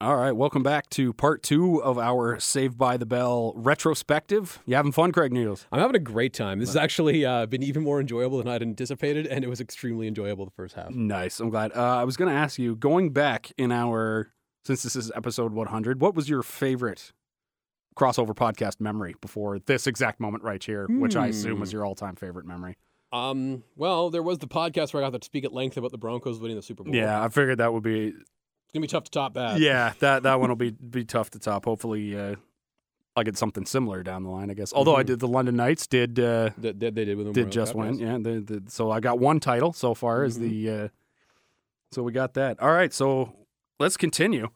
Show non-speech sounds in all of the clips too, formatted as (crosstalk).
All right, welcome back to part two of our Saved by the Bell retrospective. You having fun, Craig Needles? I'm having a great time. This has actually uh, been even more enjoyable than I'd anticipated, and it was extremely enjoyable the first half. Nice. I'm glad. Uh, I was going to ask you, going back in our since this is episode 100, what was your favorite crossover podcast memory before this exact moment right here, which I assume is your all-time favorite memory? Um, well, there was the podcast where I got to speak at length about the Broncos winning the Super Bowl. Yeah, I figured that would be. it's gonna be tough to top that. Yeah, that that one will be be tough to top. Hopefully, uh, I get something similar down the line. I guess. Although I Mhm. did the London Knights did. Uh, that, that they did with the did Memorial just Cup, win. yes. Mm-hmm. Yeah, the, the, so I got one title so far as the. Uh, so we got that. All right, so let's continue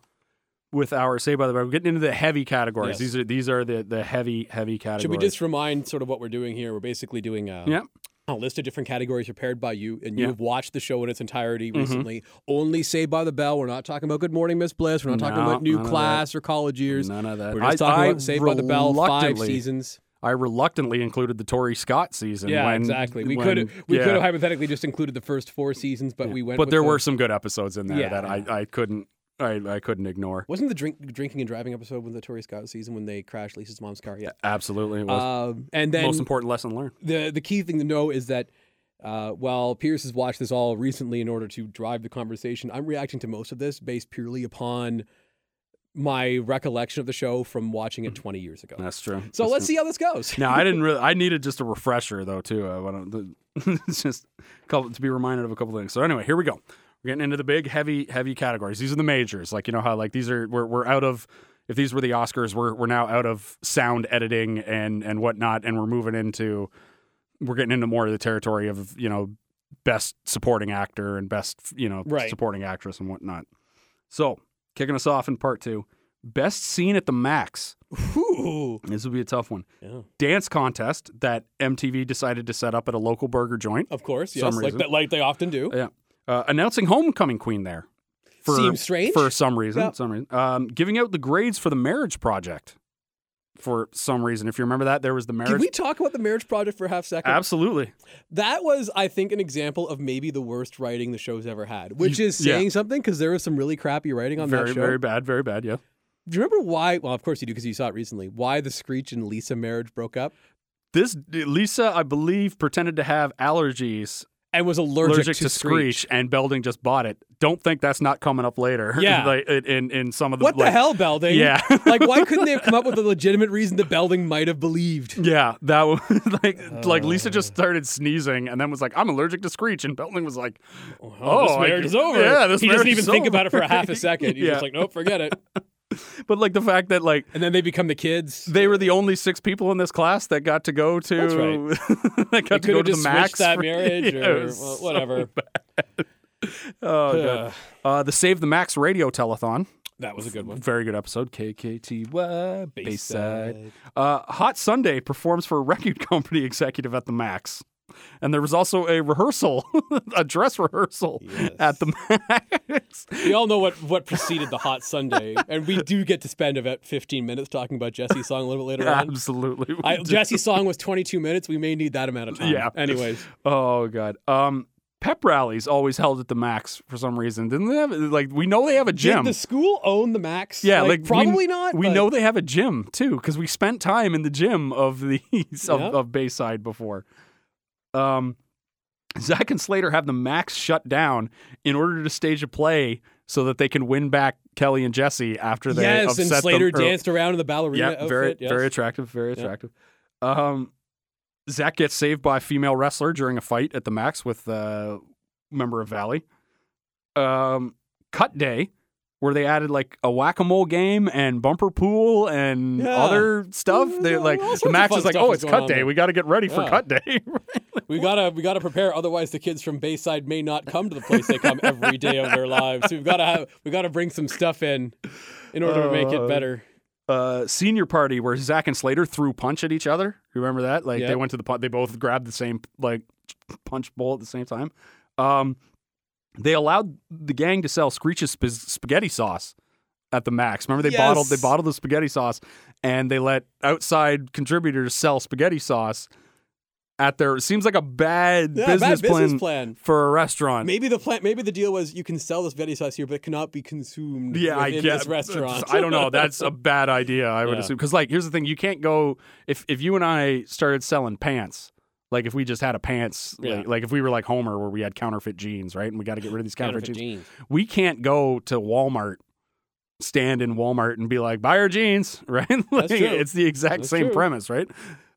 with our say by the way. We're getting into the heavy categories. Yes. These are these are the the heavy heavy categories. Should we just remind sort of what we're doing here? We're basically doing a, Yeah. a list of different categories prepared by you, and Yeah. you've watched the show in its entirety Mm-hmm. recently. Only Saved by the Bell. We're not talking about Good Morning Miss Bliss. We're not talking No, about new none of that. class or college years. none of that? We're just I, talking I about Saved by the Bell, five reluctantly- seasons. I reluctantly included the Tory Scott season. Yeah, when- exactly. We when- could we yeah. could have hypothetically just included the first four seasons, but we went. But with there the- were some good episodes in there Yeah. that I, I couldn't I, I couldn't ignore. Wasn't the drink drinking and driving episode with the Tory Scott season when they crashed Lisa's mom's car? Yeah. Absolutely, it was Um, and then most important lesson learned. the the key thing to know is that uh, while Pierce has watched this all recently in order to drive the conversation, I'm reacting to most of this based purely upon my recollection of the show from watching it 20 years ago. That's true. Mm-hmm. So That's let's see how this goes. (laughs) No, I didn't really. I needed just a refresher though too. I want to (laughs) it's just a couple, to be reminded of a couple things. So anyway, here we go. We're getting into the big, heavy, heavy categories. These are the majors. Like you know how like these are we're we're out of. If these were the Oscars, we're we're now out of sound editing and and whatnot, and we're moving into we're getting into more of the territory of you know best supporting actor and best you know Right. supporting actress and whatnot. So kicking us off in part two, best scene at the Max. Ooh. This will be a tough one Yeah. dance contest that MTV decided to set up at a local burger joint. Of course, Some yes, like reason. that, like they often do. Yeah, uh, announcing homecoming queen there. Seems strange. for some reason. Yeah. Some reason, um, giving out the grades for the marriage project. For some reason, if you remember that, there was the Can marriage. we talk about the marriage project for a half second? Absolutely, That was, I think, an example of maybe the worst writing the show's ever had, which You- is yeah. saying something because there was some really crappy writing on very that show. very bad, very bad. Yeah, Do you remember why? Well, of course you do because you saw it recently. Why the Screech and Lisa marriage broke up this Lisa, I believe, pretended to have allergies, and was allergic, to, screech. and Belding just bought it. Don't think that's not coming up later. (laughs) Yeah. like, in- in in some of the What the like- hell, Belding? Yeah. (laughs) like, why couldn't they have come (laughs) up with a legitimate reason that Belding might have believed? Yeah, that was (laughs) like like Lisa Oh. just started sneezing and then was like, "I'm allergic to screech," and Beltling was like, Oh, Oh, this I marriage g- is over. yeah, this he doesn't marriage even is think over. about it for a half (laughs) a second. He's Yeah. just like, nope, forget it. "But like the fact that like And then they become the kids. they were the only six people in this class that got to go to That's (laughs) right. that got to could go have to just the switched max (laughs) that for- marriage Yeah, it or was well, so- (laughs) whatever. oh, Ugh. God. Uh, the Save the Max radio telethon, that was a good one. very good episode. KKTY Bayside. Bayside. Uh, Hot Sunday performs for a record (laughs) company executive at the Max. And there was also a rehearsal, (laughs) a dress rehearsal at the (laughs) Max. We all know what, what preceded the hot Sunday, and we do get to spend about 15 minutes talking about Jesse's song a little (laughs) bit later on. Absolutely. we (laughs) I, do. Jesse's song was 22 minutes. We may need that amount of time. Yeah. Anyways, oh god. Um pep rallies always held at the max for some reason. Didn't they have like we know they have a gym. did the school own the max? yeah, like, we- probably not. We but- know they have a gym too cuz we spent time in the gym of the (laughs) of, Yeah. of Bayside before. Um Zach and Slater have the max shut down in order to stage a play so that they can win back Kelly and Jesse after they Yes, upset and Slater them, or- danced around in the ballerina Yeah, very, outfit. yes. very attractive, very Yeah. attractive. Um, Zach gets saved by a female wrestler during a fight at the Max with uh, member of Valley. Um, cut day, where they added like a whack a mole game and bumper pool and Yeah. other stuff. Yeah, They yeah, like all sorts the of Max fun is like, stuff oh, is it's going cut on day. there." We got to get ready for Yeah. cut day. (laughs) We gotta, we gotta prepare. Otherwise, the kids from Bayside may not come to the place they come every day of their lives. So we've gotta have, we gotta bring some stuff in, in order to make Uh, it better. uh, senior party where Zach and Slater threw punch at each other. You remember that? Like they Yep. went to the punch. They both grabbed the same like punch bowl at the same time. Um, they allowed the gang to sell Screech's sp- spaghetti sauce at the max. Remember they bottled they Yes. bottled the spaghetti sauce and they let outside contributors sell spaghetti sauce at their. Seems like a bad, Yeah, business, bad business plan, plan. for a restaurant. Maybe the plan. Maybe the deal was you can sell this veggie sauce here, but it cannot be consumed. yeah, I within guess this restaurant. I (laughs) don't know. That's a bad idea. I would Yeah. assume because like here's the thing: you can't go if if you and I started selling pants. Like if we just had a pants, like, Yeah. like if we were like Homer, where we had counterfeit jeans, right? And we got to get rid of these counterfeit, Counterfeit jeans. jeans. We can't go to Walmart, stand in Walmart, and be like, "Buy our jeans," (laughs) right? like, true. It's the exact That's same true. premise, right?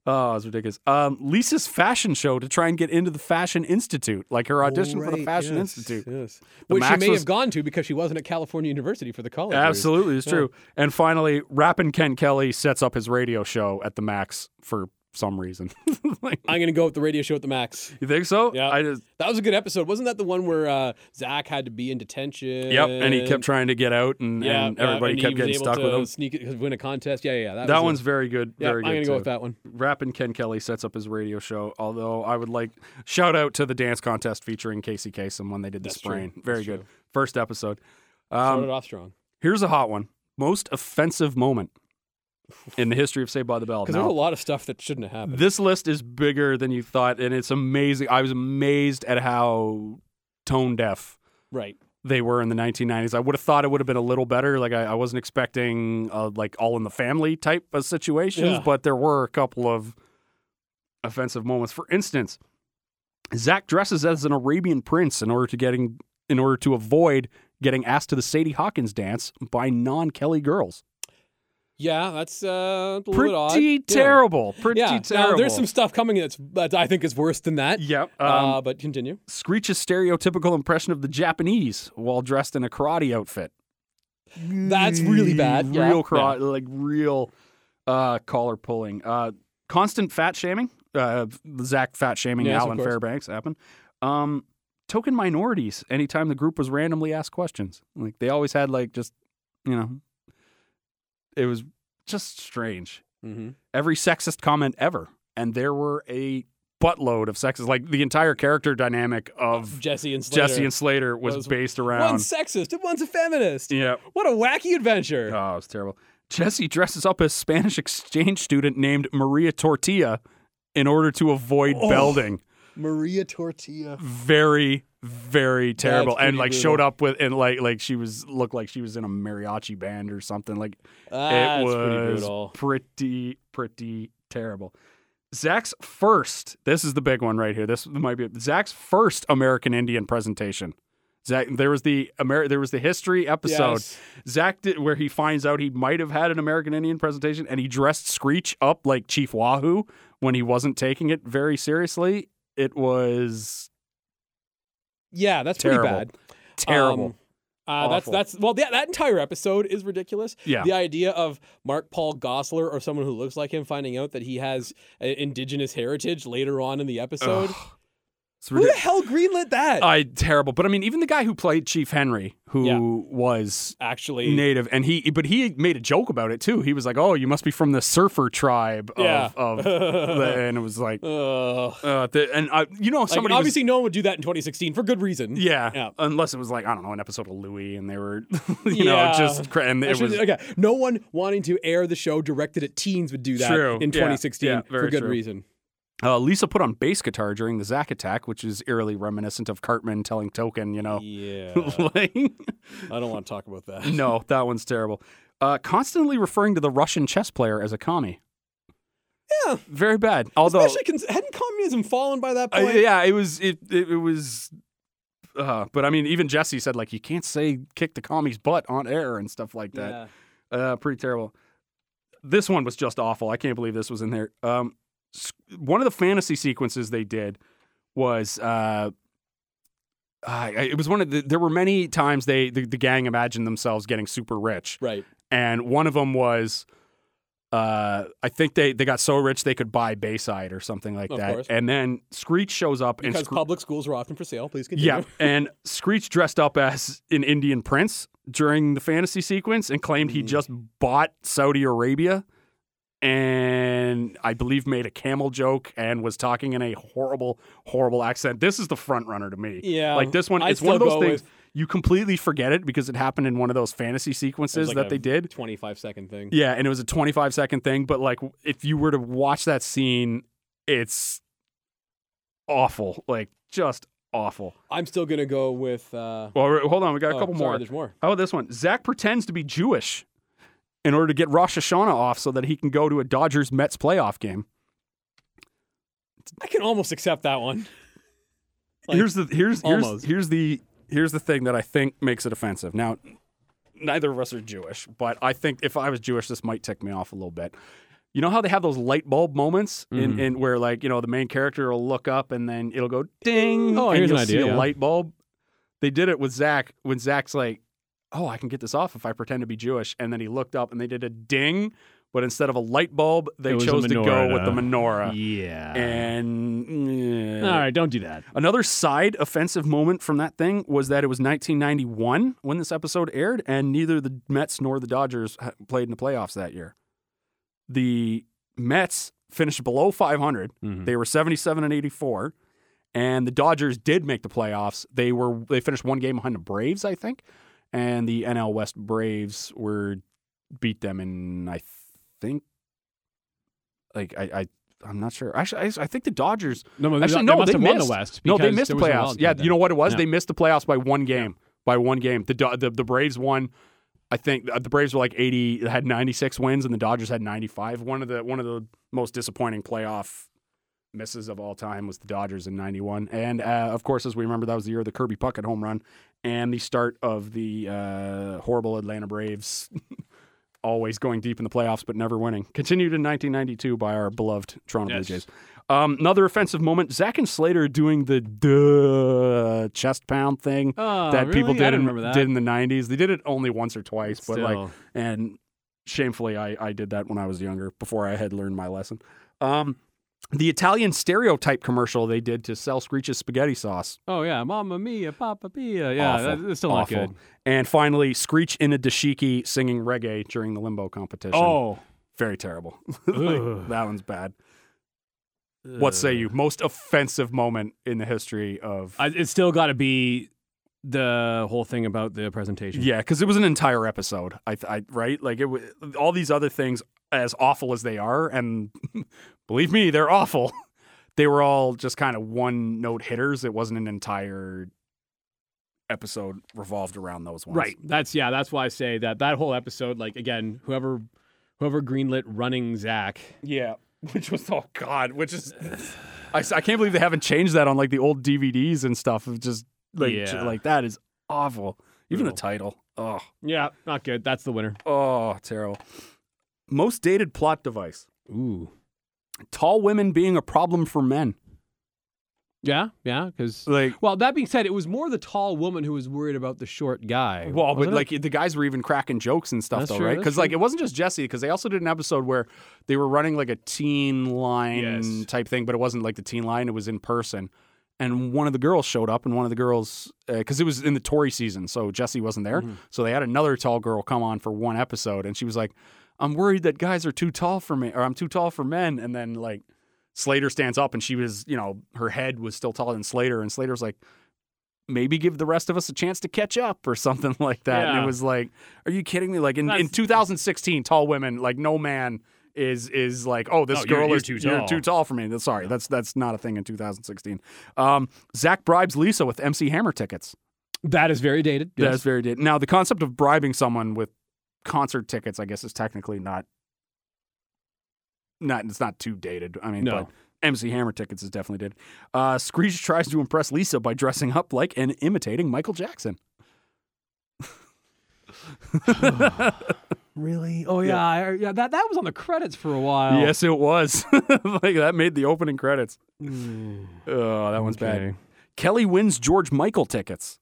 Oh, it's ridiculous. Um, Lisa's fashion show to try and get into the Fashion Institute, like her audition for the Right, Fashion yes, Institute. yes. The which she Max may was- have gone to because she wasn't at California University for the (laughs) college. route. Absolutely, it's true. And finally, rapping Ken Kelly sets up his radio show at the Max for some reason. (laughs) like, I'm gonna go with the radio show at the Max. you think so? Yeah. I just, That was a good episode, wasn't that the one where uh, Zach had to be in detention? yep. And he kept trying to get out, and, Yeah, and yeah, everybody and he kept was getting able stuck to with him. Sneak it, win a contest. Yeah, yeah, yeah. That, That, was a- one's very good. Yeah, very I'm good. gonna go with too. that one. Rapping Ken Kelly sets up his radio show. Although I would like shout out to the dance contest featuring Casey Kasem when they did the That's true. sprain. That's Very good. true. First episode. Started Um, off strong here's a hot one. Most offensive moment in the history of Saved by the (laughs) Bell. because Now- there's a lot of stuff that shouldn't have happened. This list is bigger than you thought, and it's amazing. I was amazed at how tone deaf right. they were in the 1990s. I would have thought it would have been a little better. Like I, I wasn't expecting uh, like all in the family type of situations, Yeah. but there were a couple of offensive moments. For instance, Zach dresses as an Arabian prince in order to getting in order to avoid getting asked to the Sadie Hawkins dance by non-Kelly girls. Yeah, that's uh, a little bit odd. Pretty Yeah. terrible. Pretty yeah. terrible. Now, there's some stuff coming that's that I think is worse than that. Yep. um, uh, but continue. Screech's stereotypical impression of the Japanese while dressed in a karate outfit. That's really bad. Yeah. Mm, Real karate, like real uh, collar pulling. Uh, constant fat shaming. Uh, Zach fat shaming Yes, of Alan course. Fairbanks happened. Um, token minorities. Anytime the group was randomly asked questions, like they always had, like just you know, it was just strange Mm-hmm. every sexist comment ever, and there were a buttload of sexist. Like the entire character dynamic of Jesse and Slater. Jesse and Slater was, was- based around. one's sexist and one's a feminist. yeah, What a wacky adventure! oh, it's terrible. Jesse dresses up as Spanish exchange student named Maria Tortilla in order to avoid Oh. belding. Maria Tortilla. Very, very terrible. pretty And like brutal. showed up with and like like she was looked like she was in a mariachi band or something. Like That's it pretty was brutal. pretty, pretty terrible. Zach's first, this is the big one right here. This might be Zach's first American Indian presentation. Zach, there was the Amer- there was the history episode. Yes. Zach did where he finds out he might have had an American Indian presentation, and he dressed Screech up like Chief Wahoo when he wasn't taking it very seriously. It was Yeah, that's terrible, pretty bad. terrible. Um, uh, that's Awful. that's well, yeah, that entire episode is ridiculous. yeah, The idea of Mark Paul Gossler or someone who looks like him finding out that he has uh, indigenous heritage later on in the episode. Ugh. It's Uh, Who the hell greenlit that? I terrible. But I mean, even the guy who played Chief Henry, who Yeah. was Actually, native, and he but he made a joke about it too. He was like, "Oh, you must be from the surfer tribe of." yeah. (laughs) of the, and it was like, Ugh. uh, the, and I, you know, Like, somebody was- obviously, no one would do that in 2016 for good reason. yeah, Yeah. unless it was like I don't know, an episode of Louis, and they were, (laughs) you know, Yeah. just cra- and it Actually, was okay. No one wanting to air the show directed at teens would do that True. Yeah, in 2016 yeah, for very good true. reason. uh, Lisa put on bass guitar during the Zack attack, which is eerily reminiscent of Cartman telling Token, you know, Yeah, (laughs) like, I don't want to talk about that. (laughs) no, that one's terrible. Uh, constantly referring to the Russian chess player as a commie. Yeah. very bad. Although, Especially cons- hadn't communism fallen by that Uh, point? yeah, it was it it, it was. Uh, but I mean, even Jesse said like you can't say kick the commie's butt on air and stuff like that. Yeah. Uh, pretty terrible. This one was just awful. I can't believe this was in there. Um, s- one of the fantasy sequences they did was uh, I, I- it was one of the. There were many times they the, the gang imagined themselves getting super rich, Right. and one of them was uh, I think they, they got so rich they could buy Bayside or something like Of that. course. And then Screech shows up and Because Scre- public schools are often for sale. Please continue. (laughs) yeah, and Screech dressed up as an Indian prince during the fantasy sequence and claimed he Mm. just bought Saudi Arabia and I believe made a camel joke and was talking in a horrible horrible accent. This is the front runner to me. Yeah. Like this one I'd it's one of still those go things with- you completely forget it because it happened in one of those fantasy sequences like that a they did. 25 second thing. Yeah, and it was a 25 second thing, but like if you were to watch that scene, it's awful, like just awful. I'm still gonna go with. Uh, Well, r- hold on, we got a oh, couple sorry, more. There's more. How about this one? Zach pretends to be Jewish in order to get Rosh Hashanah off so that he can go to a Dodgers Mets playoff game. I can almost accept that one. Like, here's the here's here's, almost. here's the here's the thing that I think makes it offensive. Now, neither of us are Jewish, but I think if I was Jewish, this might tick me off a little bit. You know how they have those light bulb moments in, Mm. in where like you know the main character will look up and then it'll go ding. Oh, and here's you'll an see idea, a yeah. light bulb. They did it with Zach when Zach's like, "Oh, I can get this off if I pretend to be Jewish," and then he looked up and they did a ding, but instead of a light bulb, they It was a chose to go with the menorah. menorah. Yeah. And mm, yeah. All right, don't do that. Another side offensive moment from that thing was that it was 1991 when this episode aired, and neither the Mets nor the Dodgers ha- played in the playoffs that year. The Mets finished below 500. Hmm. They were 77 and 84, and the Dodgers did make the playoffs. They were they finished one game behind the Braves, I think, and the NL West Braves were beat them in I think like I. I I'm not sure. Actually, I, I think the Dodgers No, Actually, they no, must they have won missed. the West. no, they because missed the there was no playoffs. wild Yeah, card you know then. what it was? Yeah. They missed the playoffs by one game. By one game, the, Do- the the Braves won. I think uh, the Braves were like eighty, had ninety six wins, and the Dodgers had ninety five. One of the one of the most disappointing playoff misses of all time was the Dodgers in ninety one, and uh, of course, as we remember, that was the year of the Kirby Puckett home run and the start of the uh, horrible Atlanta Braves. (laughs) Always going deep in the playoffs, but never winning. Continued in 1992 by our beloved Toronto Yes. Blue Jays. Um, another offensive moment: Zach and Slater doing the duh chest pound thing Oh, that people really? did I don't in, remember that. did in the 90s. They did it only once or twice, but like, Still. and shamefully, I I did that when I was younger before I had learned my lesson. Um, the Italian stereotype commercial they did to sell Screech's spaghetti sauce. oh yeah, Mamma Mia, Papa Pia. Yeah, Awful. that- that's still Awful. not good. And finally, Screech in a dashiki singing reggae during the limbo competition. Oh, very terrible. (laughs) Ugh. like, that one's bad. What say you? Most offensive moment in the history of I, it's still got to be the whole thing about the presentation. Yeah, because it was an entire episode. I, th- I right like it. wa all these other things, as awful as they are, and (laughs) believe me, they're awful. (laughs) They were all just kind of one note hitters. It wasn't an entire episode revolved around those ones. Right. That's yeah. That's why I say that that whole episode. Like again, whoever whoever greenlit running Zach. Yeah. (laughs) Which was oh god, which is (sighs) I, s- I can't believe they haven't changed that on like the old DVDs and stuff. Of just like j- Yeah. like that is awful. Even the Brutal. title. Oh, Yeah, not good. That's the winner. oh, terrible. Most dated plot device. Ooh. tall women being a problem for men. Yeah, yeah. Because Like, well, that being said, it was more the tall woman who was worried about the short guy. well, but wasn't it? like the guys were even cracking jokes and stuff, That's though, true, right? that's Because like it wasn't just Jesse. Because they also did an episode where they were running like a teen line Yes. type thing, but it wasn't like the teen line; it was in person. And one of the girls showed up, and one of the girls, because it was in the Tory season, so Jesse wasn't there. Mm-hmm. So they had another tall girl come on for one episode, and she was like, "I'm worried that guys are too tall for me, or I'm too tall for men." And then like Slater stands up, and she was, you know, her head was still taller than Slater, and Slater's like, maybe give the rest of us a chance to catch up or something (laughs) like that. And Yeah. it was like, are you kidding me? Like in, in That's- 2016, tall women, like no man is is like, oh, this No, you're- girl you're is too you're tall." too tall for me. That's- Sorry, that's that's not a thing in 2016. Um, Zach bribes Lisa with MC Hammer tickets. that is very dated. Yes. That's very now the concept of bribing someone with concert tickets, I guess, is technically not not it's not too dated. I mean, No. but MC Hammer tickets is definitely dated. Uh, Screech tries to impress Lisa by dressing up like and imitating Michael Jackson. really. Oh yeah, I- yeah. that that was on the credits for a while. Yes, it was (laughs) like that made the opening credits. Mm, Oh, that one's bad. okay. Kelly wins George Michael tickets.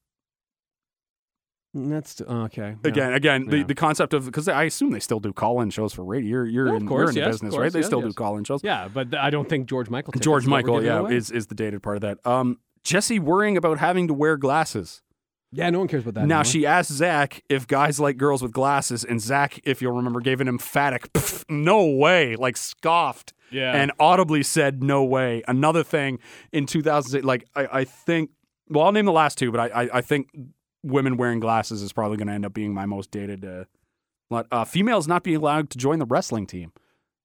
That's okay. yeah. Again, again, the, Yeah. the concept of because I assume they still do call-in shows for radio. You're you're No, of in, course, you're in the yes, of business, course, right? They yes, still do yes. call-in shows. Yeah, but th- I don't think George Michael. tickets George is what we're Michael, giving yeah, away. is is the dated part of that. Um, Jesse worrying about having to wear glasses. yeah. No one cares about that. now anymore. she asked Zach if guys like girls with glasses, and Zach, if you'll remember, gave an emphatic (laughs) "Pff, "No way!" like scoffed yeah. and audibly said "No way." Another thing in 2008, like I, I think, well, I'll name the last two, but I, I, I think women wearing glasses is probably going to end up being my most dated. Uh, lot- uh, females not being allowed to join the wrestling team.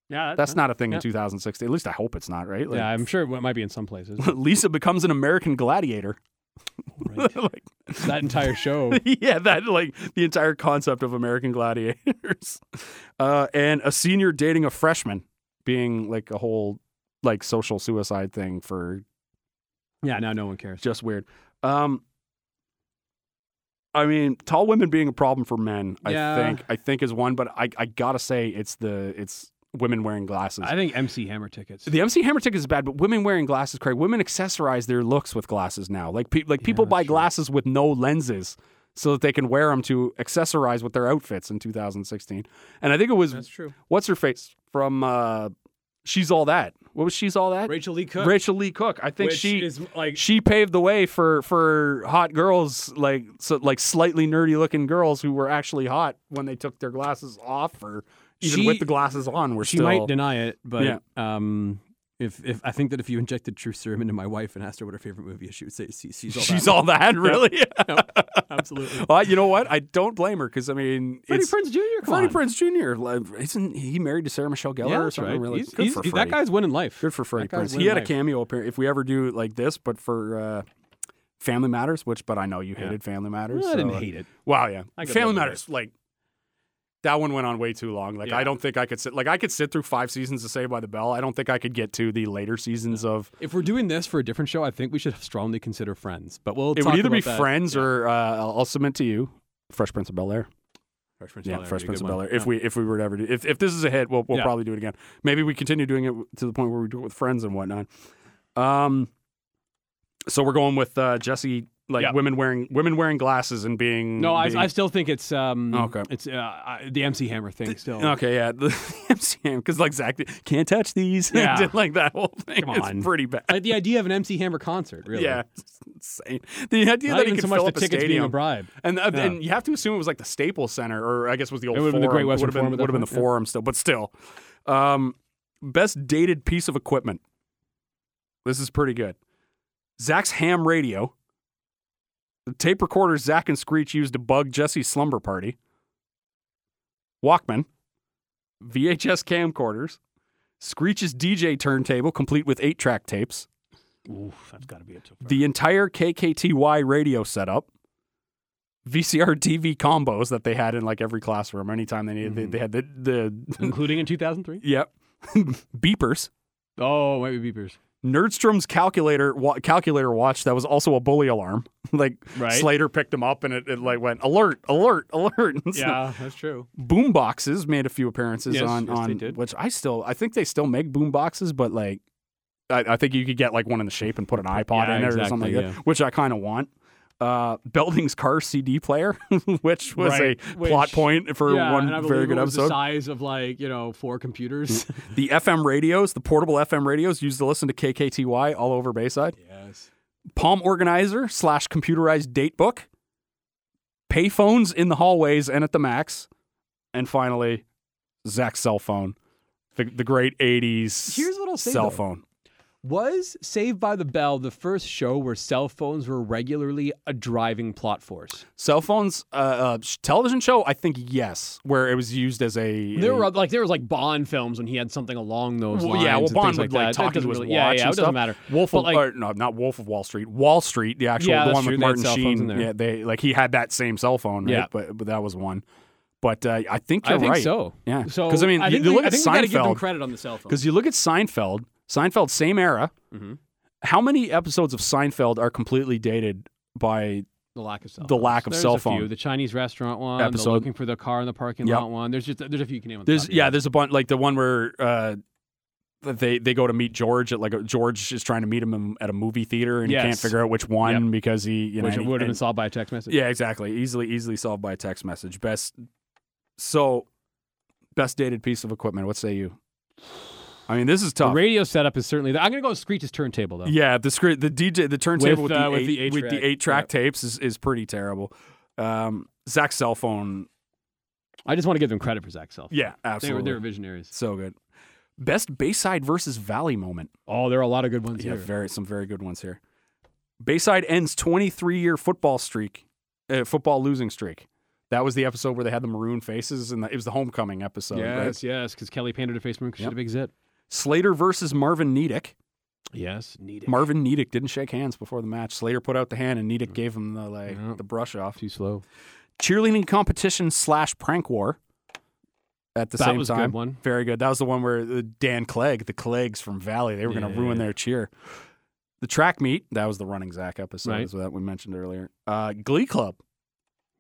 Yeah, that- That's not a thing Yeah. in 2016. At least I hope it's not, right? Like, yeah, I'm sure it might be in some places. (laughs) Lisa becomes an American gladiator. (laughs) Right. like, (laughs) that entire show. yeah, that like the entire concept of American gladiators. (laughs) Uh, and a senior dating a freshman being like a whole like social suicide thing for Yeah, now no one cares. just weird. Um, I mean, tall women being a problem for men, I Yeah. think, I think is one, but I, I gotta say it's the it's women wearing glasses. I think MC Hammer tickets. the MC Hammer ticket is bad, but women wearing glasses, Craig. Women accessorize their looks with glasses now. Like, pe- like Yeah, people buy that's true. glasses with no lenses so that they can wear them to accessorize with their outfits in 2016. And I think it was true. what's her face from uh, She's All That. What was She's All That? Rachel Lee Cook. Rachel Lee Cook. I think which she is like she paved the way for for hot girls like so, like slightly nerdy looking girls who were actually hot when they took their glasses off or even She- with the glasses on were she still might deny it, but Yeah. um, if if I think that if you injected true serum into my wife and asked her what her favorite movie is, she would say she, she's all. she's that. all that really (laughs) absolutely. well, you know what I don't blame her because I mean Freddie it's- Prince Jr. Come Freddie on. Prince Jr. like, isn't he married to Sarah Michelle Gellar Yeah, or that's something right. really He's- good he's- for he- Freddie that guy's winning life. good for Freddie guy's Prince he winning had a life. cameo appearance if we ever do like this but for uh Family Matters which but I know you hated Family Matters I didn't so- hate it. Wow, yeah. I could Family live with Matters, like that one went on way too long. Like Yeah. I don't think I could sit like I could sit through five seasons of Saved by the Bell. I don't think I could get to the later seasons of If we're doing this for a different show, I think we should strongly consider Friends. But we'll it talk would either about be that. Friends or uh, I'll I'll submit to you. Fresh Prince of Bel Air, Fresh Prince yeah, of Bel-Air would Fresh be a Prince good of one. Bel Air. If Yeah. we if we were to ever do, if if this is a hit, we'll we'll Yeah. probably do it again. Maybe we continue doing it w- to the point where we do it with friends and whatnot. Um, so we're going with uh, Jesse, like Yeah. women wearing women wearing glasses and being no, I, being- I still think it's um Okay. it's uh, I- the MC Hammer thing still. Okay, yeah, the uh, (laughs) MCM because like Zach can't touch these. (laughs) Yeah. Did, like that whole thing. Come on. It's pretty bad. Like the idea of an MC Hammer concert, really. Yeah, (laughs) it's insane. The idea Not that he even could so much fill the up a tickets being a stadium, bribe. and uh, Yeah. and you have to assume it was like the Staples Center, or I guess was the old would've forum. been the Great Western would have been, Forum at that would've been the point, yeah. forum still, but still, um, best dated piece of equipment. This is pretty good. Zach's ham radio, the tape recorder Zach and Screech used to bug Jesse's slumber party, Walkman, VHS camcorders, Screech's DJ turntable complete with eight track tapes Oof, that's got to be it. So the entire KKTY radio setup, VCR TV combos that they had in like every classroom. Anytime they needed, they, Mm-hmm. they had the the (laughs) including in 2003. yep (laughs) beepers. Oh, might be beepers. Nerdstrom's calculator wa- calculator watch that was also a bully alarm. (laughs) like Right. Slater picked them up and it, it like went alert, alert, alert. (laughs) And so- Yeah, that's true. boom boxes made a few appearances Yes, on yes, they on did. which I still I think they still make boom boxes, but like I, I think you could get like one in the shape and put an iPod Yeah, in there or something like exactly, that, which I kind of want. Uh, Belding's car CD player, (laughs) which was Right, a which- plot point for yeah, and I one believe very it good was episode. The size of like you know four (laughs) computers. The FM radios, the portable FM radios used to listen to KKTY all over Bayside. yes. Palm organizer slash computerized date book. Payphones in the hallways and at the max. And finally, Zach's cell phone. The, the great 80s Here's what I'll say, cell though. phone. Was Saved by the Bell the first show where cell phones were regularly a driving plot force? Cell phones, uh, uh, sh- television show, I think yes, where it was used as a. There a- were oth- like there was like Bond films when he had something along those Well, lines. yeah, well, and Bond things would like, like that. talk that to doesn't his really, watch Yeah, yeah, and it stuff. doesn't matter. Wolf of, But, like- or, no, not Wolf of Wall Street, Wall Street, the actual Yeah, the that's one true, with they had Martin cell phones Sheen. in there. Yeah, they like he had that same cell phone, right? Yeah. But but that was one. But uh, I think you're I think right. so. Yeah, So because I mean, I you, think you we, look I at think we gotta give them Seinfeld. credit on the cell phone. Because you look at Seinfeld, Seinfeld, same era. Mhm. How many episodes of Seinfeld are completely dated by? the lack of cell the phones. lack of there's cell a few. phone. The Chinese restaurant one. The Episode. looking for the car in the parking Yep. lot one. There's just there's a few you can name. on the There's top of your yeah, head. there's a bunch like the one where uh, they they go to meet George at like a, George is trying to meet him at a movie theater and Yes. he can't figure out which one because he you know which and he- would have been and- solved by a text message. yeah exactly easily easily solved by a text message best so best dated piece of equipment what say you I mean this is The tough radio setup is certainly. There. I'm gonna go with Screech's turntable though. Yeah, the screen, the DJ, the turntable With, with, uh, the, with eight, the eight with track. the eight track tapes is, is pretty terrible. Um, Zach's cell phone, I just want to give them credit for Zach Self. yeah, They were, absolutely, they were visionaries. so good. Best Bayside versus Valley moment. Oh, there are a lot of good ones Yeah, here. very some very good ones here. Bayside ends 23 year football streak, uh, football losing streak. That was the episode where they had the maroon faces, and the, it was the homecoming episode. right? yes, yes, because Kelly painted her face maroon because she Yep. had a big zit. Slater versus Marvin Niedick. Yes, needed. Marvin Niedick didn't shake hands before the match. Slater put out the hand, and Mm. Niedick gave him the like Yeah. the brush off. Too slow. Cheerleading competition slash prank war. At the that same was a time, good one. Very good. That was the one where uh, Dan Clegg, the Cleggs from Valley, they were going to Yeah. ruin their cheer. The track meet, that was the running Zach episode Right. is that we mentioned earlier. Uh, Glee Club.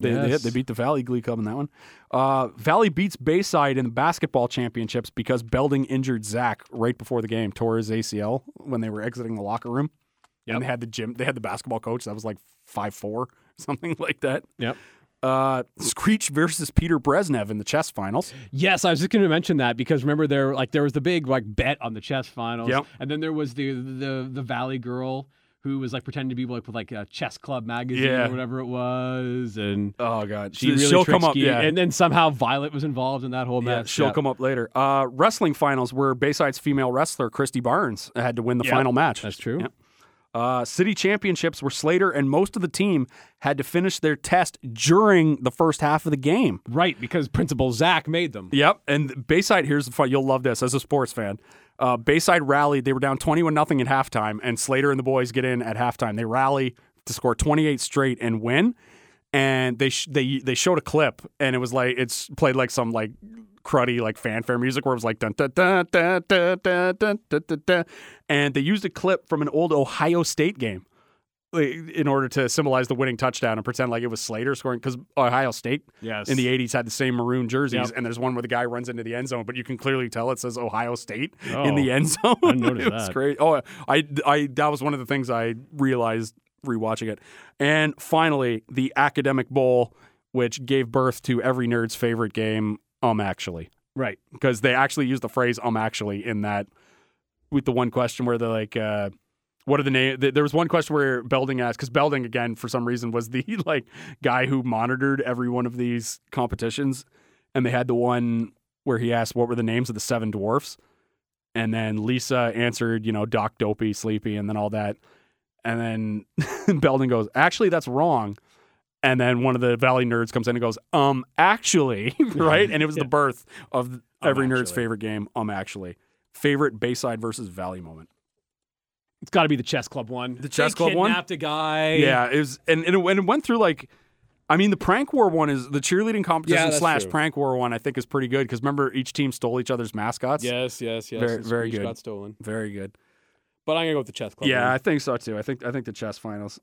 They, they- Yes. they, beat the Valley Glee Club in that one. Uh, Valley beats Bayside in the basketball championships because Belding injured Zach right before the game, tore his ACL when they were exiting the locker room. Yep. And they had the gym, they had the basketball coach that was like five four, (laughs) something like that. Yep. Uh, Screech versus Peter Breznev in the chess finals. Yes, I was just going to mention that because remember there like there was the big like bet on the chess finals, Yep. and then there was the the the Valley girl who was like pretending to be like with like a chess club magazine Yeah. or whatever it was, and Oh god, she really she'll come tricked up. Skeet, Yeah, and then somehow Violet was involved in that whole yeah, match. she'll yeah. come up later. Uh, wrestling finals where Bayside's female wrestler Christy Barnes had to win the Yeah, final match. That's true. Yep. Uh, city championships where Slater and most of the team had to finish their test during the first half of the game. Right, because Principal Zach made them. Yep, and Bayside. Here's the fun. You'll love this as a sports fan. Uh, Bayside rallied. They were down twenty-one nothing at halftime, and Slater and the boys get in at halftime. They rally to score twenty-eight straight and win. And they sh- they they showed a clip, and it was like it's played like some like cruddy like fanfare music where it was like dun dun dun dun dun dun dun dun dun, dun. and they used a clip from an old Ohio State game like, in order to symbolize the winning touchdown and pretend like it was Slater scoring because Ohio State Yes. in the 80s had the same maroon jerseys Yep. and there's one where the guy runs into the end zone but you can clearly tell it says ohio state in Oh, the end (laughs) zone I noticed it was that. great oh I, I that was one of the things i realized rewatching it and finally the academic bowl which gave birth to every nerd's favorite game um actually right. because they actually used the phrase um actually in that with the one question where they're like uh what are the name? th- There was one question where Belding asked because Belding again for some reason was the (laughs) like guy who monitored every one of these competitions, and they had the one where he asked what were the names of the seven dwarfs, and then Lisa answered you know Doc Dopey Sleepy and then all that, and then (laughs) Belding goes actually that's wrong, and then one of the Valley nerds comes in and goes um actually (laughs) right and it was the birth of every nerd's actually. favorite game um actually favorite Bayside versus Valley moment. It's got to be the chess club one. The chess club one? Kidnapped a guy. Yeah, it was, and, and, it, and it went through like, I mean, the prank war one is the cheerleading competition Yeah, that's slash true. prank war one. I think is pretty good because remember each team stole each other's mascots. Yes, yes, yes. Very- the very Screech good. Got stolen, very good. but I'm gonna go with the chess club. yeah, one. I think so too. I think I think the chess finals.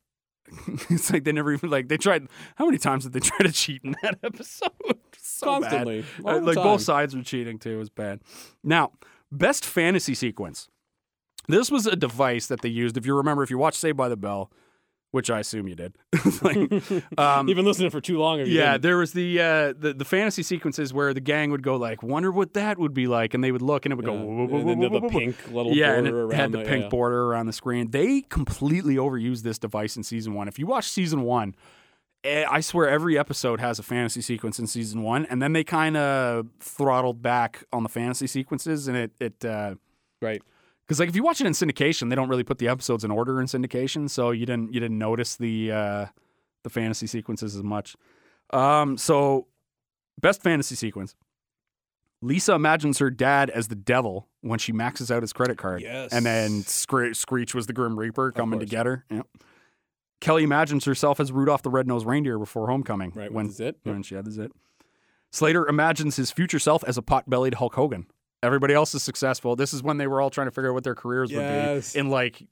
(laughs) it's like they never even like they tried. How many times did they (laughs) try to cheat in that episode? (laughs) so bad. constantly. Uh, all the like time. both sides were cheating too. It was bad. Now, best fantasy sequence. This was a device that they used. If you remember, if you watched Saved by the Bell, which I assume you did, (laughs) (laughs) like, um, You've been listening for too long. Or you Yeah, didn't. there was the, uh, the the fantasy sequences where the gang would go like, wonder what that would be like, and they would look and it would Yeah. go, "Whoa, whoa, And whoa, then whoa, the whoa, whoa." pink little yeah, and border it had around the pink yeah. border around the screen. They completely overused this device in season one. If you watch season one, eh, I swear every episode has a fantasy sequence in season one, and then they kind of throttled back on the fantasy sequences, and it it. Uh, Right. because like if you watch it in syndication, they don't really put the episodes in order in syndication, so you didn't you didn't notice the uh, the fantasy sequences as much. Um, so best fantasy sequence: Lisa imagines her dad as the devil when she maxes out his credit card, Yes. and then Scre- Screech was the Grim Reaper coming to course. get her. Yep. Kelly imagines herself as Rudolph the Red-Nosed Reindeer before Homecoming, Right. When When's it? when she had the zit. Slater imagines his future self as a pot-bellied Hulk Hogan. Everybody else is successful. This is when they were all trying to figure out what their careers Yes. would be in like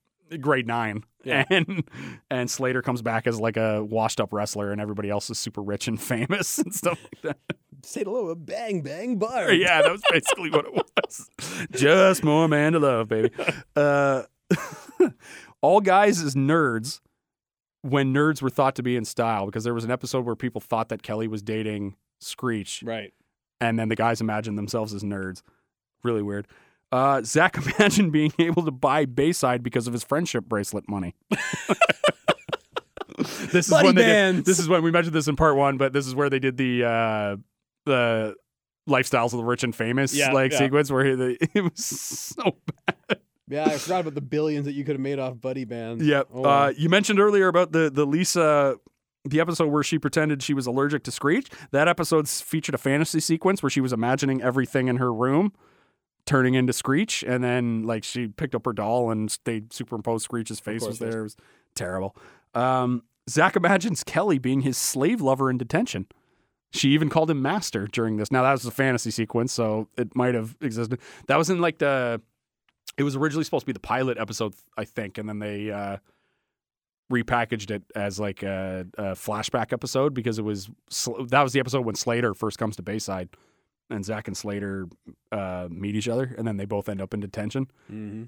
grade nine. Yeah. (laughs) And and Slater comes back as like a washed up wrestler and everybody else is super rich and (laughs) famous and stuff (laughs) like Say hello, a bang bang bar. that. yeah, that was basically what it was. Just more man to love, (laughs) baby. Uh, (laughs) all guys is nerds when nerds were thought to be in style because there was an episode where people thought that Kelly was dating Screech Right. and then the guys imagine themselves as nerds. Really weird. Uh, Zach (laughs) imagined being able to buy Bayside because of his friendship bracelet money. (laughs) this is Buddy when they did, bands. this is when we mentioned this in part one, but this is where they did the uh, the lifestyles of the rich and famous Yeah, like yeah. sequence where he, the, (laughs) it was so Yeah, I forgot about the billions that you could have made off buddy bands. Yep. Oh, uh, you mentioned earlier about the the Lisa the episode where she pretended she was allergic to Screech, that episode s- featured a fantasy sequence where she was imagining everything in her room turning into Screech, and then like she picked up her doll and s- they superimposed Screech's face was course, yes. there. It was terrible. Um, Zach imagines Kelly being his slave lover in detention. She even called him master during this. Now that was a fantasy sequence, so it might have existed. That was in like the. It was originally supposed to be the pilot episode, I think, and then they uh, repackaged it as like a, a flashback episode because it was Sl- that was the episode when Slater first comes to Bayside, and Zach and Slater uh, meet each other, and then they both end up in detention Mm-hmm.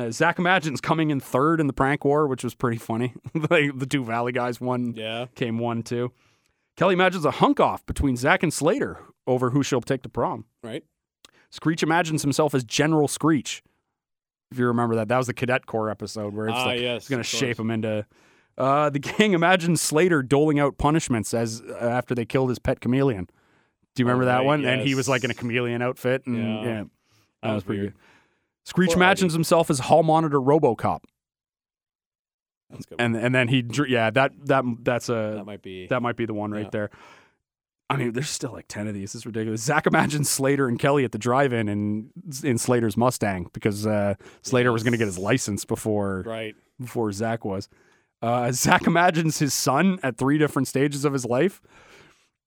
uh, (laughs) Zach imagines coming in third in the prank war, which was pretty funny. (laughs) like the two Valley guys won Yeah. came one two. Kelly imagines a hunk off between Zach and Slater over who she'll take to prom. Right. Screech imagines himself as General Screech. If you remember that, that was the Cadet Corps episode where it's ah, like yes. it's going of to shape course. him into. Uh, the (laughs) gang imagines Slater doling out punishments as uh, after they killed his pet chameleon. Do you Oh, remember that right, one? And he was like in a yes. chameleon outfit, and Yeah. yeah, That was weird. good. Screech Poor imagines himself as Hall Monitor RoboCop, That's a good. one. and and then he dr- yeah that that that's a that might be. that might be the one right Yeah. there. I mean, there's still like ten of these. This is ridiculous. Zach imagines Slater and Kelly at the drive-in and in Slater's Mustang because uh, Slater was going to get his Yes. license before right. before Zach was. Uh, (laughs) Zach imagines his son at three different stages of his life.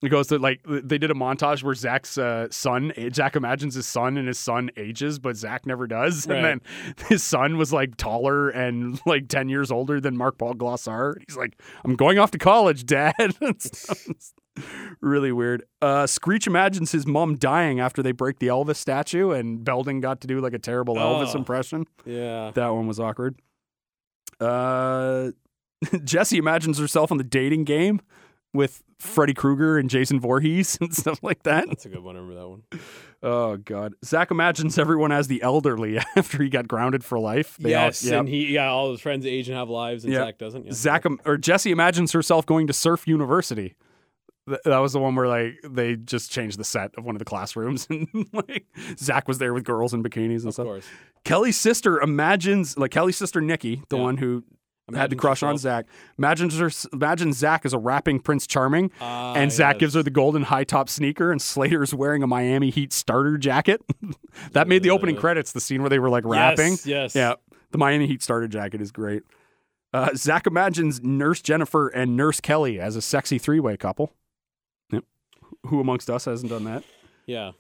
It goes to like th- they did a montage where Zach's uh, son, Zach imagines his son and his son ages, but Zach never does. (laughs) Right. And then his son was like taller and like 10 years older than Mark Paul Glossar. He's like, I'm going off to college, dad. (laughs) And stuff. It's really weird. Uh, Screech imagines his mom dying after they break the Elvis statue, and Belding got to do like a terrible Elvis Oh. impression. Yeah. That one was awkward. Uh, (laughs) Jesse imagines herself on the dating game with Freddy Krueger and Jason Voorhees (laughs) and stuff like that. That's a good one. I remember that one. Oh God! Zach imagines everyone as the elderly (laughs) after he got grounded for life. They all- yes. yeah. And he yeah, all his friends age and have lives, and Yeah. Zach doesn't. Yeah, Zach im- or Jesse imagines herself going to Surf University. Th- That was the one where like they just changed the set of one of the classrooms (laughs) and like Zach was there with girls in bikinis and Of stuff. course. Kelly's sister imagines like Kelly's sister Nikki, the Yeah. one who had to Imagines crush on yourself- Zach. Imagines her, imagine Zach as a rapping Prince Charming, Ah, and Zach yes. gives her the golden high top sneaker, and Slater is wearing a Miami Heat starter jacket. (laughs) that made the opening Uh. credits, the scene where they were like rapping. Yes. yes. Yeah, the Miami Heat starter jacket is great. Uh, Zach imagines Nurse Jennifer and Nurse Kelly as a sexy three way couple. Yep. Who amongst us hasn't done that? (laughs) Yeah.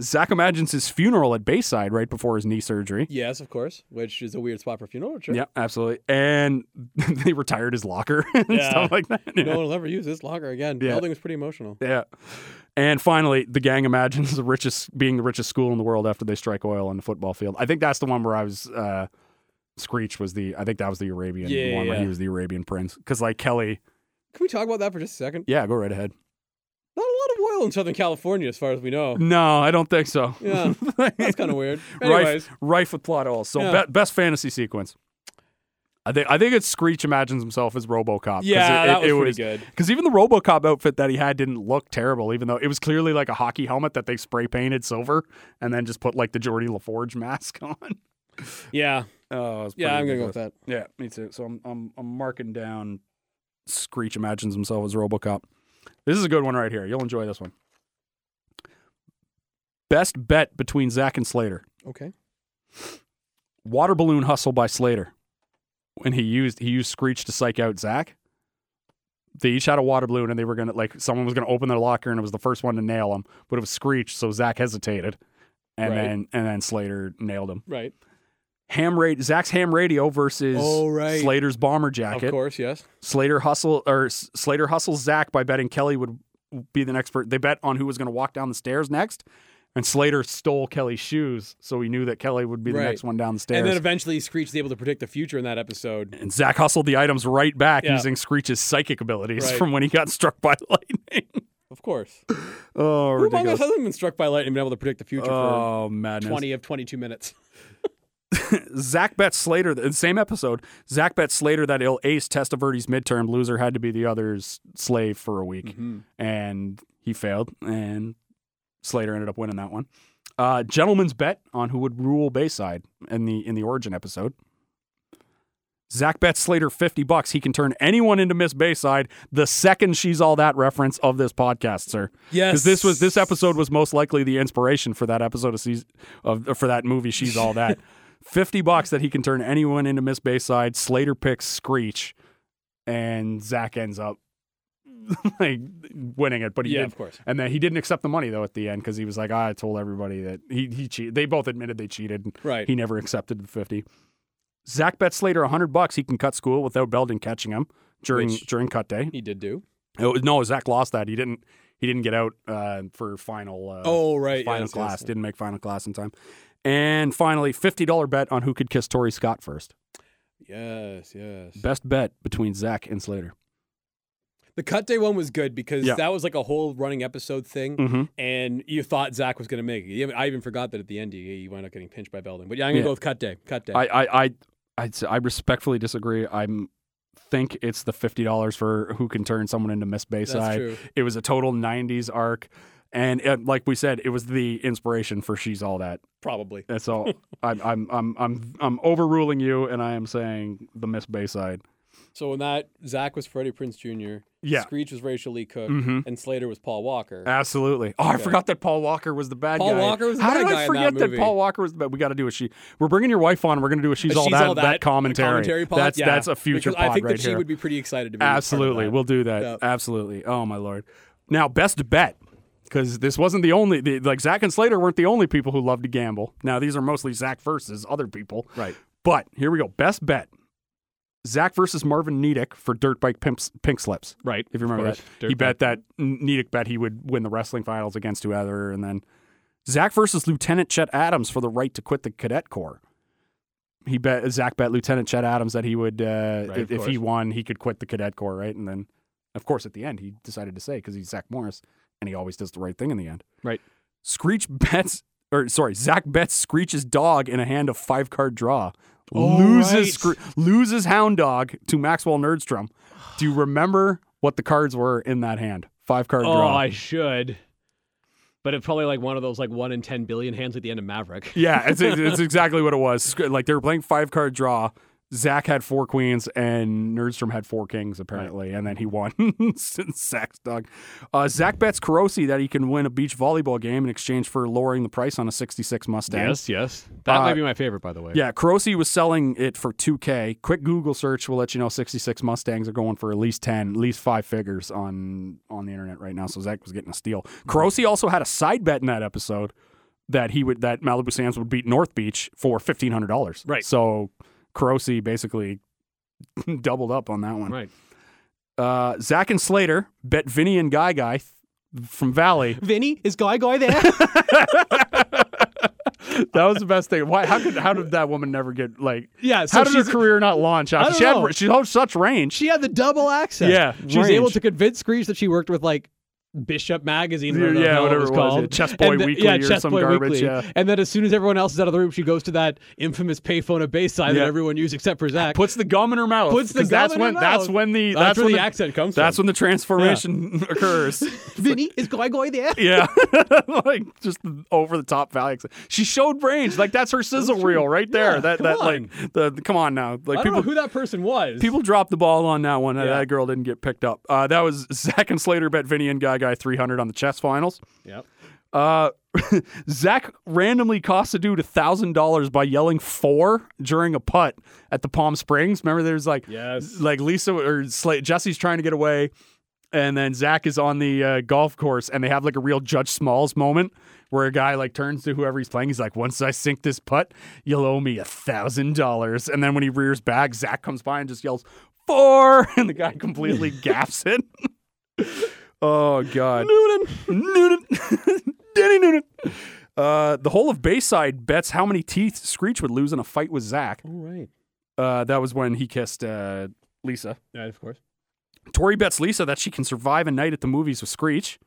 Zach imagines his funeral at Bayside right before his knee surgery. Yes, of course. Which is a weird spot for a funeral. but Sure. Yeah, absolutely. And (laughs) they retired his locker (laughs) and Yeah. stuff like that. Yeah. No one will ever use this locker again. Yeah. Belding was pretty emotional. Yeah. And finally, the gang imagines the richest being the richest school in the world after they strike oil on the football field. I think that's the one where I was uh Screech was the I think that was the Arabian Yeah, one where he yeah. was the Arabian prince. Because like Kelly Can we talk about that for just a second? Yeah, go right ahead. Not a lot of oil in Southern California, as far as (laughs) we know. No, I don't think so. Oh. Yeah, That's kind of weird. Anyways, rife, (laughs) rife with plot holes. So Yeah. be- best fantasy sequence. I think I think it's Screech imagines himself as RoboCop. 'cause yeah, it, that was it, it pretty was good. Because even the RoboCop outfit that he had didn't look terrible, even though it was clearly like a hockey helmet that they spray painted silver and then just put like the Jordy LaForge mask (laughs) on. Yeah, Oh, it's yeah, I'm gonna go with that. Yeah, me too. So I'm I'm I'm marking down. Screech imagines himself as RoboCop. This is a good one right here. You'll enjoy this one. Best bet between Zach and Slater. Okay. Water balloon hustle by Slater. When he used he used Screech to psych out Zach. They each had a water balloon and they were gonna like someone was gonna open their locker and it was the first one to nail him, but it was Screech, so Zach hesitated. And Right. then and then Slater nailed him. Right. Ham rate Zach's ham radio versus Oh, right. Slater's bomber Of jacket. course, yes. Slater hustle or S- Slater hustles Zach by betting Kelly would be the next person. They bet on who was going to walk down the stairs next, and Slater stole Kelly's shoes, so he knew that Kelly would be the Right. next one down the stairs. And then eventually, Screech is able to predict the future in that episode. And Zach hustled the items right back Yeah. using Screech's psychic abilities Right. from when he got struck by (laughs) lightning. Of course. oh, Who among us ridiculous. hasn't been struck by lightning and been able to predict the future Oh, for madness. 20 of (laughs) 22 minutes? Zach bet Slater, the same episode, Zach bet Slater that he'll ace Testaverde's midterm. Loser had to be the other's slave for a week. and he failed, and Slater ended up winning that one. Uh, gentleman's bet on who would rule Bayside in the in the Origin episode. Zach bets Slater 50 bucks. He can turn anyone into Miss Bayside the second she's all that reference of this podcast, sir. Because (laughs) Yes. this was this episode was most likely the inspiration for that episode of season of for that movie She's (laughs) All That. 50 bucks that he can turn anyone into Miss Bayside. Slater picks Screech and Zach ends up (laughs) like winning it, but he Yeah, did of course. and then he didn't accept the money though at the end because he was like, I told everybody that he he cheated. They both admitted they cheated. and Right. He never accepted the fifty. Zach bet Slater hundred bucks he can cut school without Belden catching him during Which- during cut day. He did do. Oh, no, Zach lost that. He didn't he didn't get out uh, for final uh, Oh, right. final yes, yes. class. Didn't make final class in time. And finally, fifty dollar bet on who could kiss Tori Scott first. Yes, yes. Best bet between Zach and Slater. The cut day one was good because Yeah. that was like a whole running episode thing, Mm-hmm. and you thought Zach was going to make it. You- I even forgot that at the end you, you wound up getting pinched by Belding. But yeah, I'm going to Yeah. go with cut day. Cut day. I, I, I, I'd say- I respectfully disagree. I'm think it's the fifty dollars for who can turn someone into Miss That's Bayside. true. It was a total '90s arc, and uh like we said, it was the inspiration for She's All That. Probably. That's (laughs) all. I'm, I'm, I'm, I'm, I'm overruling you, and I am saying the Miss Bayside. So in that, Zach was Freddie Prince Jr. Yeah. Screech was Rachel Lee Cook, Mm-hmm. and Slater was Paul Walker. Absolutely. Oh, I forgot that Paul Walker was the bad Paul guy. Walker was the How bad did guy I in that forget that, movie. Paul Walker was the bad? We got to do a she. We're bringing your wife on. We're going to do a she's, She's all, that, All That, that commentary. commentary pod? That's Yeah. that's a future because pod I think right that she here. would be pretty excited to be a part of Absolutely. that. We'll do that. Yeah. Absolutely. Oh my lord. Now, best bet because this wasn't the only the, like Zach and Slater weren't the only people who loved to gamble. Now these are mostly Zach versus other people. Right. But here we go. Best bet. Zach versus Marvin Nedick for dirt bike pimps, pink slips. Right. If you remember that, he bet that Nedick bet he would win the wrestling finals against whoever, and then Zach versus Lieutenant Chet Adams for the right to quit the cadet corps. He bet Zach bet Lieutenant Chet Adams that he would, uh, Right, if, of if he course. won, he could quit the cadet corps, right? And then, of course, at the end, he decided to say because he's Zach Morris and he always does the right thing in the end. Right. Screech (laughs) bets, or sorry, Zach bets Screech's dog in a hand of five card draw. Oh, loses right. Scre- loses Hound Dog to Maxwell Nerdstrom. Do you remember what the cards were in that hand? Five card Oh, draw. I should. But it's probably like one of those like one in ten billion hands at the end of Maverick. Yeah, it's, it's it's exactly what it was. Sc- Like they were playing five card draw. Zach had four queens and Nerdstrom had four kings apparently, and then he won. (laughs) Zach's dog. Uh, Zach bets Carosi that he can win a beach volleyball game in exchange for lowering the price on a '66 Mustang. Yes, yes. That Uh, might be my favorite, by the way. Yeah, Carosi was selling it for 2K. Quick Google search will let you know 66 Mustangs are going for at least 10, at least five figures on on the internet right now. So Zach was getting a steal. Carosi also had a side bet in that episode that he would that Malibu Sands would beat North Beach for fifteen hundred dollars. Right. So Carosi basically (laughs) doubled up on that one. Right. Uh, Zach and Slater bet Vinny and Guy Guy th- (laughs) from Valley. (laughs) Vinny, is Guy Guy there? That was the best thing. Why? How could? How did that woman never get like? yeah. how So did her she's, career not launch? I After? don't She know. had she had such range. she had the double access. Yeah, She was range. able to convince Screech that she worked with like Bishop Magazine. Yeah, Whatever the yeah, hell it whatever was it was, called. yeah, Chess Boy And the- Weekly yeah, or Chess some Boy garbage, Weekly. yeah. And then as soon as everyone else is out of the room, she goes to that infamous payphone at Bayside Yeah. that everyone used except for Zach. puts the gum in her mouth. Puts the 'cause that's gum in when, her That's mouth. when the That's, that's, where when the, the, accent comes that's from. when the transformation (laughs) occurs. Vinny, is Guy Guy there? Yeah, (laughs) like just over the top value. accent. She showed range, like that's her sizzle reel right there. Yeah, that come that on. like the, the- come on now, like I don't people know who that person was. people dropped the ball on that one. Yeah. That girl didn't get picked up. Uh, that was Zach and Slater bet Vinny and Guy Guy three hundred on the chess finals. Yep. Uh, (laughs) Zach randomly cost a dude thousand dollars by yelling four during a putt at the Palm Springs. Remember, there's like Yes. like Lisa or Sla- Jesse's trying to get away, and then Zach is on the uh, golf course, and they have like a real Judge Smalls moment where a guy like turns to whoever he's playing. He's like, "Once I sink this putt, you'll owe me a thousand dollars." And then when he rears back, Zach comes by and just yells four, (laughs) and the guy completely gaffs it. oh God, Noonan, (laughs) Noonan, Danny Noonan. Uh, the whole of Bayside bets how many teeth Screech would lose in a fight with Zach. All right. Uh, that was when he kissed uh, Lisa. Yeah, of course. Tori bets Lisa that she can survive a night at the movies with Screech.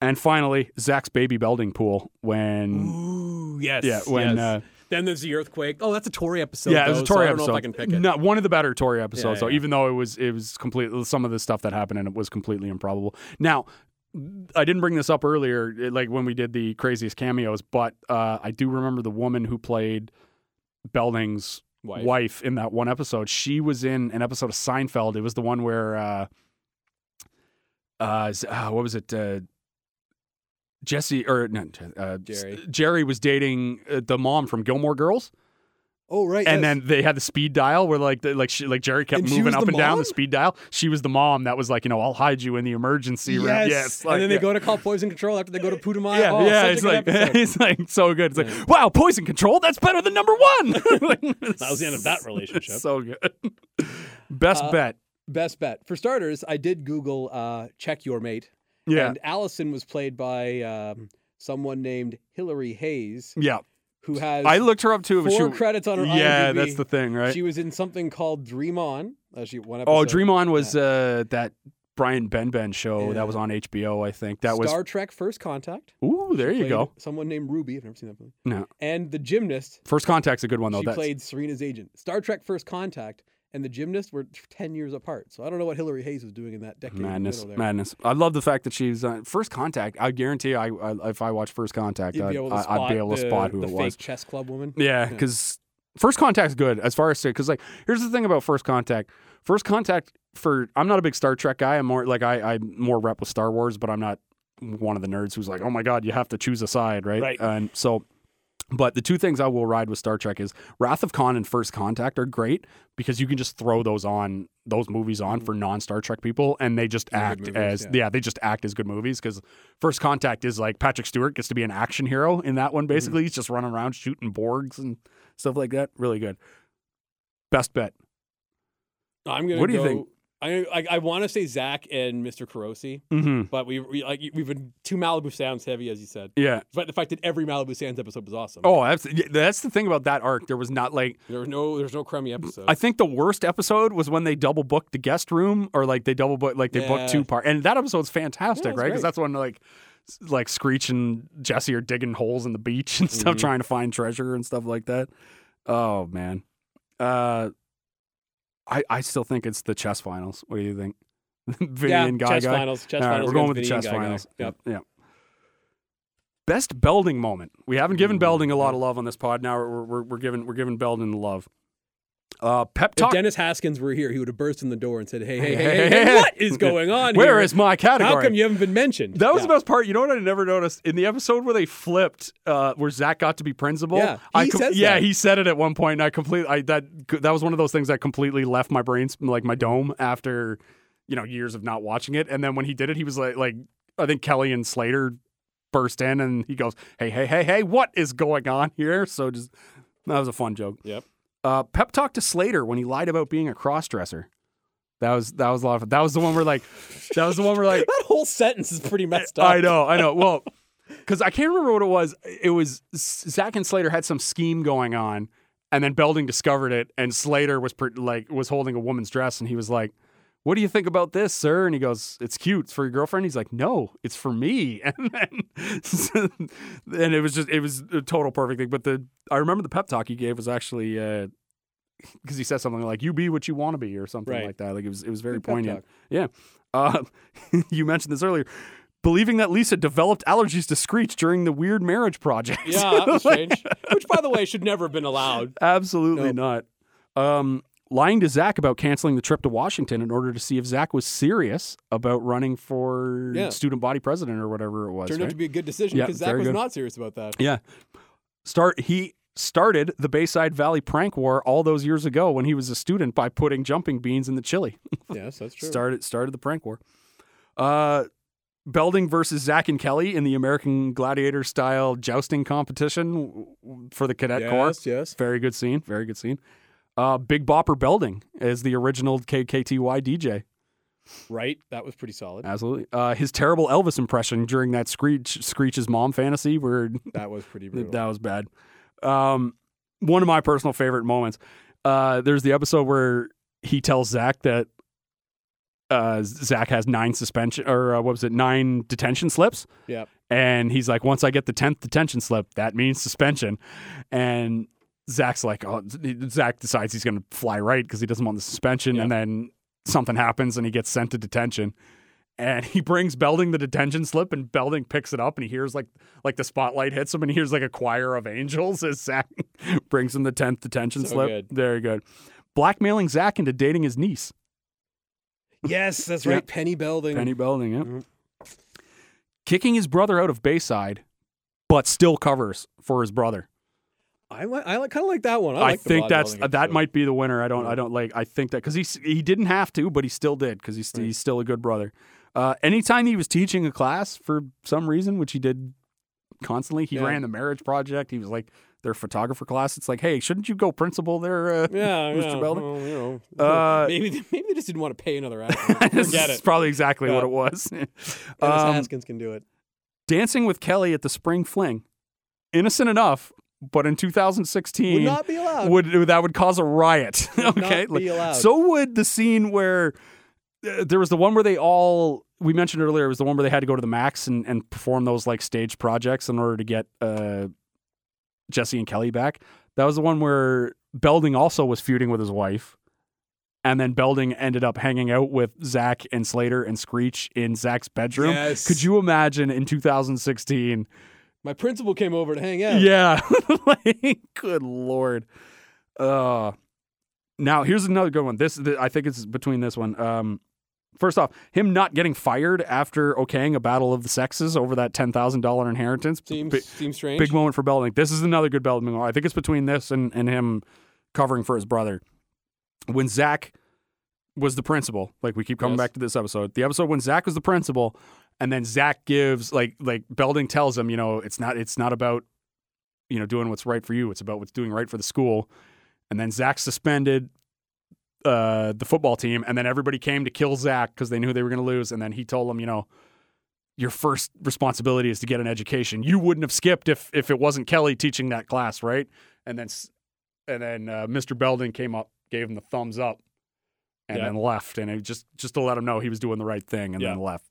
And finally, Zach's baby belding pool when Ooh, yes. Mm. yeah when yes. uh, then there's the earthquake. Oh, that's a Tory episode. yeah it was though, a Tori so I don't episode. know if I can pick it. Not one of the better Tori episodes Yeah, though, yeah. even though it was it was completely some of the stuff that happened and it was completely improbable. Now, I didn't bring this up earlier, like when we did the craziest cameos, but uh, I do remember the woman who played Belding's wife. in that one episode. She was in an episode of Seinfeld. It was the one where, uh, uh, s- uh what was it? Uh, Jesse or no, uh, Jerry. s- Jerry was dating uh, the mom from Gilmore Girls, Oh right. and yes. then they had the speed dial where like the, like she, like Jerry kept And she moving up was the and down mom? the speed dial. She was the mom that was like, you know, I'll hide you in the emergency room. yes. Yes, like, and then they yeah. go to call poison control after they go to Putumayo. Yeah, Oh, yeah, such a it's good like (laughs) episode. it's like so good. It's like wow, poison control. That's better than number one. (laughs) That was the end of that (laughs) relationship. So good. (laughs) Best Uh, bet. Best bet. For starters, I did Google uh, check your mate. Yeah, And Allison was played by um, someone named Hillary Hayes, yeah. who has I looked her up too. four But she, credits on her yeah, IMDb. that's the thing, right? She was in something called Dream On. Uh, she one episode. oh, Dream On was uh, that Brian Benben show Yeah. that was on HBO. I think that was. Star Trek First Contact. Ooh, there She you played go. Someone named Ruby. I've never seen that movie. No. And the gymnast. First Contact's a good one though. she That's played Serena's agent. Star Trek First Contact and the gymnast were ten years apart. So I don't know what Hillary Hayes was doing in that decade. in the madness, middle there. madness. I love the fact that she's on First Contact. I guarantee, you, I, I if I watch First Contact, You'd I'd be I'd able to spot, I'd be able to the- spot who the it fake was. chess club woman. Yeah, Yeah. because first contact's good as far as because like here's the thing about first contact. First contact for I'm not a big Star Trek guy. I'm more like I I'm more rep with Star Wars, but I'm not one of the nerds who's like, oh my god, you have to choose a side, right? Right. And so. But the two things I will ride with Star Trek is Wrath of Khan and First Contact are great because you can just throw those on those movies on for non Star Trek people and they just They're good act movies, as yeah. yeah they just act as good movies because First Contact is like Patrick Stewart gets to be an action hero in that one. Basically, he's just running around shooting Borgs and stuff like that. Really good. Best bet. I'm gonna. What do you go- think? I I, I want to say Zach and Mr. Carosi, Mm-hmm. but we, we like we've been too Malibu Sounds heavy as you said. Yeah. But the fact that every Malibu Sands episode was awesome. Oh, that's yeah, that's the thing about that arc. There was not like there were no there's no crummy episodes. I think the worst episode was when they double booked the guest room or like they double booked like they Yeah. booked two part and that episode's fantastic, Yeah, it's right? Because great. that's when like s- like Screech and Jesse are digging holes in the beach and stuff, Mhm. trying to find treasure and stuff like that. Oh man, uh, I I still think it's the chess finals. What do you think? (laughs) Vinny yeah, and Guy chess Guy. finals. Chess All right, finals. we're going with against the Vinny and chess Guy Guy. finals. Yep. Yeah. Best Belding moment. We haven't given Mm, Belding a lot of love on this pod. Now we're we're, we're giving we're giving Belding the love. Uh, pep If talk. Dennis Haskins were here, he would have burst in the door and said, "Hey, hey, hey, Hey, hey, hey, hey, hey. what is going on Where here? is my category? How come you haven't been mentioned?" that was Yeah. the best part. You know what I never noticed in the episode where they flipped, uh, where Zach got to be principal. Yeah, I he says yeah, that. he said it at one point, And I completely I, that that was one of those things that completely left my brain like my dome after you know years of not watching it. And then when he did it, he was like like I think Kelly and Slater burst in, and he goes, "Hey, hey, hey, hey, what is going on here?" So just that was a fun joke. Yep. Uh, pep talk to Slater when he lied about being a crossdresser. That was that was a lot of fun. That was the one where like that was the one where like (laughs) That whole sentence is pretty messed up. I know, I know. Well, (laughs) because I can't remember what it was. It was Zach and Slater had some scheme going on, and then Belding discovered it, and Slater was pre- like was holding a woman's dress, and he was like, "What do you think about this, sir?" And he goes, "It's cute, it's for your girlfriend." He's like, "No, it's for me." (laughs) And then, (laughs) and it was just it was a total perfect thing. But the I remember the pep talk he gave was actually. Uh, because he said something like "You be what you want to be" or something Right. like that. Like it was, it was very Good pep poignant. talk. Yeah. Uh, (laughs) you mentioned this earlier. Believing that Lisa developed allergies to Screech during the weird marriage project. (laughs) Yeah, that was strange. Which, by the way, should never have been allowed. Absolutely not. Um, lying to Zach about canceling the trip to Washington in order to see if Zach was serious about running for Yeah. student body president or whatever it was. Turned out right? to be a good decision Yeah, because Zach very was good. not serious (laughs) about that. Yeah. Start he started the Bayside Valley prank war all those years ago when he was a student by putting jumping beans in the chili. yes, that's true. Started started the prank war. Uh, Belding versus Zach and Kelly in the American Gladiator style jousting competition w- w- for the cadet corps. yes, yes. Very good scene. Very good scene. Uh, Big Bopper Belding is the original KKTY DJ. Right. That was (laughs) pretty solid. Absolutely. Uh, his terrible Elvis impression during that Screech Screech's mom fantasy where That was pretty brutal. that was bad. Um, one of my personal favorite moments. Uh, there's the episode where he tells Zach that uh, Zach has nine suspension or uh, what was it, nine detention slips. (laughs) Yep. And he's like, once I get the tenth detention slip, that means suspension. And Zach's like, oh, Zach decides he's going to fly right because he doesn't want the suspension, and then something happens and he gets sent to detention. and he brings Belding the detention slip, and Belding picks it up, and he hears like like the spotlight hits him, and he hears like a choir of angels (laughs) as Zach brings him the tenth detention So slip. good. Very good. Blackmailing Zach into dating his niece, Yes, that's Right, right. Penny Belding. Penny Belding. Yeah. Mhm. Kicking his brother out of Bayside, but still covers for his brother. I like. I like, kind of like that one. I, I, like the think Rod that's Belding that episode. might be the winner. I don't. I don't like. I think that because he s- he didn't have to, but he still did because he's he's still a good brother. Uh, anytime he was teaching a class for some reason, which he did constantly, he Yeah. ran the marriage project. He was like their photographer class. It's like, hey, shouldn't you go principal there? Uh, (laughs) Yeah, Mr. yeah, Belding? well, you know, (laughs) Uh, (laughs) maybe they, maybe they just didn't want to pay another actor. (laughs) this Forget is it. probably exactly what Yeah. it was. (laughs) Dennis Um, Haskins can do it. Dancing with Kelly at the Spring Fling, innocent enough, but in 2016 Would not be allowed. would that would cause a riot. (laughs) Would not okay, be allowed. so would the scene where uh, there was the one where they all we mentioned earlier it was the one where they had to go to the max and, and perform those like stage projects in order to get uh, Jesse and Kelly back. That was the one where Belding also was feuding with his wife. And then Belding ended up hanging out with Zach and Slater and Screech in Zach's bedroom. Yes. Could you imagine in 2016 My principal came over to hang out. yeah. (laughs) like, good lord. Uh now here's another good one. This, th I think it's between this one. Um first off, him not getting fired after okaying a battle of the sexes over that ten thousand dollar inheritance. Seems Bi- seems strange. big moment for Belding. This is another good Belding moment. I think it's between this and, and him covering for his brother. When Zach was the principal, like we keep coming Yes. back to this episode, the episode when Zach was the principal, and then Zach gives like like Belding tells him, you know, it's not it's not about you know doing what's right for you, it's about what's doing right for the school. And then Zach suspended uh, the football team, and then everybody came to kill Zach because they knew they were going to lose. And then he told them, you know, your first responsibility is to get an education. You wouldn't have skipped if if it wasn't Kelly teaching that class, right? And then s- and then uh, Mr. Belding came up, gave him the thumbs up, and Yeah. then left. And it just just to let him know he was doing the right thing, and then Yeah. left.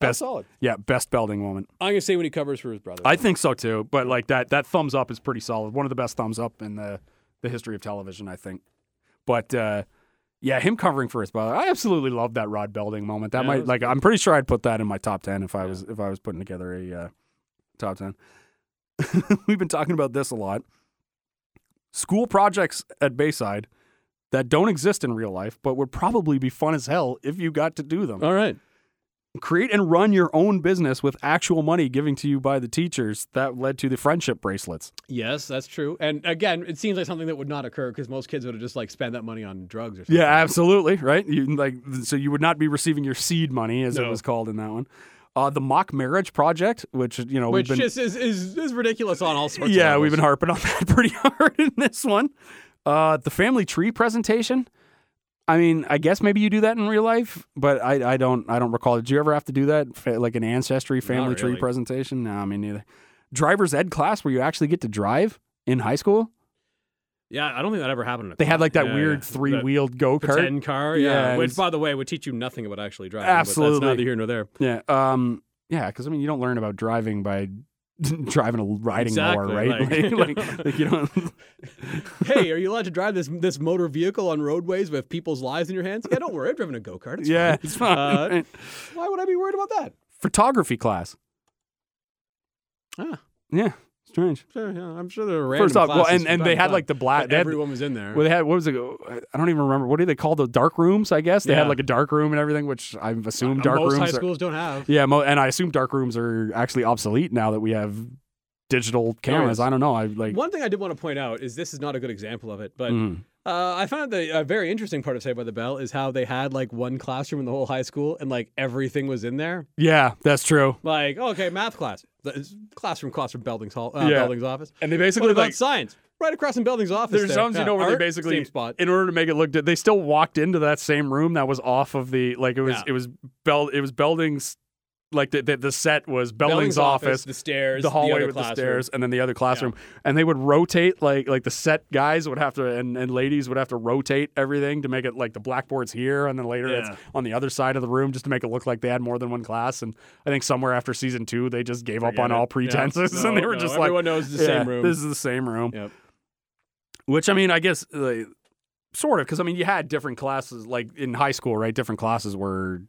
That's Best, solid. yeah, best Belding moment. I'm gonna say when he covers for his brother. I think so too. But like that that thumbs up is pretty solid. One of the best thumbs up in the the history of television, I think. But uh yeah, him covering for his brother. I absolutely love that Rod Belding moment. That Yeah, that might was like I'm pretty sure I'd put that in my top 10 if I was if I was putting together a uh, top 10. (laughs) We've been talking about this a lot. School projects at Bayside that don't exist in real life, but would probably be fun as hell if you got to do them All right. create and run your own business with actual money given to you by the teachers that led to the friendship bracelets Yes, that's true. And again, it seems like something that would not occur because most kids would have just like spent that money on drugs or something. yeah (laughs) absolutely right you like so you would not be receiving your seed money as it No. was called in that one uh, the mock marriage project which you know Which we've been just is, is is ridiculous on all sorts. yeah of we've been levels. harping on (laughs) that pretty hard in this one uh, the family tree presentation i mean i guess maybe you do that in real life but i, I don't i don't recall did you ever have to do that Fa- like an ancestry family tree really. presentation no i mean neither driver's ed class where you actually get to drive in high school Yeah, I don't think that ever happened. in a They had like that Yeah, weird yeah. three That wheeled go kart. pretend car. Yeah, Yeah, it was- which by the way would teach you nothing about actually driving. but Absolutely. that's neither here nor (laughs) there. Yeah. Um. Yeah. Because I mean, you don't learn about driving by (laughs) driving a riding mower, Exactly, right? (laughs) like- like, like, you (laughs) don't. hey, are you allowed to drive this this motor vehicle on roadways with people's lives in your hands? Yeah, don't worry, I've driven a go kart. yeah. It's (laughs) fine. Uh, right? Why would I be worried about that? Photography class. Ah. Yeah. Strange. Sure, yeah, I'm sure there are random First off, well, classes and, from and time they to had time, like the black. but They had, everyone was in there. well, they had what was it? I don't even remember. What do they call the dark rooms? I guess they had Yeah. like a dark room and everything, which I assume Uh, dark most high rooms. are- schools don't have. Yeah, mo- and I assume dark rooms are actually obsolete now that we have digital cameras. I don't know. I like. One thing I did want to point out is this is not a good example of it, but Mm. uh, I found the a very interesting part of Saved by the Bell is how they had like one classroom in the whole high school and like everything was in there. Yeah, that's true. Like, okay, math class, the classroom across from Belding's hall, uh, Yeah. Belding's office. And they What basically about like science? Right across from Belding's office. there's there. zones Yeah. you know where Art, they basically same spot. in order to make it look good, they still walked into that same room that was off of the like it was Yeah. it was Bel it was Belding's like the the, the set was Belding's, office. the stairs, the hallway other with the classroom. stairs, and then the other classroom, and they would rotate like like the set guys would have to and, and ladies would have to rotate everything to make it like the blackboard's here, and then later Yeah. it's on the other side of the room just to make it look like they had more than one class. And I think somewhere after season two, they just gave up Forget on it. all Yeah. pretenses, (laughs) No, and they were no, just like, everyone knows it's the Yeah, same room. This is the same room. Yep. Which I mean, I guess uh, sort of because I mean, you had different classes like in high school, right? Different classes were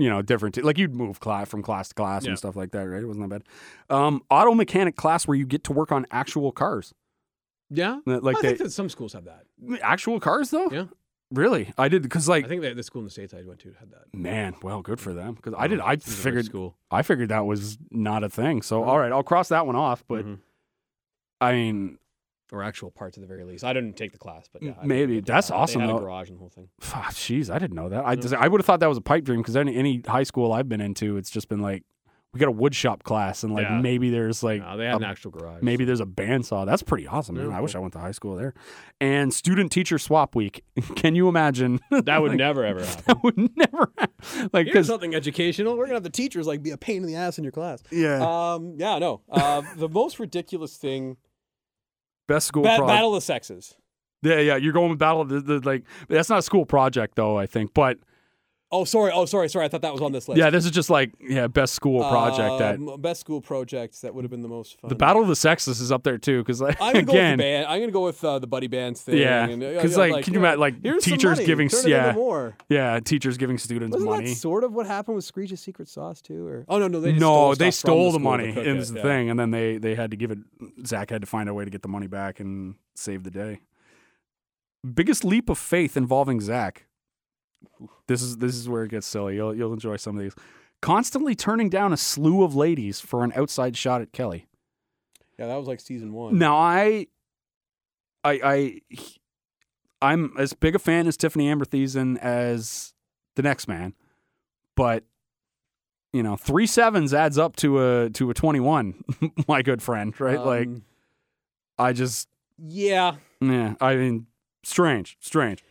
you know, different. T- like you'd move class from class to class Yeah. and stuff like that, right? It wasn't that bad. Um, auto mechanic class where you get to work on actual cars, Yeah. Uh, like I they, think that some schools have that. actual cars though. Oh, Yeah. really, I did because like I think that the school in the states I went to had that. man, well, good for them because I did. Um, I It was a great figured school. I figured that was not a thing. So all right, I'll cross that one off. But Mm-hmm. Mhm. I mean, or actual parts at the very least. I didn't take the class, but yeah, I Maybe. remember That's they awesome, Had a though. garage and the whole thing. fuck, jeez, I didn't know that. I just, I would have thought that was a pipe dream because any any high school I've been into, it's just been like we got a wood shop class and like Yeah. maybe there's like No, they had a an actual garage. Maybe there's a bandsaw. That's pretty awesome, man. Yeah, I wish I went to high school there. And student teacher swap week. (laughs) Can you imagine? (laughs) (laughs) that would never ever happen. that would (laughs) never happen. like Here's because something educational. We're gonna have the teachers like be a pain in the ass in your class. yeah, Um, yeah, no. Uh, the most ridiculous thing. best (laughs) school Ba- project. Battle of the sexes. Yeah, yeah. You're going with battle. of The, the, like that's not a school project though. I think, but Oh, sorry. Oh, sorry. Sorry. I thought that was on this list. yeah, this is just like yeah, best school project. that Um, best school projects that would have been the most fun. the battle of the sexes is up there too. Because like (laughs) I'm gonna go with again, the band. I'm gonna go with uh, the buddy bands thing. yeah, and, uh, because yeah, like, can you yeah, imagine like here's some teachers money, giving turn it into yeah more. yeah teachers giving students Wasn't money. that sort of what happened with Screech's Secret Sauce too? Or oh no, no, they just no, stole they stuff from stole the, school to money. cook and it, it's the yeah. thing, and then they they had to give it. Zach had to find a way to get the money back and save the day. Biggest leap of faith involving Zach. This is this is where it gets silly. You'll you'll enjoy some of these. Constantly turning down a slew of ladies for an outside shot at Kelly. Yeah, that was like season one. Now I, I, I, I'm as big a fan as Tiffany Amber Thiessen as the next man, but you know, three sevens adds up to a to a twenty one, (laughs) my good friend. Right? like Um, I just, yeah, yeah. I mean, strange, strange.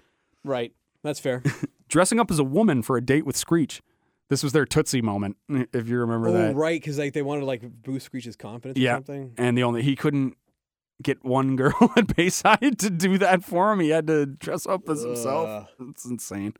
right. That's (laughs) fair. Dressing up as a woman for a date with Screech. This was their Tootsie moment, if you remember oh, that. right, because like they wanted to like boost Screech's confidence Yeah. or something. and the only he couldn't get one (laughs) girl at Bayside to do that for him. He had to dress up as himself. It's insane.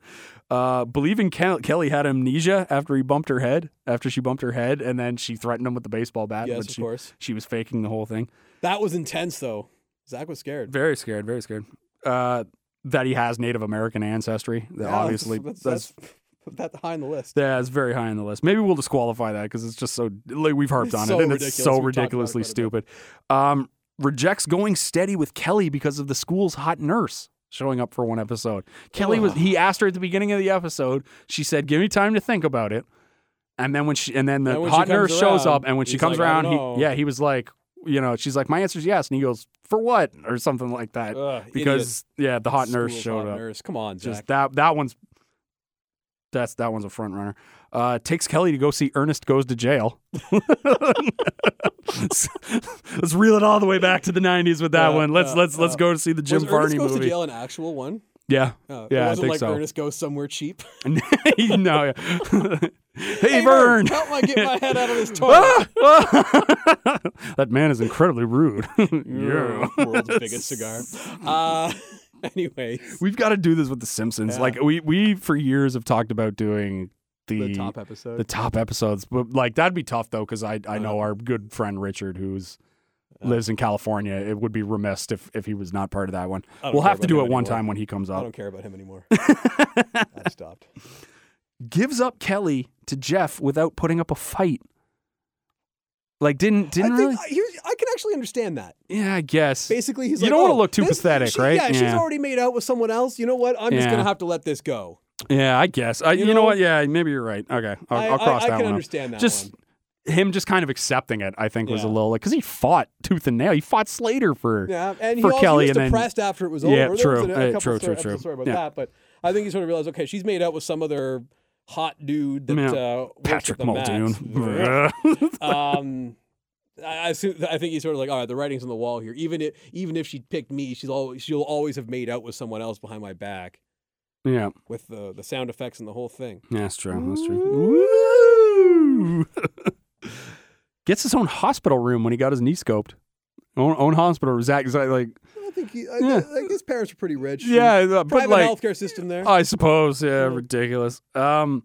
Uh, believing Kel- Kelly had amnesia after he bumped her head, after she bumped her head, and then she threatened him with the baseball bat. yes, but of she, course. she was faking the whole thing. That was intense though. Zach was scared. Very scared. Very scared. Uh, that he has Native American ancestry. That Yeah, obviously, that's, that's that's, (laughs) that's that high on the list. Yeah, it's very high on the list. Maybe we'll disqualify that because it's just so like we've harped It's on so it and it's ridiculous. so We've talked about it ridiculously quite stupid. Um, rejects going steady with Kelly because of the school's hot nurse showing up for one episode. Kelly was he asked her at the beginning of the episode. She said, "Give me time to think about it." And then when she and then the And when she hot comes nurse shows around, up, and when she he's comes like, "I around, don't know." he, yeah, he was like, you know, she's like, "My answer's yes," and he goes, "For what?" or something like that. Ugh, because yeah, the idiot. hot nurse School's showed hot up Nurse, come on, Zach. just that that one's that's that one's a front runner. Uh, takes Kelly to go see Ernest Goes to Jail. (laughs) let's, let's reel it all the way back to the '90s with that Yeah, one. Let's yeah, let's let's yeah. go to see the Jim was Varney Ernest goes movie. to jail an actual one? Yeah, (laughs) Uh, Yeah, I it wasn't think like so. Ernest goes somewhere cheap. no. Yeah. (laughs) hey, Vern. Vern, help me (laughs) get my head out of this toilet. Ah! Ah! that man is incredibly rude. (laughs) yeah. (laughs) world's biggest cigar. (laughs) Uh, anyway, We've got to do this with The Simpsons. Yeah. Like we we for years have talked about doing the, the top episode. the top episodes. But like that'd be tough though, because I I know our good friend Richard, who's lives in California. It would be remiss if if he was not part of that one. I don't We'll care have to about do him it one anymore. time when he comes I up. don't care about him (laughs) anymore. I've stopped. Gives up Kelly to Jeff without putting up a fight. Like didn't didn't I really. think I, here's, I can actually understand that. yeah, I guess. Basically, he's You like, don't want wanna to look too pathetic, right? Yeah, she's Yeah. already made out with someone else. You know what? I'm just Yeah. gonna have to let this go. Yeah, I guess. I, you, You know, know- what? Yeah, maybe you're right. Okay, I'll, I- will cross I, I that can one. Up. understand that. Just him just kind of accepting it. I think was a Yeah. little like because he fought tooth and nail. He fought Slater for. one. yeah, and he for also Kelly was and then- depressed after it was Yeah, over. There was true. a- a Uh, true, couple true, story- true. episode Sorry about Yeah. that, but I think he sort of realized, okay, she's made out with some other hot dude that Yeah. uh, works at Patrick the Mets. Yeah. (laughs) Muldoon. um, I, I, assume, I think he's sort of like, all right, the writing's on the wall here. Even if even if she picked me, she's always she'll always have made out with someone else behind my back yeah, with the the sound effects and the whole thing. Yeah, that's true. That's true. Woo! (laughs) Gets his own hospital room when he got his knee scoped. Own, own hospital room. Zach, Zach like, I think he, I, Yeah. I think his parents were pretty rich. yeah, uh, but private like, healthcare system there. I suppose, yeah, ridiculous. Um,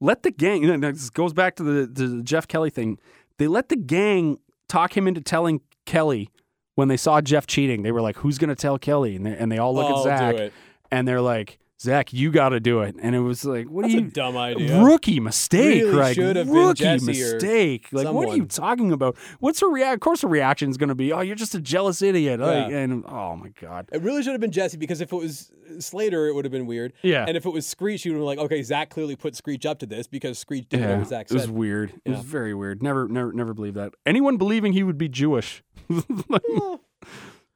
let the gang. You know, this goes back to the, to the Jeff Kelly thing. They let the gang talk him into telling Kelly when they saw Jeff cheating. They were like, "Who's gonna tell Kelly?" And they, and they all look I'll at Zach, do it. and they're like, Zach, you got to do it. And it was like, what That's are a you? dumb idea. Rookie mistake, Really like should have been rookie Jesse or mistake. Like, what are you someone. talking about? What's her react? Of course, her reaction is going to be, "Oh, you're just a jealous idiot." Like, and oh my god, It really should have been Jesse because if it was Slater, it would have been weird. yeah, And if it was Screech, you would have been like, okay, Zach clearly put Screech up to this because Screech did yeah. whatever Zach it was said. weird. It was Yeah. very weird. Never, never, never believed that. Anyone believing he would be Jewish, (laughs) Like, Yeah, eh,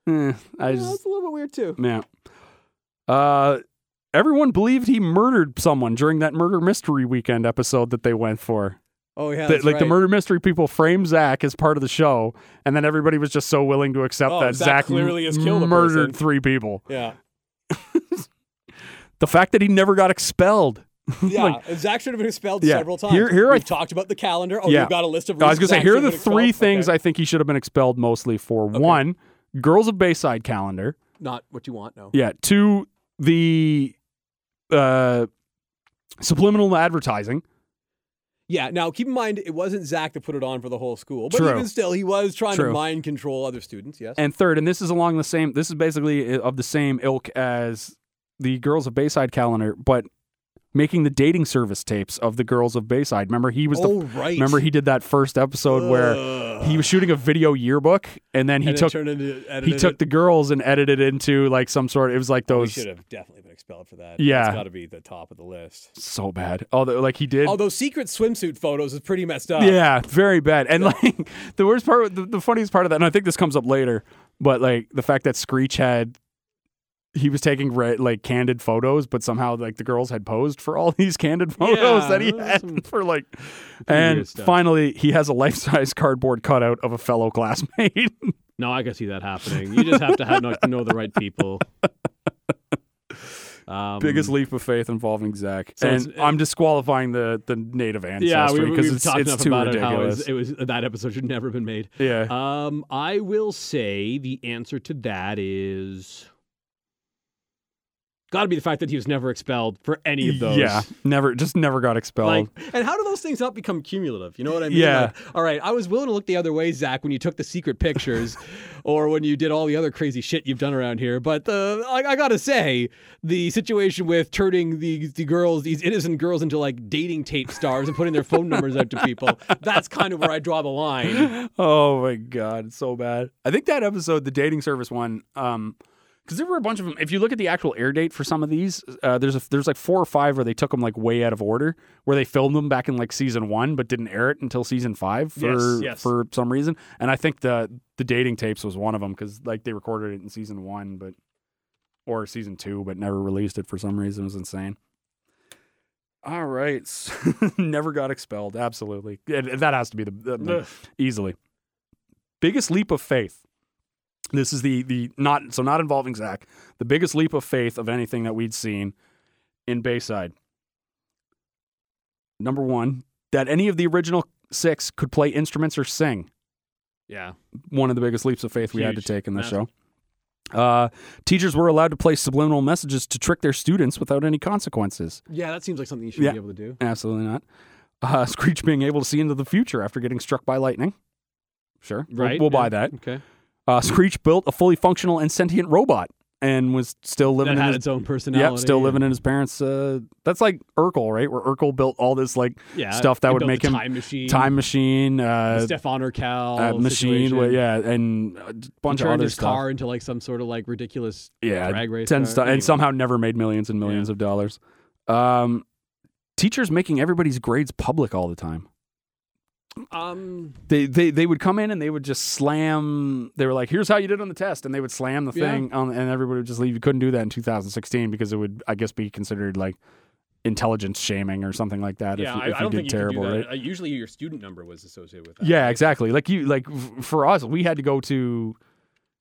I yeah, just that's a little bit weird too. Yeah. Uh, everyone believed he murdered someone during that murder mystery weekend episode that they went for. Oh yeah, That- like the murder mystery people framed Zach as part of the show, and then everybody was just so willing to accept Oh, that Zach Zach clearly has m- killed a murdered person. three people. Yeah, The fact that he never got expelled. yeah. Like- Zach should have been expelled Yeah. several times. Here- here I We've th- talked about the calendar. Oh, Yeah. you've got a list of. I was gonna reasons say Zach here are should the have been three expelled. things Okay. I think he should have been expelled mostly for. One, Girls of Bayside calendar. Not what you want. No. Yeah. Two, the uh, subliminal advertising. Yeah. Now keep in mind, it wasn't Zach that put it on for the whole school, but True. even still, he was trying True. to mind control other students. Yes. And third, and this is along the same, this is basically uh, of the same ilk as the Girls of Bayside calendar, but making the dating service tapes of the Girls of Bayside. Remember, he was the. oh right. Remember, he did that first episode where he was shooting a video yearbook, and then he took he took the girls and edited into like some sort. It was like We those should have definitely been expelled for that. Yeah. It's got to be the top of the list. so bad. Although, like he did. Although secret swimsuit photos is pretty messed (laughs) up. Yeah, very bad. And like (laughs) the worst part, the, the funniest part of that, and I think this comes up later, but like the fact that Screech had, he was taking re- like candid photos, but somehow like the girls had posed for all (laughs) these candid photos Yeah, that he there was had some for like. pretty weird And stuff. finally, he has a life size cardboard cutout of a fellow (laughs) classmate. No, I can see that happening. You just have to have, like, know the right (laughs) people. Um, Biggest leap of faith involving Zach, So and it's- I'm disqualifying the the native Yeah, we, ancestry we, because we've it's, talked it's enough too about it. How it ridiculous. was, it was that episode should never have been made. yeah, Um, I will say the answer to that is got to be the fact that he was never expelled for any of those. yeah, never, just never got expelled. Like, and how do those things not become cumulative? You know what I mean? Yeah. Like, all right, I was willing to look the other way, Zach, when you took the (laughs) secret pictures, or when you did all the other crazy shit you've done around here. But the I, I gotta say, the situation with turning the the girls, these innocent girls, into like dating tape stars and putting their phone numbers out to people—that's kind of where I draw the line. oh my god, it's so bad. I think that episode, the dating service one, um, because there were a bunch of them. If you look at the actual air date for some of these, uh, there's a, there's like four or five where they took them like way out of order, where they filmed them back in like season one, but didn't air it until season five for Yes, yes. for some reason. And I think the the dating tapes was one of them because like they recorded it in season one, but or season two, but never released it for some reason. It was insane. All right, (laughs) never got expelled. Absolutely, And that has to be the, the- the Ugh. easily. Biggest leap of faith. This is the the not so not involving Zach. The biggest leap of faith of anything that we'd seen in Bayside. Number one, that any of the original six could play instruments or sing. Yeah. One of the biggest leaps of faith we had to Huge. take in this Massive. show. Uh, teachers were allowed to play subliminal messages to trick their students without any consequences. Yeah, that seems like something you should Yeah. be able to do. Absolutely not. Uh, (laughs) Screech being able to see into the future after getting struck by lightning. Sure, We'll- Right, We'll, buy yeah. that. Okay. Uh, Screech built a fully functional and sentient robot and was still living That in had his its own personality. yep, still living in his parents. Uh, that's like Urkel, right? Where Urkel built all this like yeah, stuff that he would built make the him time machine, time machine, uh, Stefan Urkel uh, machine, situation. well, yeah, and a He bunch of turned other his stuff. car into like some sort of like ridiculous yeah, drag race. ten car. stuff, Anyway. and somehow never made millions and millions of dollars. Um, teachers making everybody's grades public all the time. Um, they, they they would come in and they would just slam. They were like, "Here's how you did on the test," and they would slam the Yeah. thing, on, and everybody would just leave. You couldn't do that in 2016 because it would, I guess, be considered like intelligence shaming or something like that. (laughs) yeah, if you, I, if I you don't did think you terrible, could do right? that. Uh, usually, your student number was associated with that. Yeah, exactly. Like you, like f- for us, we had to go to,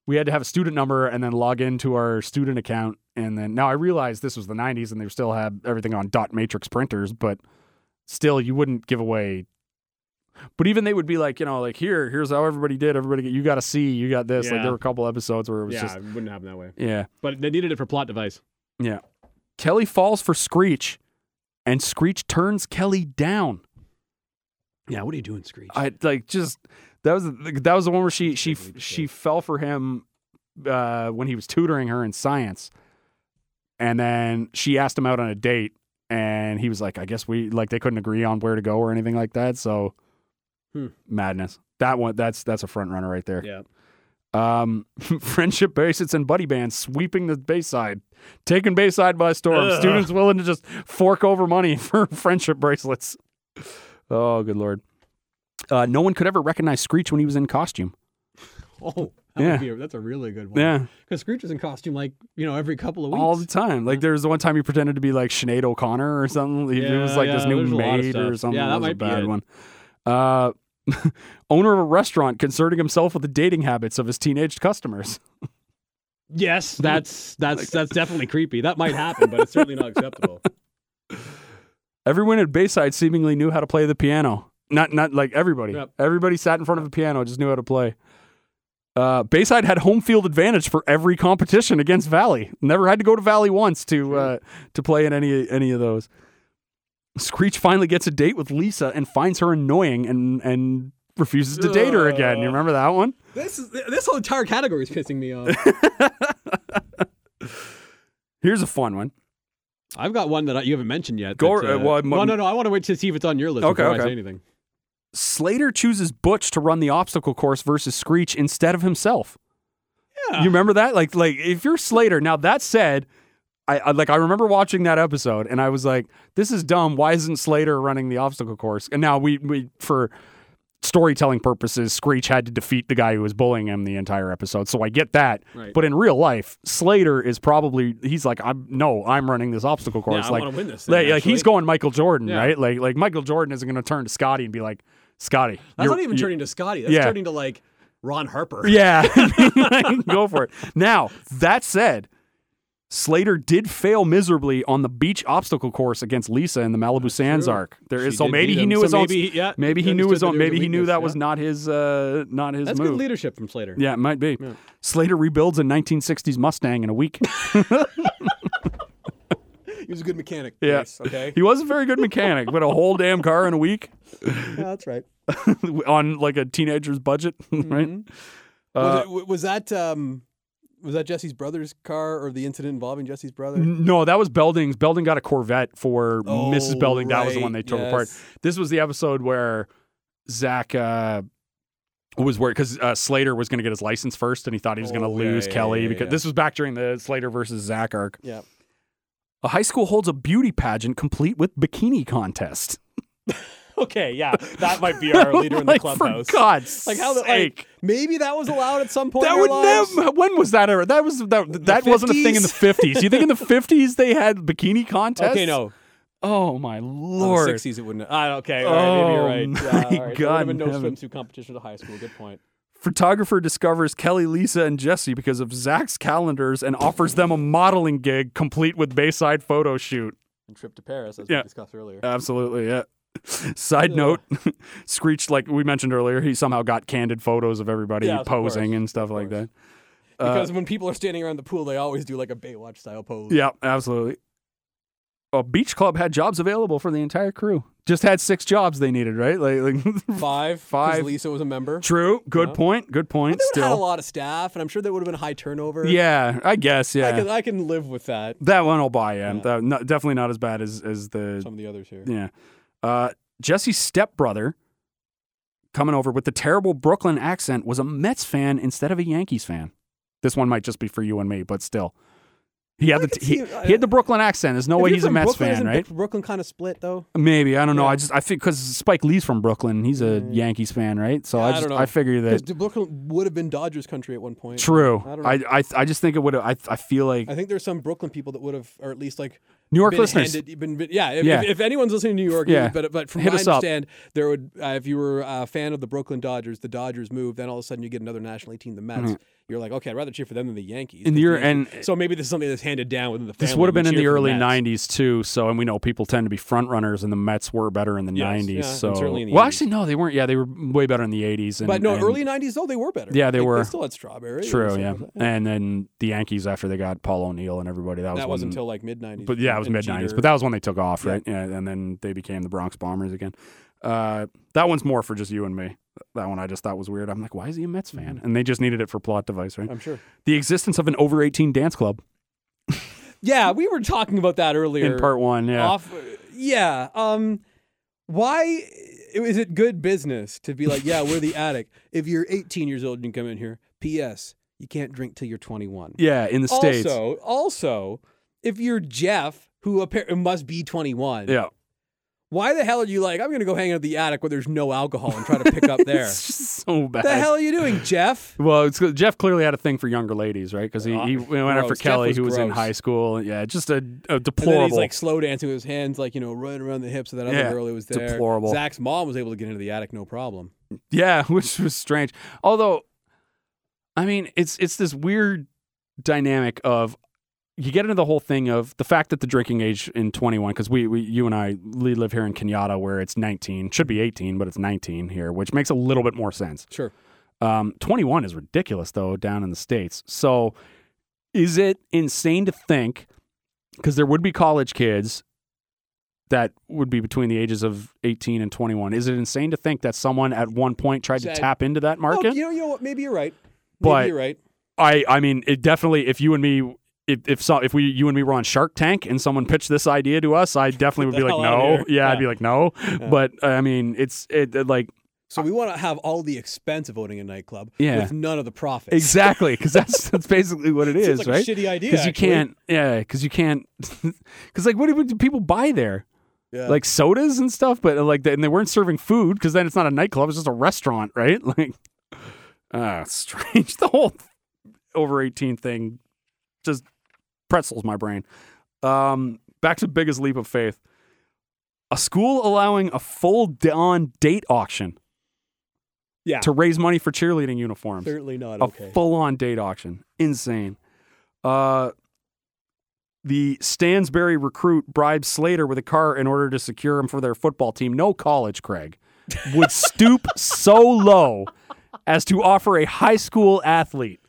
we had to have a student number and then log into our student account, and then now I realize this was the '90s and they still had everything on dot matrix printers, but still, you wouldn't give away. But even they would be like, you know, like here, here's how everybody did. Everybody, get, you got a C, you got this. Like Yeah. there were a couple episodes where it was yeah, just, it wouldn't happen that way. yeah. But they needed it for plot device. Kelly falls for Screech, and Screech turns Kelly down. Yeah, what are you doing, Screech? I like just that was that was the one where she she Big leap of she faith. fell for him uh, when he was tutoring her in science, And then she asked him out on a date, and he was like, I guess we like they couldn't agree on where to go or anything like that. So Hmm. madness. That one that's that's a front runner right there. Yeah. Um, (laughs) friendship bassist and buddy band sweeping the Bayside, taking Bayside by storm. Ugh. Students willing to just fork over money (laughs) for friendship bracelets. Oh, good lord! Uh, no one could ever recognize Screech when he was in costume. Oh, that (laughs) Yeah. would be a, that's a really good one. Yeah, Because Screech was in costume like, you know, every couple of weeks. all the time. Like there was the one time he pretended to be like Sinead O'Connor or something. He it was Yeah, like this yeah, new there's a lot of maid or stuff. something. Yeah, that was a might be bad it. one. Uh, (laughs) owner of a restaurant concerning himself with the dating habits of his teenage customers. yes, (laughs) that's that's that's definitely creepy. That might happen, but it's certainly not (laughs) acceptable. Everyone at Bayside seemingly knew how to play the piano. Not not like everybody. Yep. Everybody sat in front of a piano, just knew how to play. Uh, Bayside had home field advantage for every competition against Valley. Never had to go to Valley once to uh, to play in any any of those. Screech finally gets a date with Lisa and finds her annoying and and refuses to date her again. You remember that one? This is this whole entire category is pissing me (laughs) off. Here's a fun one. I've got one that I, you haven't mentioned yet. Go- that, uh, well, no, m- no, no. I want to wait to see if it's on your list Okay, before I okay. say anything. Slater chooses Butch to run the obstacle course versus Screech instead of himself. Yeah. You remember that? Like, like if you're Slater, now that said, I, I like I remember watching that episode and I was like, this is dumb. Why isn't Slater running the obstacle course? And now we we for storytelling purposes, Screech had to defeat the guy who was bullying him the entire episode. So I get that. Right. But in real life, Slater is probably he's like, I'm no, I'm running this obstacle course. I like wanna win this thing, like, like, he's actually. going Michael Jordan, Yeah. right? Like like Michael Jordan isn't gonna turn to Scotty and be like, Scotty. That's you're- not even you- turning to Scotty. That's Yeah. turning to like Ron Harper. (laughs) yeah, (laughs) go for it. Now, that said, Slater did fail miserably on the beach obstacle course against Lisa in the Malibu Sands arc. There is She so did maybe beat he him. knew So his maybe own. he- yeah, maybe he he knew his understood own. that there was Maybe a he knew weakness, that yeah. was not his. Uh, not his That's move. good leadership from Slater. Yeah, it might be. Slater rebuilds a 1960s Mustang in (laughs) a week. He was a good mechanic. Yeah. Yes, (laughs) okay. he was a very good mechanic, but a whole damn car in a week (laughs) that's right. on like a teenager's budget, (laughs) Mm-hmm. right? Mm-hmm. Uh, Was, it, was that um, was that Jesse's brother's car or the incident involving Jesse's brother? Uh, No, that was Belding's. Belding got a Corvette for Oh, Mrs. Belding. That was the one they right, tore apart. yes. This was the episode where Zach uh, was where because uh, Slater was going to get his license first, and he thought he was going to Oh, yeah, lose yeah, Kelly yeah, because yeah. this was back during the Slater versus Zach arc. Yeah. A high school holds a beauty pageant complete with bikini contest. (laughs) Okay, yeah, that (laughs) might be our leader in the like, clubhouse. For God's Like like how the sake. like maybe that was allowed at some point. that in our would lives. never. When was that ever? That was that. That wasn't a thing in the 50s? fifties. You think in the fifties they had bikini contests? (laughs) Okay, no, Oh my in lord. the sixties it wouldn't. Ah, okay, Oh, all right, maybe you're right. my Yeah, all right. God there would have been in no heaven. swimsuit competition at high school. Good point. Photographer discovers Kelly, Lisa, and Jesse because of Zach's calendars and offers them a modeling gig complete with Bayside photo shoot. And trip to Paris, as Yeah. Uh, we discussed earlier. Absolutely, yeah. Side note, (laughs) Screech, like we mentioned earlier, he somehow got candid photos of everybody Yes, of posing course, and stuff like that. Uh, because when people are standing around the pool, they always do like a Baywatch style pose. Yeah, absolutely. A beach club had jobs available for the entire crew. Just had six jobs they needed, right? Like, (laughs) like (laughs) Five, 'cause Five. Lisa was a member. true. Good Yeah. point. Good point. They would have had a Still, lot of staff, and I'm sure there would have been high turnover. yeah, I guess. Yeah, I can I can live with that. that one I'll buy in. Yeah. That, not, definitely not as bad as as the Some of the others here. Yeah. Uh, Jesse's stepbrother coming over with the terrible Brooklyn accent was a Mets fan instead of a Yankees fan. This one might just be for you and me, but still. He had the could he, see it. he had the Brooklyn accent. There's no If way you're he's a from Mets Brooklyn, fan, isn't right? Brooklyn kind of split though. Maybe I don't know. Yeah. Mm. I just I think because Spike Lee's from Brooklyn, he's a Yankees fan, right? So I I just don't know. I figure Because that Brooklyn would have been Dodgers country at one point. true. I don't know. I, I I just think it would I I feel like I think there's some Brooklyn people that would have, or at least like New York been listeners. handed- been- been- yeah, if, Yeah. If, if anyone's listening to New York, Yeah. But but from Hit what I us up. understand, there would uh, if you were a fan of the Brooklyn Dodgers, the Dodgers moved, then all of a sudden you get another National League team, the Mm-hmm. Mets. You're like, okay, I'd rather cheer for them than the Yankees. And but the you're- Yankees- and- so maybe this is something that's handed down within the family. this would have We been in cheer the for early '90s Mets. too. So, and we know people tend to be front runners, and the Mets were better in the Yes, '90s. yeah, and so, certainly in the well, 80s. actually, no, they weren't. Yeah, they were way better in the '80s. And, But no, and- early '90s though they were better. Yeah, they Like, were. They still had strawberry. and True, stuff yeah. like that. And then the Yankees after they got Paul O'Neill and everybody. That was That when, wasn't until like mid '90s. but yeah, it was and mid '90s. Jeter. But that was when they took off, right? Yeah, and then they became the Bronx Bombers again. Uh, that one's more for just you and me. That one I just thought was weird. I'm like, why is he a Mets Mm-hmm. Um, fan? And they just needed it for plot device, right? I'm sure. The existence of an over 18 dance club. yeah, we were talking about that earlier. in part one. Yeah, off yeah um why is it good business to be like yeah we're (laughs) the attic if you're 18 years old you can come in here ps you can't drink till you're 21 yeah, in the states. also also if you're jeff who appar- must be 21 Yeah, why the hell are you like i'm gonna go hang out at the attic where there's no alcohol and try to pick up there (laughs) it's just so bad. the hell are you doing jeff Well, it's, Jeff clearly had a thing for younger ladies, right? Because he, he went after Oh, gross. Jeff Kelly, was who was in gross. high school. Yeah, just a, a and then he's deplorable. like slow dancing with his hands, like you know, right around the hips of that other Yeah, girl who was there. deplorable. Zach's mom was able to get into the attic, no problem. yeah, (laughs) which was strange. Although, I mean, it's it's this weird dynamic of you get into the whole thing of the fact that the drinking age in 21 because we, we you and i we live here in kenyatta where it's 19 should be 18 but it's 19 here which makes a little bit more sense Sure. Um, 21 is ridiculous, though, down in the States. So is it insane to think, because there would be college kids that would be between the ages of 18 and 21, is it insane to think that someone at one point tried Said- to tap into that Oh, market? you know, you know what? Maybe you're right. Maybe But- you're right. I, I mean, it definitely, if you and me. If if, so, if we you and me were on Shark Tank and someone pitched this idea to (laughs) us, I definitely would the be like, hell outta no, here. yeah, I'd be like, no. But I mean, it's it, (laughs) it like So we want to have all the expense of owning a nightclub Yeah. with none of the profits. exactly because that's that's basically what it is, It's like right? a shitty idea. because you actually. can't yeah because you can't (laughs) because like what do, what do people buy there Yeah. like sodas and stuff but uh, like and they weren't serving food because then it's not a nightclub it's just a restaurant right (laughs) like ah strange (laughs) the whole over 18 thing just pretzels my brain um back to biggest leap of faith a school allowing a full on date auction Yeah. to raise money for cheerleading uniforms Certainly not a okay. full on date auction. Insane. Uh, the Stansbury recruit bribes Slater with a car in order to secure him for their football team. No college, Craig, would stoop so low as to offer a high school athlete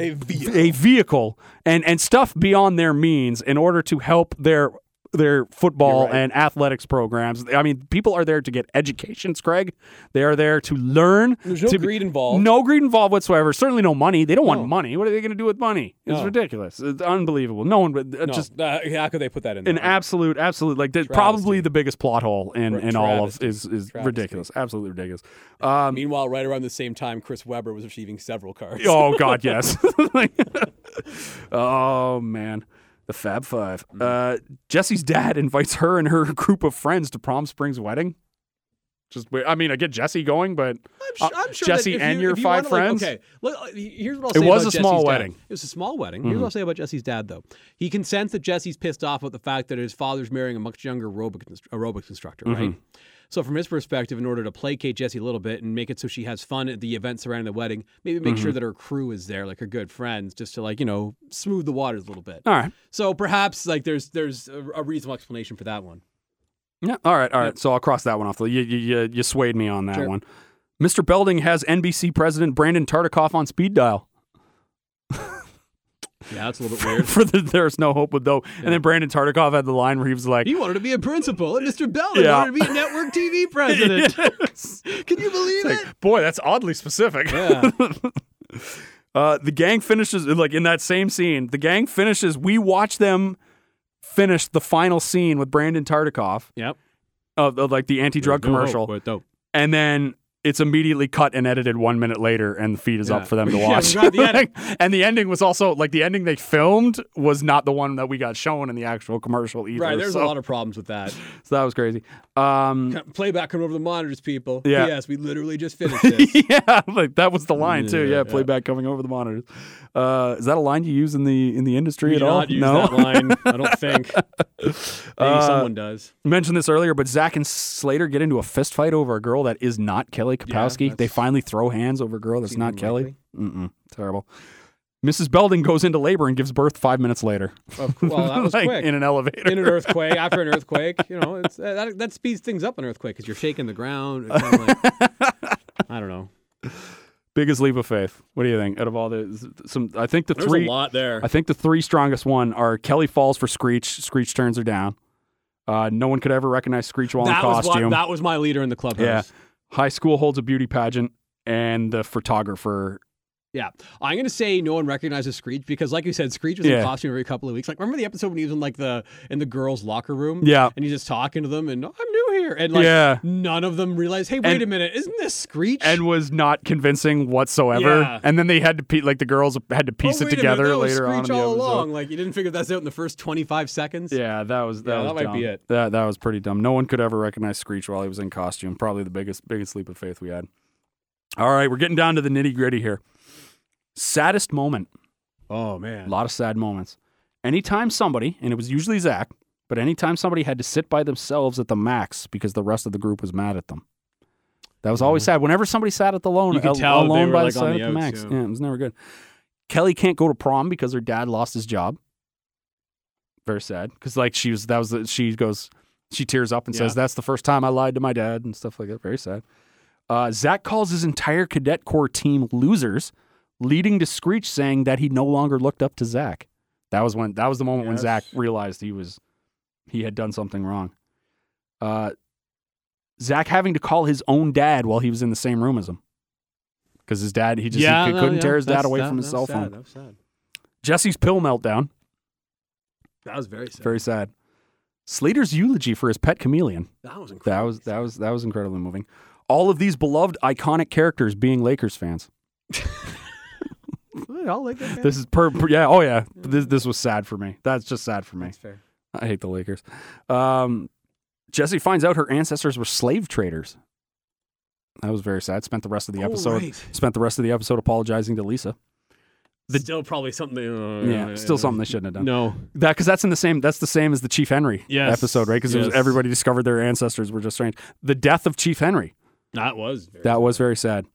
A V. a vehicle and, and stuff beyond their means in order to help their their football and athletics programs. I mean, people are there to get educations, Craig. They are there to learn. There's no to be- greed involved. no greed involved whatsoever. Certainly no money. They don't want money. What are they going to do with money? It's No. ridiculous. It's unbelievable. No one, would- uh, No, just uh, how could they put that in an there? absolute, absolute like that- probably the biggest plot hole in, in all of travesty. is is Travesty. ridiculous. Absolutely ridiculous. Um, Meanwhile, right around the same time, Chris Webber was receiving several cards. (laughs) oh God, yes. (laughs) oh man. The Fab Five. Mm. Uh, Jesse's dad invites her and her group of friends to Palm Springs wedding. Just, wait- I mean, I get Jesse going, but I'm, Uh, su- I'm sure Jesse that if and you- your if you five wanna, like, friends? okay, Look, uh, here's what I'll It say was about a small Jesse's dad. wedding. Mm-hmm. It was a small wedding. Here's what I'll say about Jesse's dad, though. He can sense that Jesse's pissed off about the fact that his father's marrying a much younger aerobic, inst- aerobics instructor, Mm-hmm. right? So, from his perspective, in order to placate Jesse a little bit and make it so she has fun at the event surrounding the wedding, maybe make Mm-hmm. sure that her crew is there, like her good friends, just to like you know smooth the waters a little bit. all right. So perhaps like there's there's a, a reasonable explanation for that one. Yeah. All right. All right. So I'll cross that one off. You, you, you, you swayed me on that one. Mr. Belding has NBC president Brandon Tartikoff on speed dial (laughs) Yeah, that's a little (laughs) bit weird. for the There's No Hope with Dope. And then Brandon Tartikoff had the line where he was (laughs) like, He wanted to be a principal, and Mr. Bell Yeah. wanted to be a network (laughs) TV president. Can you believe it? Boy, that's oddly specific. (laughs) uh, the gang finishes, like in that same scene, the gang finishes. We watch them finish the final scene with Brandon Tartikoff Yep. of, of like the anti drug commercial. and then it's immediately cut and edited one minute later, and the feed is up for them to (laughs) Yeah, watch. (laughs) we got the edit. and the ending was also like the ending they filmed was not the one that we got shown in the actual commercial either. Right, there's so, a lot of problems with that. (laughs) so that was crazy. Um, Playback coming over the monitors, people. Yeah. Yes, we literally (laughs) just finished (laughs) this. yeah, like that was the line too. Yeah, playback coming over the monitors. Uh, is that a line you use in the in the industry We at do all? not use no. that line, I (laughs) don't think. Maybe Uh, someone (laughs) does. mentioned this earlier, but Zach and Slater get into a fist fight over a girl that is not Kelly Kapowski. they finally throw hands over a girl that's not Kelly. Mm-mm, terrible. Mrs. Belding goes into labor and gives birth five minutes later. Well, that was Like, quick. In an elevator. In an earthquake, after an earthquake, you know, it's, uh, that, that speeds things up an earthquake because you're shaking the ground. It's kinda (laughs) like- I don't know. Biggest leap of faith. What do you think? Out of all the some I think the three lot there. I think the three strongest one are Kelly falls for Screech, Screech turns her down. Uh, no one could ever recognize Screech while in That was, costume. what, that was my leader in the clubhouse. Yeah. High school holds a beauty pageant, and the photographer Yeah. I'm gonna say no one recognizes Screech because like you said, Screech was Yeah. in costume every couple of weeks. Like remember the episode when he was in like the in the girls' locker room? Yeah. And he's just talking to them and "Oh, I'm new here. And like Yeah. none of them realize, hey, wait And- a minute, isn't this Screech? and was not convincing whatsoever. Yeah. And then they had to pe- like the girls had to piece oh, it wait a minute, together that was later on. Screech in the all episode. along. Like you didn't figure that out in the first twenty five seconds. Yeah, that was that, Yeah, was that might be dumb. it. That that was pretty dumb. No one could ever recognize Screech while he was in costume. Probably the biggest biggest leap of faith we had. All right, we're getting down to the nitty gritty here. Saddest moment. Oh A man. lot of sad moments. Anytime somebody, and it was usually Zach, but anytime somebody had to sit by themselves at the max because the rest of the group was mad at them. That was always sad. Whenever somebody sat at the lone, You could al- tell they alone were, by like, the on side the at the outs, max, yeah. yeah, it was never good. Kelly can't go to prom because her dad lost his job. Very sad because like she was that was the, she goes she tears up and says that's the first time I lied to my dad and stuff like that. Very sad. Uh, Zach calls his entire cadet corps team losers, leading to Screech saying that he no longer looked up to Zach. That was when that was the moment when Yes. Zach realized he was he had done something wrong. Uh, Zach having to call his own dad while he was in the same room as him because his dad he just he Yeah, could- no, couldn't yeah, tear his dad that's- away that- from his that's cell sad, phone. That was sad. Jesse's pill meltdown, That was very sad. very sad. Slater's eulogy for his pet chameleon. that was That was that was that was incredibly moving. All of these beloved iconic characters being (laughs) Lakers fans. incredible. I'll like that. This is per, per- yeah, oh yeah. This this was sad for me. That's just sad for me. That's fair. I hate the Lakers. Um, Jesse finds out her ancestors were slave traders. That was very sad. Spent the rest of the episode spent the rest of the episode apologizing to Lisa. still probably something. uh, Yeah, still something they shouldn't have done. No. That because that's in the same that's the same as the Chief Henry Yes, episode, right? Because yes. everybody discovered their ancestors were just strange. The death of Chief Henry. That was. Very That was very sad.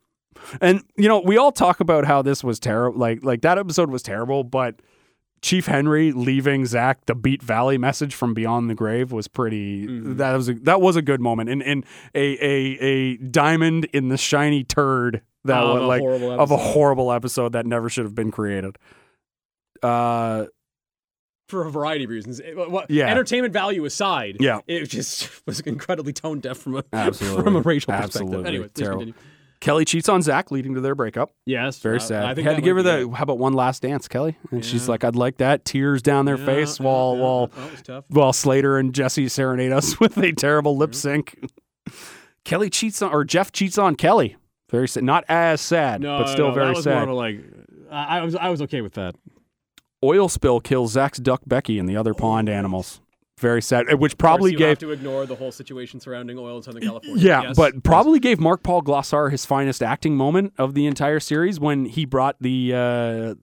And you know, we all talk about how this was terrible. Like, like that episode was terrible, but Chief Henry leaving Zach the Beat Valley message from beyond the grave was pretty. Mm-hmm. That was a, that was a good moment, and and a a a diamond in the shiny turd that Of was Um, a like horrible of a episode. horrible episode that never should have been created. Uh, for a variety of reasons. It- what- what- Yeah. Entertainment value aside, Yeah. it just (laughs) was incredibly tone deaf from a (laughs) Absolutely. from a racial Absolutely. perspective. Anyway, please Terrible. continue. Kelly cheats on Zach, leading to their breakup. Yes, Very I- sad. I think Had that to give her might the be how about one last dance, Kelly? And she's Yeah. like, I'd like that. Tears down their it. face Yeah, while yeah, while that was tough. while Slater and Jesse serenade us (laughs) with a terrible lip Mm-hmm. sync. Kelly cheats on, or Jeff cheats on Kelly. Very sad. Not as sad, No, but still no, very that was More sad. of a, like, I I was I was okay with that. Oil spill kills Zach's duck Becky and the other pond animals. Very sad, eh, which Of course, probably you gave. have to ignore the whole situation surrounding oil in Southern California. Yeah, Yes. but probably gave Mark Paul Glossar his finest acting moment of the entire series when he brought the uh,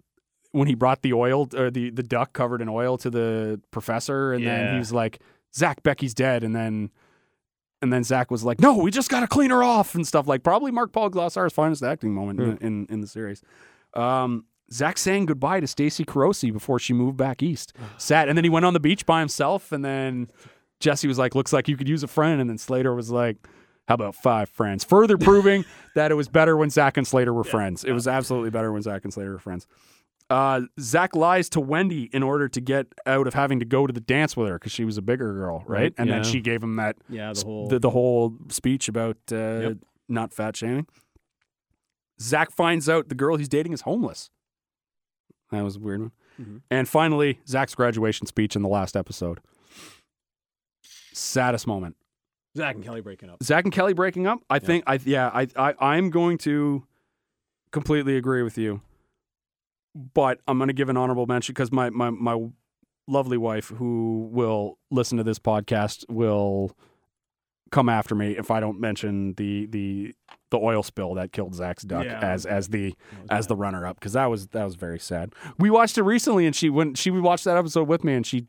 when he brought the oil or the the duck covered in oil to the professor, and then he Yeah. was like, "Zach, Becky's dead," and then and then Zach was like, "No, we just got to clean her off and stuff." Like probably Mark Paul Glossar's finest acting moment in, in in the series. Um, Zach saying goodbye to Stacy Carosi before she moved back east. Sad, and then he went on the beach by himself, and then. Jesse was like, looks like you could use a friend. And then Slater was like, how about five friends? Further proving that it was better when Zach and Slater were friends. It was absolutely better when Zach and Slater were friends. Uh, Zach lies to Wendy in order to get out of having to go to the dance with her because she was a bigger girl, right? Right, And then yeah. she gave him that yeah, the sp- whole the, the whole speech about uh, Yep. not fat shaming. Zach finds out the girl he's dating is homeless. That was a weird one. Mhm. And finally, Zach's graduation speech in the last episode. Saddest moment. Zach and Kelly breaking up. Zach and Kelly breaking up. I think I yeah, I, I I'm going to completely agree with you. But I'm going to give an honorable mention because my, my my lovely wife who will listen to this podcast will come after me if I don't mention the the the oil spill that killed Zach's duck Yeah. as as the That was as bad. the runner up because that was that was very sad. We watched it recently, and she when she watched that episode with me, and she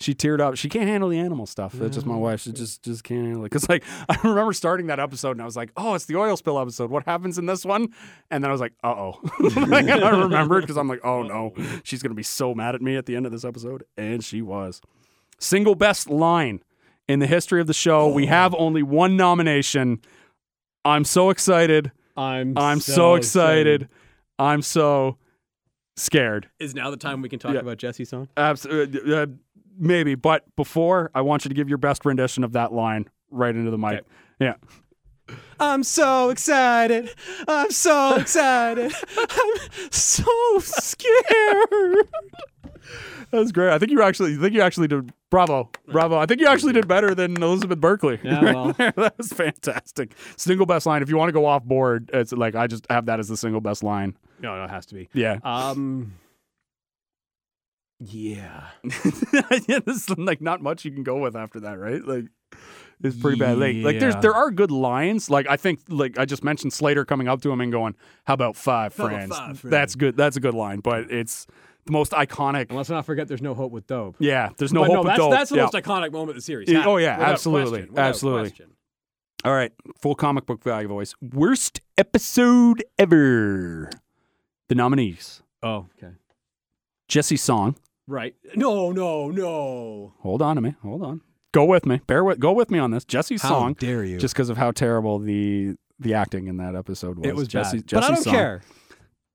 she teared up. She can't handle the animal stuff. That's Mm. just my wife. She just just can't handle it. Because like (laughs) I remember starting that episode, and I was like, oh, it's the oil spill episode. What happens in this one? And then I was like, uh oh. (laughs) like, and I remembered because I'm like, oh no, she's gonna be so mad at me at the end of this episode, and she was. Single best line in the history of the show. We have only one nomination. I'm so excited. I'm I'm so, excited. I'm so scared. Is now the time we can talk Yeah. about Jesse's song? Absolutely, uh, (laughs) maybe. But before, I want you to give your best rendition of that line right into the mic. Yeah. I'm so excited. I'm so excited. (laughs) I'm so (laughs) scared. That was great. I think you actually, I think you actually did bravo, bravo. I think you actually did better than Elizabeth Berkeley. Yeah, right well. there. (laughs) that was fantastic. Single best line. If you want to go off board, it's like I just have that as the single best line. No, no, it has to be. Yeah, Um. (laughs) Yeah. yeah. There's like not much you can go with after that, right? Like. It's pretty bad. Like, like there's Yeah. there are good lines. Like I think like I just mentioned Slater coming up to him and going, "How about five about friends?" five friends? That's good. That's a good line, but it's the most iconic. And let's not forget, there's no hope with dope. Yeah, there's no But hope. no, with that's- dope. that's the Yeah. most iconic moment of the series. Yeah, Hat, oh, yeah, without absolutely, question, without absolutely. question. All right, full comic book value voice. Worst episode ever. The nominees: Oh, okay. Jesse Song. Right. No, no, no. Hold on to me. Hold on. Go with me. Bear with. Go with me on this. Jesse Song. dare you? Just because of how terrible the the acting in that episode was. It was Jesse. bad. Jesse but I don't Song. care.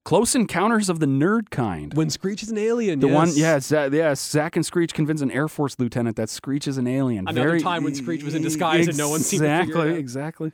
Close Encounters of the Nerd Kind. when Screech is an alien. the yes. one, yeah, Zach, yeah. Zach and Screech convince an Air Force lieutenant that Screech is an alien. Another Very- time when Screech was in disguise and no one seemed to figure it exactly, out. exactly.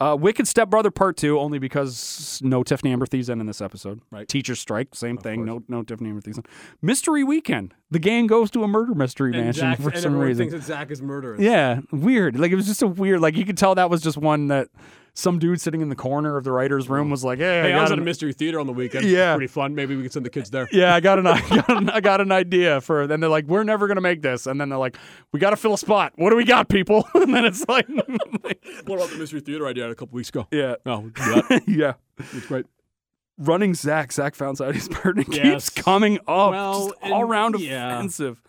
Uh, Wicked Step Brother Part Two, only because no Tiffany Amber Thiessen in this episode. Right. Teacher strike, same thing. No, no Tiffany Amber Thiessen. Mystery Weekend. The gang goes to a murder mystery And, mansion Zach, for and some everyone reason. thinks that Zach is murderous. Yeah, weird. Like it was just a weird. Like you could tell that was just one that some dude sitting in the corner of the writers' room was like, "Hey, Hey, I I was got at a an- mystery theater on the weekend. Yeah. Pretty fun. Maybe we could send the kids (laughs) there. yeah, I got an I got an, I got an idea for." Then they're like, "We're never gonna make this," and then they're like, "We got to fill a spot. What do we got, people?" (laughs) And then it's like, What about the mystery theater I did a couple weeks ago? "Yeah, No, yeah, (laughs) yeah." it's (laughs) great. Running Zach, Zach founds (laughs) out his partner Yes. keeps coming up. Well, just all and- round yeah. offensive.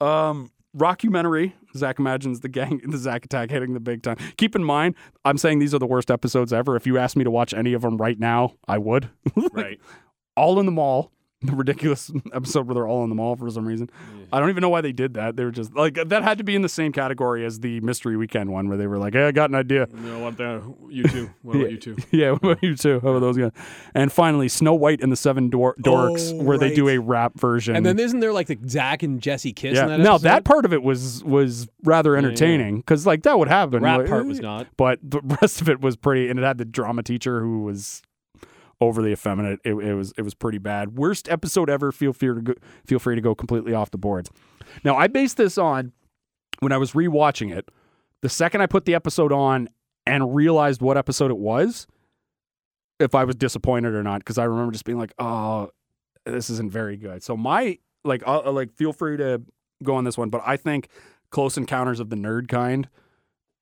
Um, rockumentary. Zach imagines the gang, (laughs) the Zach attack hitting the big time. Keep in mind, I'm saying these are the worst episodes ever. If you asked me to watch any of them right now, I would. (laughs) Right. all in the mall. (laughs) The ridiculous episode where they're all in the mall for some reason. I don't even know why they did that. They were just like that had to be in the same category as the mystery weekend one where they were like, "Hey, I got an idea." You know what? there- You (laughs) two. What about you two? (laughs) Yeah, what about you too? How about those guys? And finally, Snow White and the Seven Dwar- Dorks, Oh, where they do right. a rap version. And then isn't there like the Zach and Jesse kiss? yeah, in that now episode? that part of it was was rather entertaining because like that would happen. rap like, part was not. but the (laughs) rest of it was pretty, and it had the drama teacher who was overly effeminate. It, it was it was pretty bad. Worst episode ever. Feel free to go, feel free to go completely off the boards. Now I based this on when I was rewatching it. The second I put the episode on and realized what episode it was, if I was disappointed or not, because I remember just being like, "Oh, this isn't very good." So my like i like feel free to go on this one, but I think Close Encounters of the Nerd Kind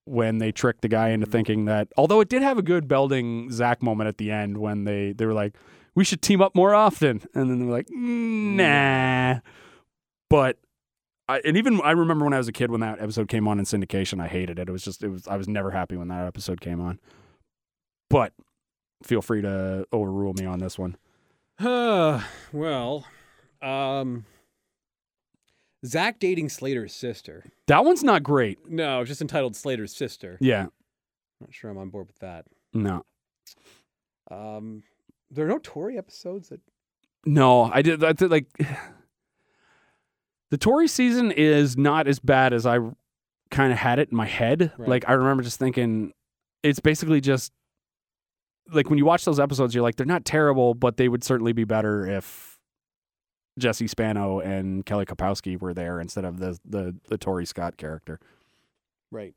when they tricked the guy into thinking that although it did have a good belding Zach moment at the end when they they were like we should team up more often and then they were like nah but I, and even I remember when I was a kid when that episode came on in syndication I hated it it was just it was I was never happy when that episode came on but feel free to overrule me on this one Uh, well, um, Zach dating Slater's sister. that one's not great No, it's just entitled Slater's sister. yeah Not sure I'm on board with that. no Um, there are no Tory episodes that No, I did. I did like (sighs) the Tory season is not as bad as I kind of had it in my head. Right. Like I remember just thinking, it's basically just like when you watch those episodes, you're like, they're not terrible, but they would certainly be better if Jesse Spano and Kelly Kapowski were there instead of the the the Tory Scott character. right.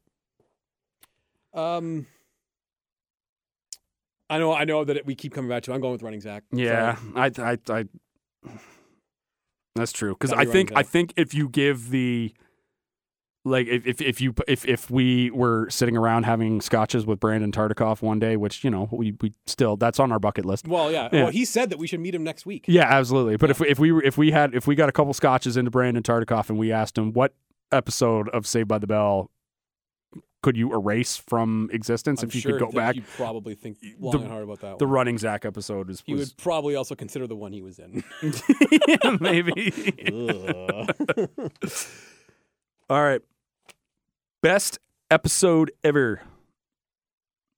Um, I know, I know that it, we keep coming back to. it. I'm going with running Zach. Yeah, I, I, I. That's true because Gotta I be think running I back. think if you give the, like if if if you if if we were sitting around having scotches with Brandon Tartikoff one day, which you know we we still that's on our bucket list. Well, yeah. Yeah. Well, he said that we should meet him next week. Yeah, absolutely. But if we, if we were- if we had if we got a couple scotches into Brandon Tartikoff and we asked him what episode of Saved by the Bell could you erase from existence I'm if you sure could go that back, he'd probably think long The- and hard about that. the one. running Zach episode is he was, would probably also consider the one he was in. (laughs) (laughs) maybe. Ugh. All right. Best episode ever.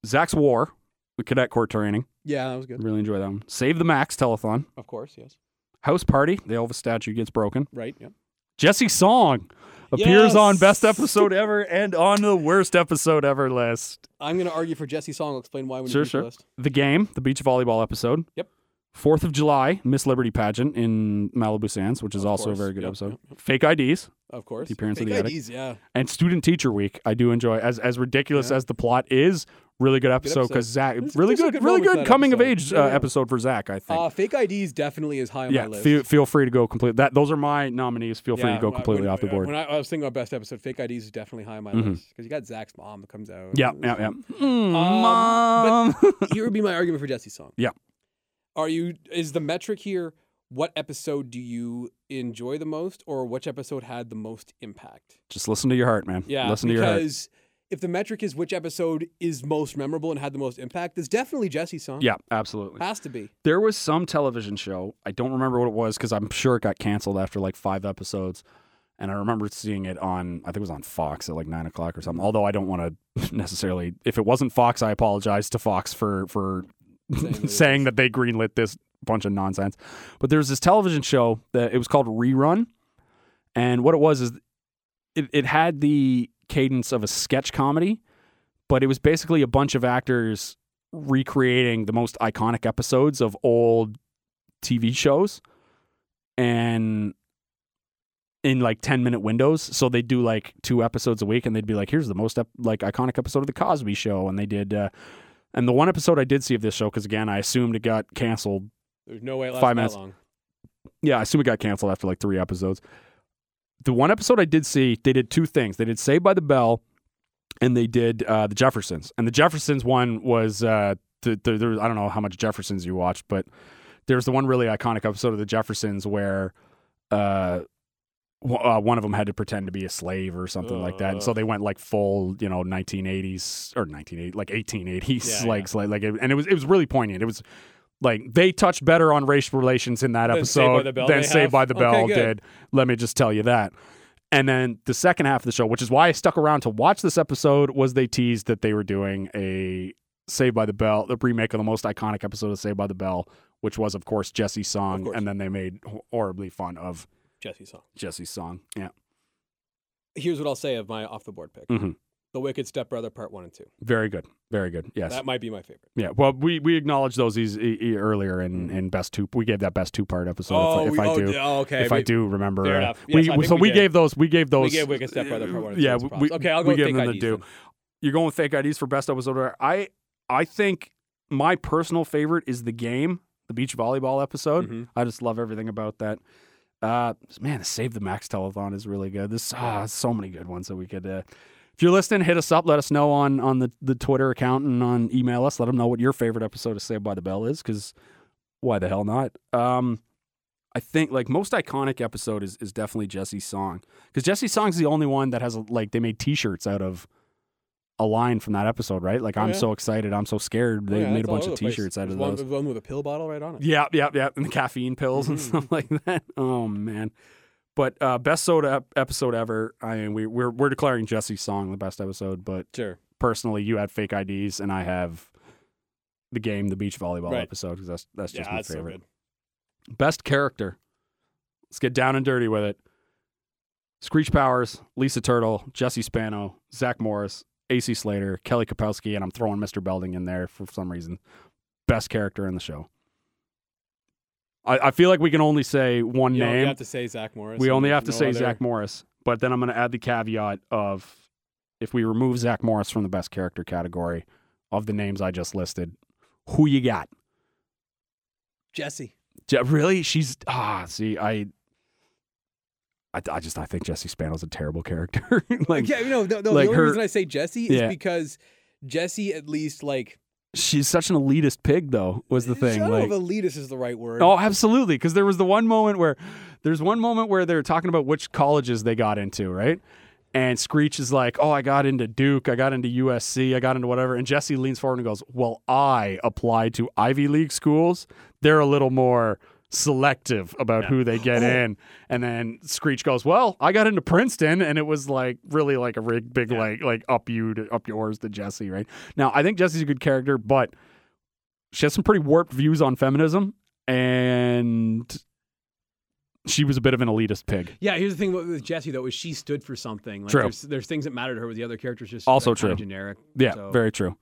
Zach's War, the cadet corps training. yeah, that was good. Really enjoy that one. Save the Max telethon. Of course, yes. House party. The Elvis statue gets broken. Right. Yeah. Jesse Song appears Yes. on best episode ever and on the worst episode ever list. I'm going to argue for Jesse Song. I'll explain why when Sure, you reach sure. the list. The game, the beach volleyball episode. Yep. Fourth of July, Miss Liberty pageant in Malibu Sands, which is Of also course. a very good Yep, episode. yep, Fake IDs, Of course. the appearance of Big the addict, IDs, yeah. and Student Teacher Week. I do enjoy as as ridiculous as the plot is. Really good episode episode. because Zach, There's- really there's a good, good really moment with good that coming of episode. age uh, Yeah, yeah. episode for Zach. I think. Uh, fake IDs definitely is high on my yeah, list. feel, feel free to go complete that. Those are my nominees. Feel free Yeah, to go when I- completely when- off the uh, board. When I, I was thinking about best episode, fake IDs is definitely high on my Mhm. list because you got Zach's mom that comes out. Yeah, yeah, yeah. Mm, Mm, Um, Mom. (laughs) Here would be my argument for Jesse's song. Yeah. Are you? Is the metric here? What episode do you enjoy the most, or which episode had the most impact? (laughs) Just listen to your heart, man. Yeah, listen to your heart. because if the metric is which episode is most memorable and had the most impact, it's definitely Jesse's song. Yeah, absolutely. has to be. There was some television show. I don't remember what it was because I'm sure it got canceled after like five episodes. And I remember seeing it on, I think it was on Fox at like nine o'clock or something. Although I don't want to (laughs) necessarily, if it wasn't Fox, I apologize to Fox for for Saying (laughs) that it saying that they greenlit this bunch of nonsense. But there was this television show that it was called Rerun, and what it was is it, it had the cadence of a sketch comedy, but it was basically a bunch of actors recreating the most iconic episodes of old TV shows and in like 10 minute windows so they do like two episodes a week and they'd be like here's the most ep- like iconic episode of the Cosby show and they did uh and the one episode I did see of this show cuz again I assumed it got canceled There's no way it lasts Five that minutes. long. yeah, I assume it got canceled after like three episodes. The one episode I did see, they did two things. They did Saved by the Bell, and they did uh, the Jeffersons. And the Jeffersons one was uh, the, the, there was, I don't know how much Jeffersons you watched, but there was the one really iconic episode of the Jeffersons where uh, w- uh, one of them had to pretend to be a slave or something like that, and so they went like full, you know, 1980s or 1980 like 1880s Yeah, like sli- like it- and it was it was really poignant. It was like they touched better on racial relations in that Than Saved by episode the Bell than they Saved have? by the Okay, Bell good. did. Let me just tell you that. And then the second half of the show, which is why I stuck around to watch this episode, was they teased that they were doing a Saved by the Bell, the remake of the most iconic episode of Saved by the Bell, which was, of course, Jesse's song. Of course. And then they made ho- horribly fun of Jesse's song. Jesse's song. Yeah. Here's what I'll say of my off the board pick: Mhm. The Wicked Step Brother Part One and Two. Very good. Very good. Yes. That might be my favorite. yeah. Well, we, we acknowledged those these, e- e- earlier in, in best two. We gave that best two part episode. if I- if, we- I do. d- oh, okay. if we- I do remember, fair uh, enough. we, Yes, I think so we we did. gave those we gave those we gave Wicked Step Brother Part One. And yeah, two as we- props. okay, I'll go we with gave Fake them the IDs due. then. you're going with fake IDs for best episode. Ever. I I think my personal favorite is the game, the beach volleyball episode. Mhm. I just love everything about that. Uh, man, the Save the Max telethon is really good. There's ah, so many good ones that we could. Uh, if you're listening, hit us up. Let us know on on the, the Twitter account and on email us. Let them know what your favorite episode of Saved by the Bell is, because why the hell not? Um, I think like most iconic episode is is definitely Jesse's song, because Jesse's song's the only one that has like they made T-shirts out of a line from that episode, right? Like Oh, I'm yeah. so excited, I'm so scared. Oh, They yeah, made it's a all bunch over of the place. T-shirts out There's of one, those. there's one with a pill bottle right on it. Yeah, yeah, yeah, and the caffeine pills and Mhm. stuff like that. Oh man, but uh, best soda ep- episode ever. I mean, we, we're we're declaring Jesse's song the best episode, but Sure. personally, you had fake IDs, and I have the game, the beach volleyball Right. episode because that's that's just yeah, my that's so favorite. good. best character. Let's get down and dirty with it. Screech Powers, Lisa Turtle, Jesse Spano, Zach Morris, AC Slater, Kelly Kapowski, and I'm throwing Mr. Belding in there for some reason. Best character in the show. I, I feel like we can only say one You only name. have to say Zach Morris. we and only have to no say other- Zach Morris, but then I'm going to add the caveat of if we remove Zach Morris from the best character category of the names I just listed, who you got? Jesse. Je- really? She's ah. See, I, I, I just I think Jesse Spano's a terrible character. (laughs) like yeah, no, no, no. like the only her- reason I say Jesse is Yeah. because Jesse, at least, like, she's such an elitist pig, though. Was the thing Shadow like of elitist is the right word. Oh, absolutely. Because there was the one moment where there's one moment where they're talking about which colleges they got into, right? And Screech is like, "Oh, I got into Duke, I got into USC, I got into whatever." And Jesse leans forward and goes, "Well, I applied to Ivy League schools. They're a little more selective about who they get in." And then Screech goes, "Well, I got into Princeton," and it was like really like a big, big like like up you to up yours to Jesse, right? Now, I think Jesse's a good character, but she has some pretty warped views on feminism and she was a bit of an elitist pig. Yeah, here's the thing with Jesse though is she stood for something. Like True. There's, there's things that mattered to her with the other characters just Also like, kinda true. generic. Yeah, So- very true.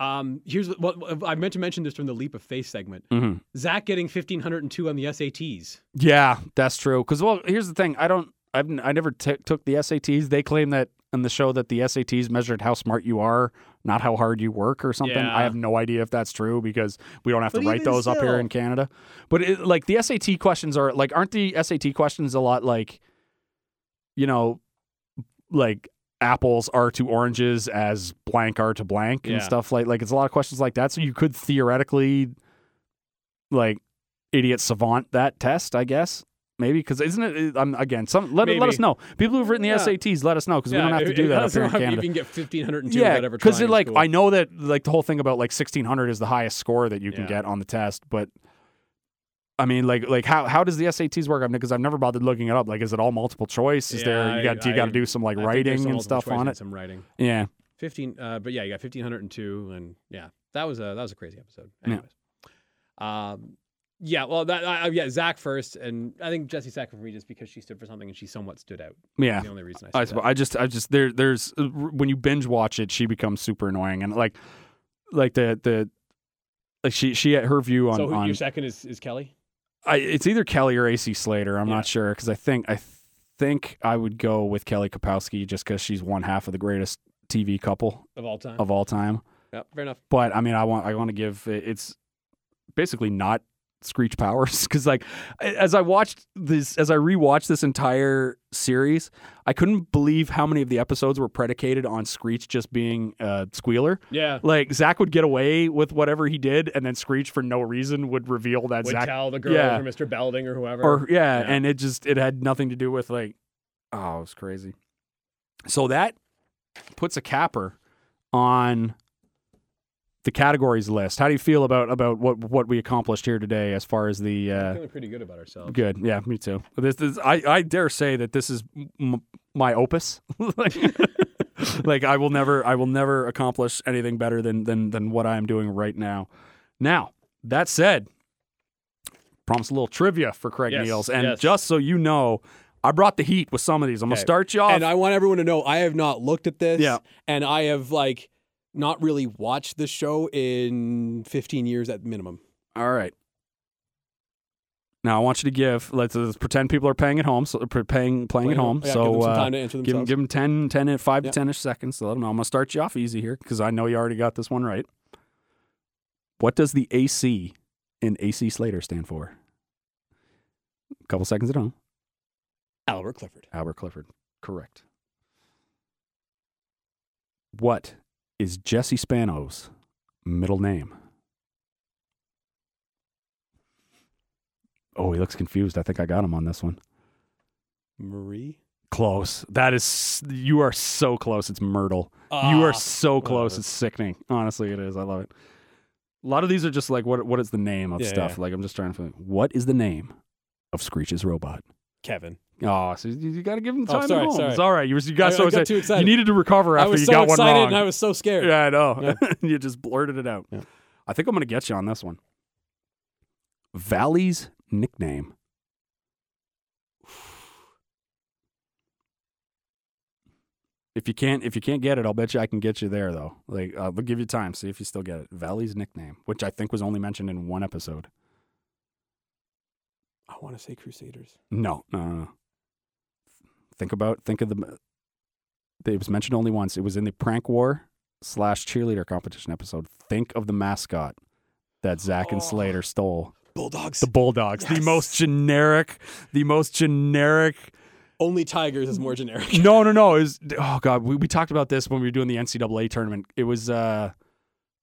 Um, here's what, what I meant to mention this from the leap of faith segment. hmm Zach getting 1502 on the SATs. Yeah, that's true. Because well, here's the thing. I don't. I've n- I never t- took the SATs. They claim that in the show that the SATs measured how smart you are, not how hard you work or something. Yeah. I have no idea if that's true because we don't have But to write even those up here still- in Canada. But it, like the SAT questions are like aren't the SAT questions a lot like, you know, like apples are to oranges as blank are to blank Yeah. and stuff like like it's a lot of questions like that. So you could theoretically, like idiot savant that test, I guess. Maybe because isn't it? I'm again. Some let, let Maybe. us know. People who've written the Yeah. SATs, let us know because Yeah, we don't have to it- do it that up doesn't here in matter if Canada. You can get 1502 Yeah, whatever. Because it like I know that like the whole thing about like 1600 is the highest score that you can Yeah. get on the test, but I mean like like how how does the SATs work? I mean because I've never bothered looking it up. Like is it all multiple choice? Is Yeah, there you got I- you got to I- do some like I think there's writing some and multiple stuff choice on and it? Some writing. Yeah, 15 uh but yeah you got 1502 and yeah that was a that was a crazy episode Yeah. anyways um yeah well that I, I- yeah zach first and i think jesse sack for me just because she stood for something and she somewhat stood out yeah. the only reason i, I said suppose I just I just there there's uh, when you binge watch it, she becomes super annoying and like like the the like she she her view that. on so who, on your second is, is kelly I, it's either Kelly or AC Slater. I'm Yeah. not sure because I think I think I would go with Kelly Kapowski just because she's one half of the greatest TV couple of all time of all time. yep fair enough But I mean, I want I want to give it's basically not Screech Powers (laughs) because like as I watched this as I rewatched this entire series, I couldn't believe how many of the episodes were predicated on Screech just being a squealer. yeah Like Zach would get away with whatever he did, and then Screech for no reason would reveal that would Zach tell the girl yeah. or mr belding or whoever or yeah, Yeah. and it just it had nothing to do with like oh it was crazy so that puts a capper on the categories list how do you feel about about what what we accomplished here today as far as the We're uh feeling pretty good about ourselves good yeah me too this is i i dare say that this is m- my opus (laughs) like, like i will never i will never accomplish anything better than than than what i'm doing right now now that said promise a little trivia for craig Yes, Neils. and yes. just so you know i brought the heat with some of these i'm gonna Okay. start you off And I want everyone to know I have not looked at this. Yeah. And I have like not really watched this show in 15 years at minimum. all right now i want you to give let's, let's pretend people are paying at home so paying playing, at home Yeah, so give them some uh, time to answer Give him, themselves. give him 10, 10 and 5 Yeah. to 10 ish seconds to let him know. I'm going to start you off easy here because I know you already got this one right. What does the AC in AC Slater stand for? A couple seconds at home. Albert Clifford. Albert Clifford. Correct. What is Jesse Spano's middle name? Oh, he looks confused. I think I got him on this one. Marie. Close. That is, you are so close. It's Myrtle. Ah, you are so close. It's sickening. Honestly, it is. I love it. A lot of these are just like, what? What is the name of Yeah, stuff? Like, I'm just trying to. Think, what is the name of Screech's robot? Kevin. Oh, so you, you got to give him Oh, time. sorry, at home. sorry. It's all right. You, was- you got I- so I got excited. too excited. You needed to recover I after was you so got excited one wrong. and I was so scared. yeah, I know. (laughs) you just blurted it out. Yeah. I think I'm gonna get you on this one. Valley's nickname. If you can't, if you can't get it, I'll bet you I can get you there though. Like, uh, we'll give you time. See if you still get it. Valley's nickname, which I think was only mentioned in one episode. I want to say Crusaders. No, no, no, no. Think about think of the. It was mentioned only once. It was in the prank war slash cheerleader competition episode. Think of the mascot that Zach and Slater stole. Bulldogs. Oh, The Bulldogs, the Yes. most generic, the most generic. Only Tigers is more generic. No, no, no. Is oh god, we, we talked about this when we were doing the NCAA tournament. It was uh,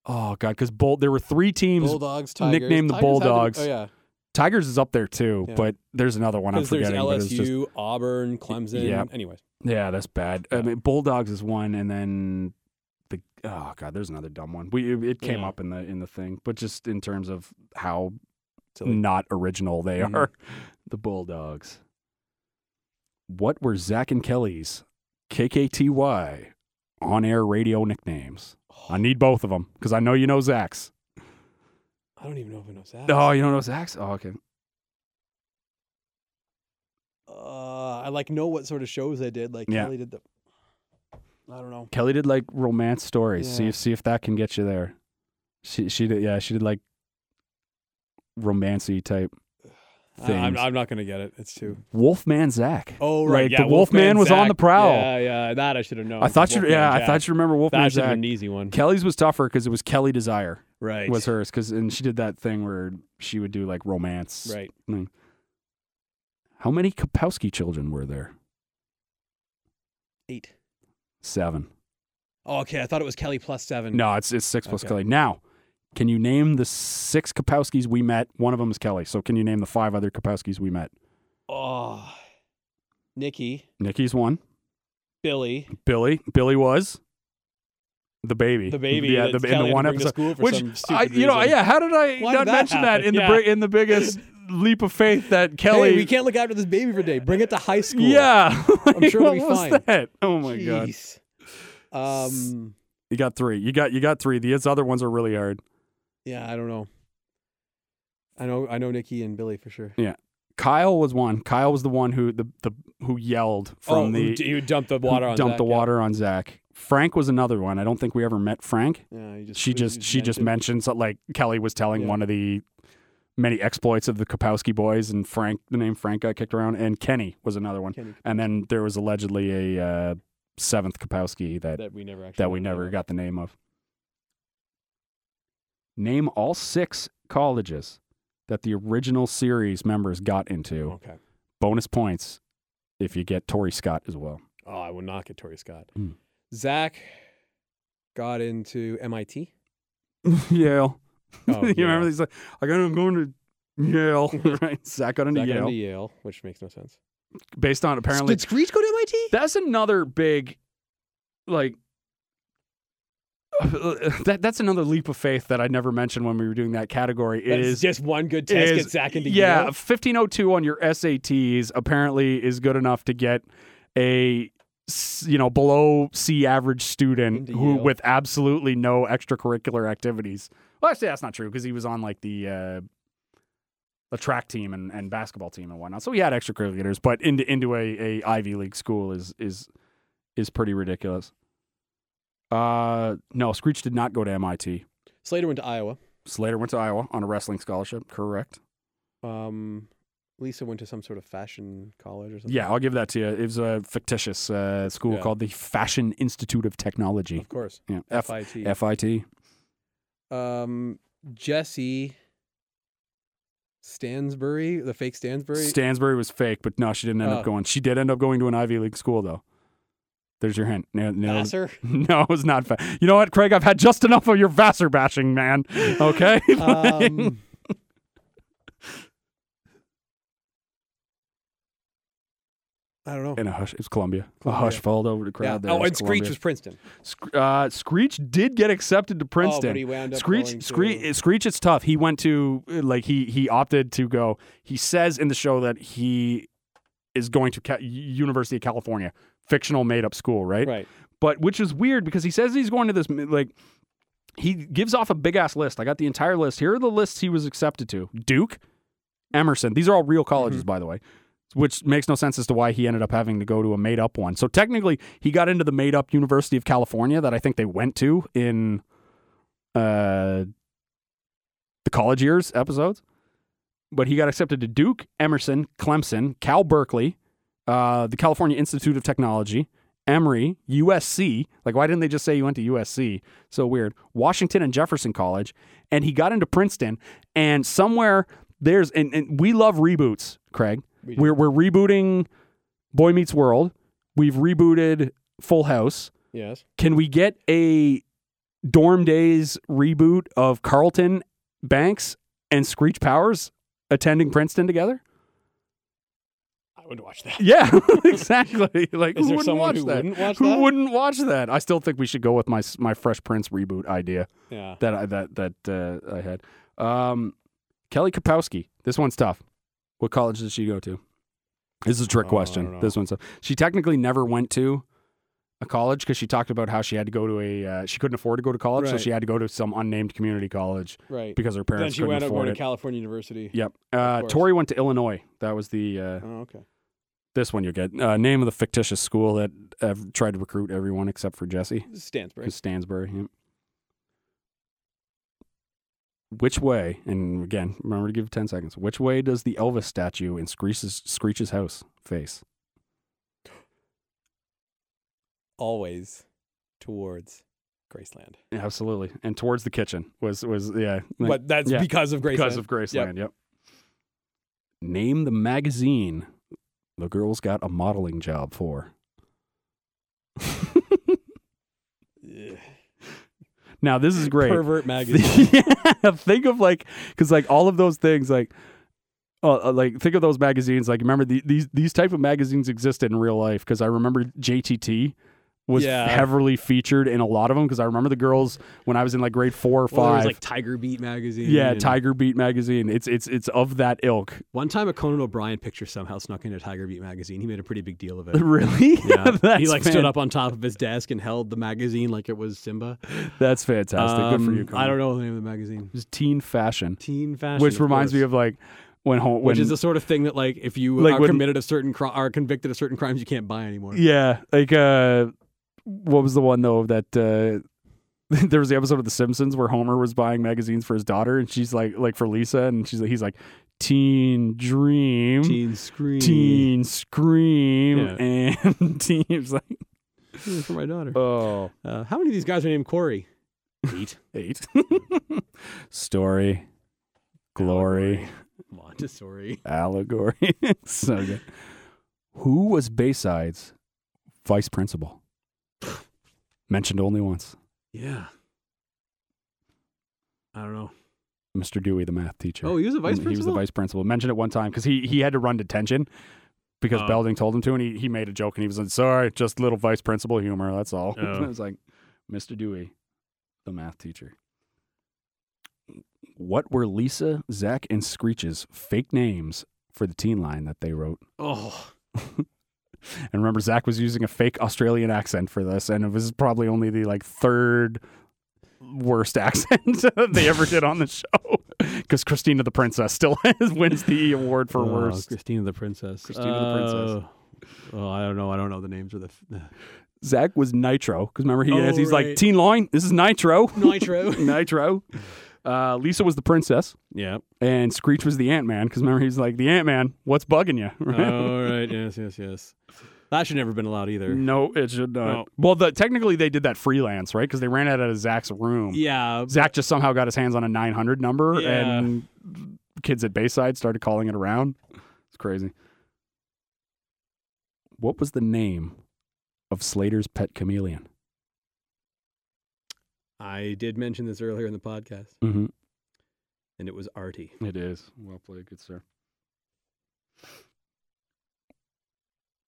oh god, because bull. There were three (laughs) teams. Bulldogs, Tigers. nickname the Tigers had to be- Bulldogs. oh, yeah. Tigers is up there too, Yeah. but there's another one I'm Because there's forgetting. but it's LSU, just- Auburn, Clemson. Yeah. Anyways. Yeah, that's bad. I mean, Bulldogs is one, and then the oh god, there's another dumb one. We it, it came Yeah. up in the in the thing, but just in terms of how Silly. (sighs) not original they Mhm. are, (laughs) the Bulldogs. What were Zach and Kelly's KKTY on-air radio nicknames? I need both of them because I know you know Zach's. I don't even know if I know that. Oh, you don't know Zach's? Oh, okay. Uh, I like know what sort of shows I did. Like Yeah. Kelly did the. I don't know. Kelly did like romance stories. See Yeah. if see if that can get you there. She she did yeah she did like romancy type I, I'm, things. I'm not gonna get it. It's too. Wolfman Zach. Oh right, Like, yeah. the Wolfman was on Zach. the prowl. Yeah, yeah. That I should have known. I thought you Wolfman yeah I Jack. thought you remember Wolfman that should have Zach. been an easy one. Kelly's was tougher because it was Kelly Desire Right. was hers because and she did that thing where she would do like romance. Right. thing. How many Kapowski children were there? Eight. Seven. Oh, okay. I thought it was Kelly plus seven. No, it's it's six plus Okay. Kelly. Now, can you name the six Kapowskis we met? One of them is Kelly. So can you name the five other Kapowskis we met? Oh. Nikki, Nikki's one. Billy, Billy. Billy was the baby. (laughs) the baby. Yeah, that the, in Kelly the had one to bring to episode. school for Which some stupid I, you know, reason. yeah. How did I Why did not that mention that in happen? the bri- in the biggest leap of faith that Kelly? Hey, we can't look after this baby for a day. Bring it to high school. Yeah, (laughs) I'm sure what it'll be was fine. that? Oh my god! Jeez. Um. You got three. You got you got three. These other ones are really hard. Yeah, I don't know. I know. I know Nikki and Billy for sure. Kyle was one. Kyle was the one who the, the who yelled Oh, from the you dumped the who water on. dumped Zach, the water on Zach. Frank was another one. I don't think we ever met Frank. Yeah, yeah you just She just she just mentioned so- like Kelly was telling Yeah. one of the many exploits of the Kapowski boys, and Frank the name Frank got kicked around, and Kenny was another one. Kenny And then there was allegedly a uh, seventh Kapowski that that we never actually that we never got the name of. Name all six colleges that the original series members got into. Okay. Bonus points if you get Tori Scott as well. (laughs) Oh, I will not get Tori Scott. Hmm. Zach got into MIT. Yale. Oh, (laughs) you Yale. remember these? Like, I got, I'm going to Yale. right? Zach got into Zach got Yale into Yale, which makes no sense. based on apparently. Did Screech go to MIT? that's another big, like. (sighs) That that's another leap of faith that I never mentioned when we were doing that category. That is is just one good test is- gets Zach into yeah, Yale. 1502 on your SATs apparently is good enough to get a s- you know below C average student Into who Yale. with absolutely no extracurricular activities. Well, actually, that's not true because he was on like the uh, the track team and, and basketball team and whatnot, so he had extracurriculars. But into into a, a Ivy League school is is is pretty ridiculous. Uh, no, Screech did not go to MIT. Slater went to Iowa. Slater went to Iowa on a wrestling scholarship. Correct. Um, Lisa went to some sort of fashion college or something. Yeah, I'll give that to you. It was a fictitious uh, school Yeah. called the Fashion Institute of Technology. of course. Yeah, F- FIT. FIT. um, Jesse Stansbury, the fake Stansbury. Stansbury was fake, but no, she didn't end Oh. up going. She did end up going to an Ivy League school, though. There's your hint. No, no, Vassar. (laughs) no it was not. Fa- you know what, Craig? I've had just enough of your Vassar bashing, man. Okay. (laughs) Um, I don't know. in a hush, it was Columbia. Columbia. A hush followed over the Yeah. crowd. There. Oh, It was and Screech Columbia. was Princeton. Sc- uh, Screech did get accepted to Princeton. Oh, but he wound up going Screech, to- Screech, Screech. It's tough. He went to like he he opted to go. He says in the show that he is going to Ca- University of California, fictional made up school, right? Right. But which is weird because he says he's going to this like he gives off a big ass list. I got the entire list. Here are the lists he was accepted to: Duke, Emerson. These are all real colleges, by the way. Which makes no sense as to why he ended up having to go to a made up one. So technically, he got into the made up University of California that I think they went to in uh, the college years episodes. But he got accepted to Duke, Emerson, Clemson, Cal Berkeley, uh, the California Institute of Technology, Emory, USC. Like, why didn't they just say you went to USC? So weird. Washington and Jefferson College. And he got into Princeton. And somewhere there's, and, and we love reboots, Craig. We do. We're, we're rebooting Boy Meets World. We've rebooted Full House. Yes. Can we get a dorm days reboot of Carlton Banks and Screech Powers attending Princeton (laughs) together? I (laughs) would watch that. Yeah, exactly. Like who Is there wouldn't someone watch who that? wouldn't watch who that? wouldn't watch that? I still think we should go with my s- my Fresh Prince reboot idea Yeah. that I that that uh, I had. Um, Kelly Kapowski. This one's tough. What college did she go to? This is a trick Oh, I don't know. question. This one's tough. She technically never went to a college because she talked about how she had to go to a uh, she couldn't afford to go to college, so Right. she had to go to some unnamed community college Right. because her Then parents she couldn't wound up afford going to it. California University. Yep. Uh, course. Tori went to Illinois. That was the uh, Oh, okay. This one you get. Uh, name of the fictitious school that uh, tried to recruit everyone except for Jesse. Stansbury. Who's Stansbury. Yep. Which way, and again, remember to give 10 seconds. Which way does the Elvis statue in Screech's, Screech's house face? Always towards Graceland. Absolutely. And towards the kitchen was, was yeah. like, but that's yeah, because of Graceland. because of Graceland, yep. Name the magazine the girls got a modeling job for. (laughs) now, this is great. Pervert (laughs) magazine. yeah, think of like because like all of those things like uh, uh, like think of those magazines like remember the, these these type of magazines existed in real life because i remember jtt was Yeah. heavily featured in a lot of them because i remember the girls when i was in like grade four or Well, there five was like Tiger Beat magazine. yeah and- tiger beat magazine it's it's it's of that ilk (laughs) One time, a Conan O'Brien picture somehow snuck into Tiger Beat magazine. He made a pretty big deal (laughs) of it. really (laughs) Yeah. (laughs) that's he like stood fan- up on top of his desk and held the magazine like it was Simba. that's fantastic good for Um, you I don't know the name of the magazine. it was teen fashion Teen fashion, which reminds me course. of like when home when which is the sort of thing that like if you Like are when- committed a certain cri- are convicted of certain crimes, you can't buy anymore. Yeah, like uh what was the one though that uh (laughs) there was the episode of The Simpsons where Homer was buying magazines for his daughter and she's like like for Lisa and she's like he's like teen dream teen, Teen screen scream Yeah. and (laughs) teens like for my daughter. oh Uh, how many of these guys are named Corey? Eight. eight story (laughs) glory Montessori. allegory (laughs) so good who was Bayside's vice principal mentioned only once Yeah. I don't know. Mr. Dewey, the math teacher. Oh, he was a vice And He was the principal? vice principal. Mentioned it one time because he, he had to run detention because Oh. Belding told him to, and he, he made a joke and he was like, "Sorry, just little vice principal humor. That's all." (laughs) Oh. it was like, Mr. Dewey, the math teacher. What were Lisa, Zach, and Screech's fake names for the teen line that they wrote? Oh, And remember, Zach was using a fake Australian accent for this, and it was probably only the like third worst (laughs) accent they ever did on the show (laughs) because Christina the Princess still (laughs) wins the award for Oh, worst. Christina the Princess. Christina the Princess. Princess. Oh, I don't know. I don't know the names of the. Zach was Nitro because remember he Oh, he's like right. Teen Line. This is Nitro. (laughs) (laughs) Nitro. Nitro. Uh, Lisa was the princess, (laughs) yeah. and Screech was the Ant Man because remember he's like the Ant Man. What's bugging you? (laughs) All (laughs) right. Yes. Yes. Yes. That should never been allowed either. No, it should not. No. Well, the, technically they did that freelance, right? Because they ran out of Zach's room. Yeah. Zach just somehow got his hands on a 900 number, Yeah. and kids at Bayside started calling it around. It's crazy. What was the name of Slater's pet chameleon? I did mention this earlier in the podcast, Mm-hmm. and it was Artie. It is. Well played, good sir.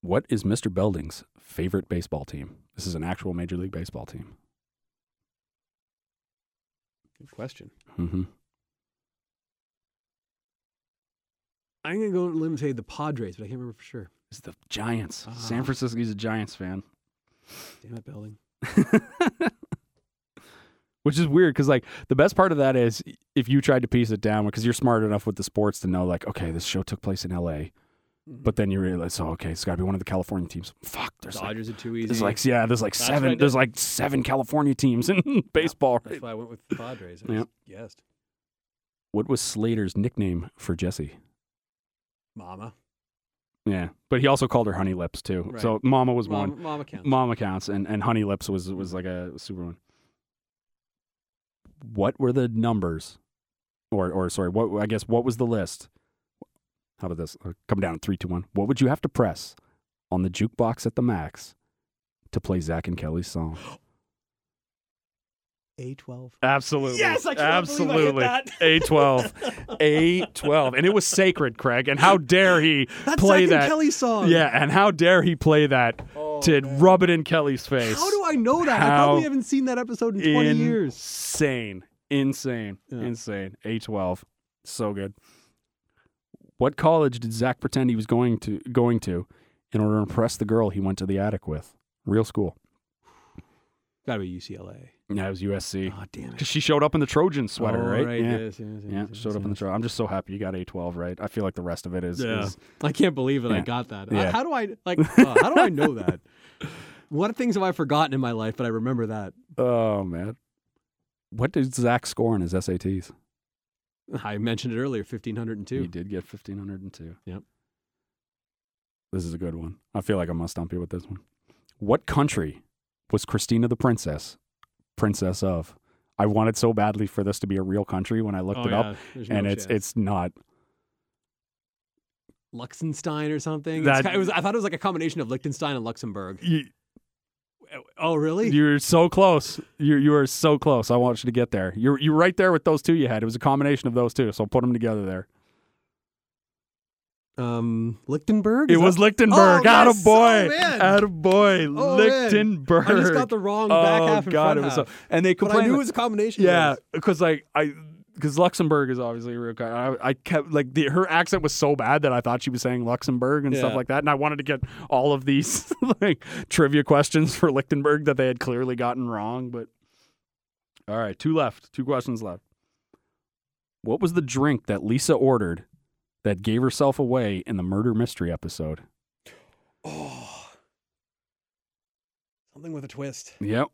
What is Mr. Belding's favorite baseball team? This is an actual Major League Baseball team. Good question. Mm-hmm. I'm gonna go on a limb and say the Padres, but I can't remember for sure. It's the Giants. Ah. San Francisco. He's a Giants fan. Damn it, Belding. Which is weird because, like, the best part of that is if you tried to piece it down, because you're smart enough with the sports to know, like, okay, this show took place in LA, but then you realize, oh, okay, it's got to be one of the California teams. Fuck, there's like, Dodgers are too easy. there's like, yeah, there's like That's what I seven, did. there's like seven California teams in (laughs) baseball. That's why I went with the Padres. I Yeah. just guessed. What was Slater's nickname for Jesse? Mama. Yeah, but he also called her Honey Lips too. Right. So Mama was Mama, one. Mama counts. Mom accounts and, and Honey Lips was was like a super one. What were the numbers, or or sorry, what I guess what was the list? How about this? Uh, Come down three, two, one. What would you have to press on the jukebox at the max to play Zach and Kelly's song? A twelve. Absolutely, Yes, I cannot believe I hit that. A twelve, (laughs) (laughs) A twelve, and it was sacred, Craig. And how dare he That's play Zach that? and Kelly's song. Yeah, and how dare he play that Oh, to rub it in Kelly's face? Oh, How do I know that? I How probably haven't seen that episode in 20 years. Insane. Insane. Yeah. Insane. A12. So good. What college did Zach pretend he was going to going to in order to impress the girl he went to the attic with? Real school. Gotta be UCLA. Yeah, it was USC. Uh-huh. Oh damn it! Because she showed up in the Trojan sweater, Oh, right? Yeah. Yes, yes, yes, Yeah, yes, showed up in the yes. Trojan. I'm just so happy you got A12 right. I feel like the rest of it is. Yeah. is- I can't believe that I Yeah. got that. Yeah. I, how do I (laughs) like? uh, how do I know that? What things have I forgotten in my life, but I remember that oh man, what did Zach score on his SATs? I mentioned it earlier, fifteen hundred and He two. did get 1502. Yep. This is a good one. I feel like I must stump you with this one. What country was Christina the Princess, princess of? I wanted so badly for this to be a real country when I looked Oh, it up, and it's it's not. Liechtenstein or something. That- It's ki- it was, I thought it was like a combination of Liechtenstein and Luxembourg. You, Oh, really? You're so close. You you are so close. I want you to get there. You're you're right there with those two you had. It was a combination of those two, so put them together there. um, Lichtenberg. It Is was that- Lichtenberg. Oh, Out yes! of boy. Oh, man. Out of boy. Oh, man. Lichtenberg. I just got the wrong back oh half and god, front it was so. half. And they but I complained. knew it was a combination. of yeah, those. because like I. Because Luxembourg is obviously a real country. I, I kept like the, her accent was so bad that I thought she was saying Luxembourg and stuff Yeah. like that, and I wanted to get all of these (laughs) like trivia questions for Lichtenberg that they had clearly gotten wrong. But all right, two left, two questions left. What was the drink that Lisa ordered that gave herself away in the murder mystery episode? Oh. Something with a twist. Yep.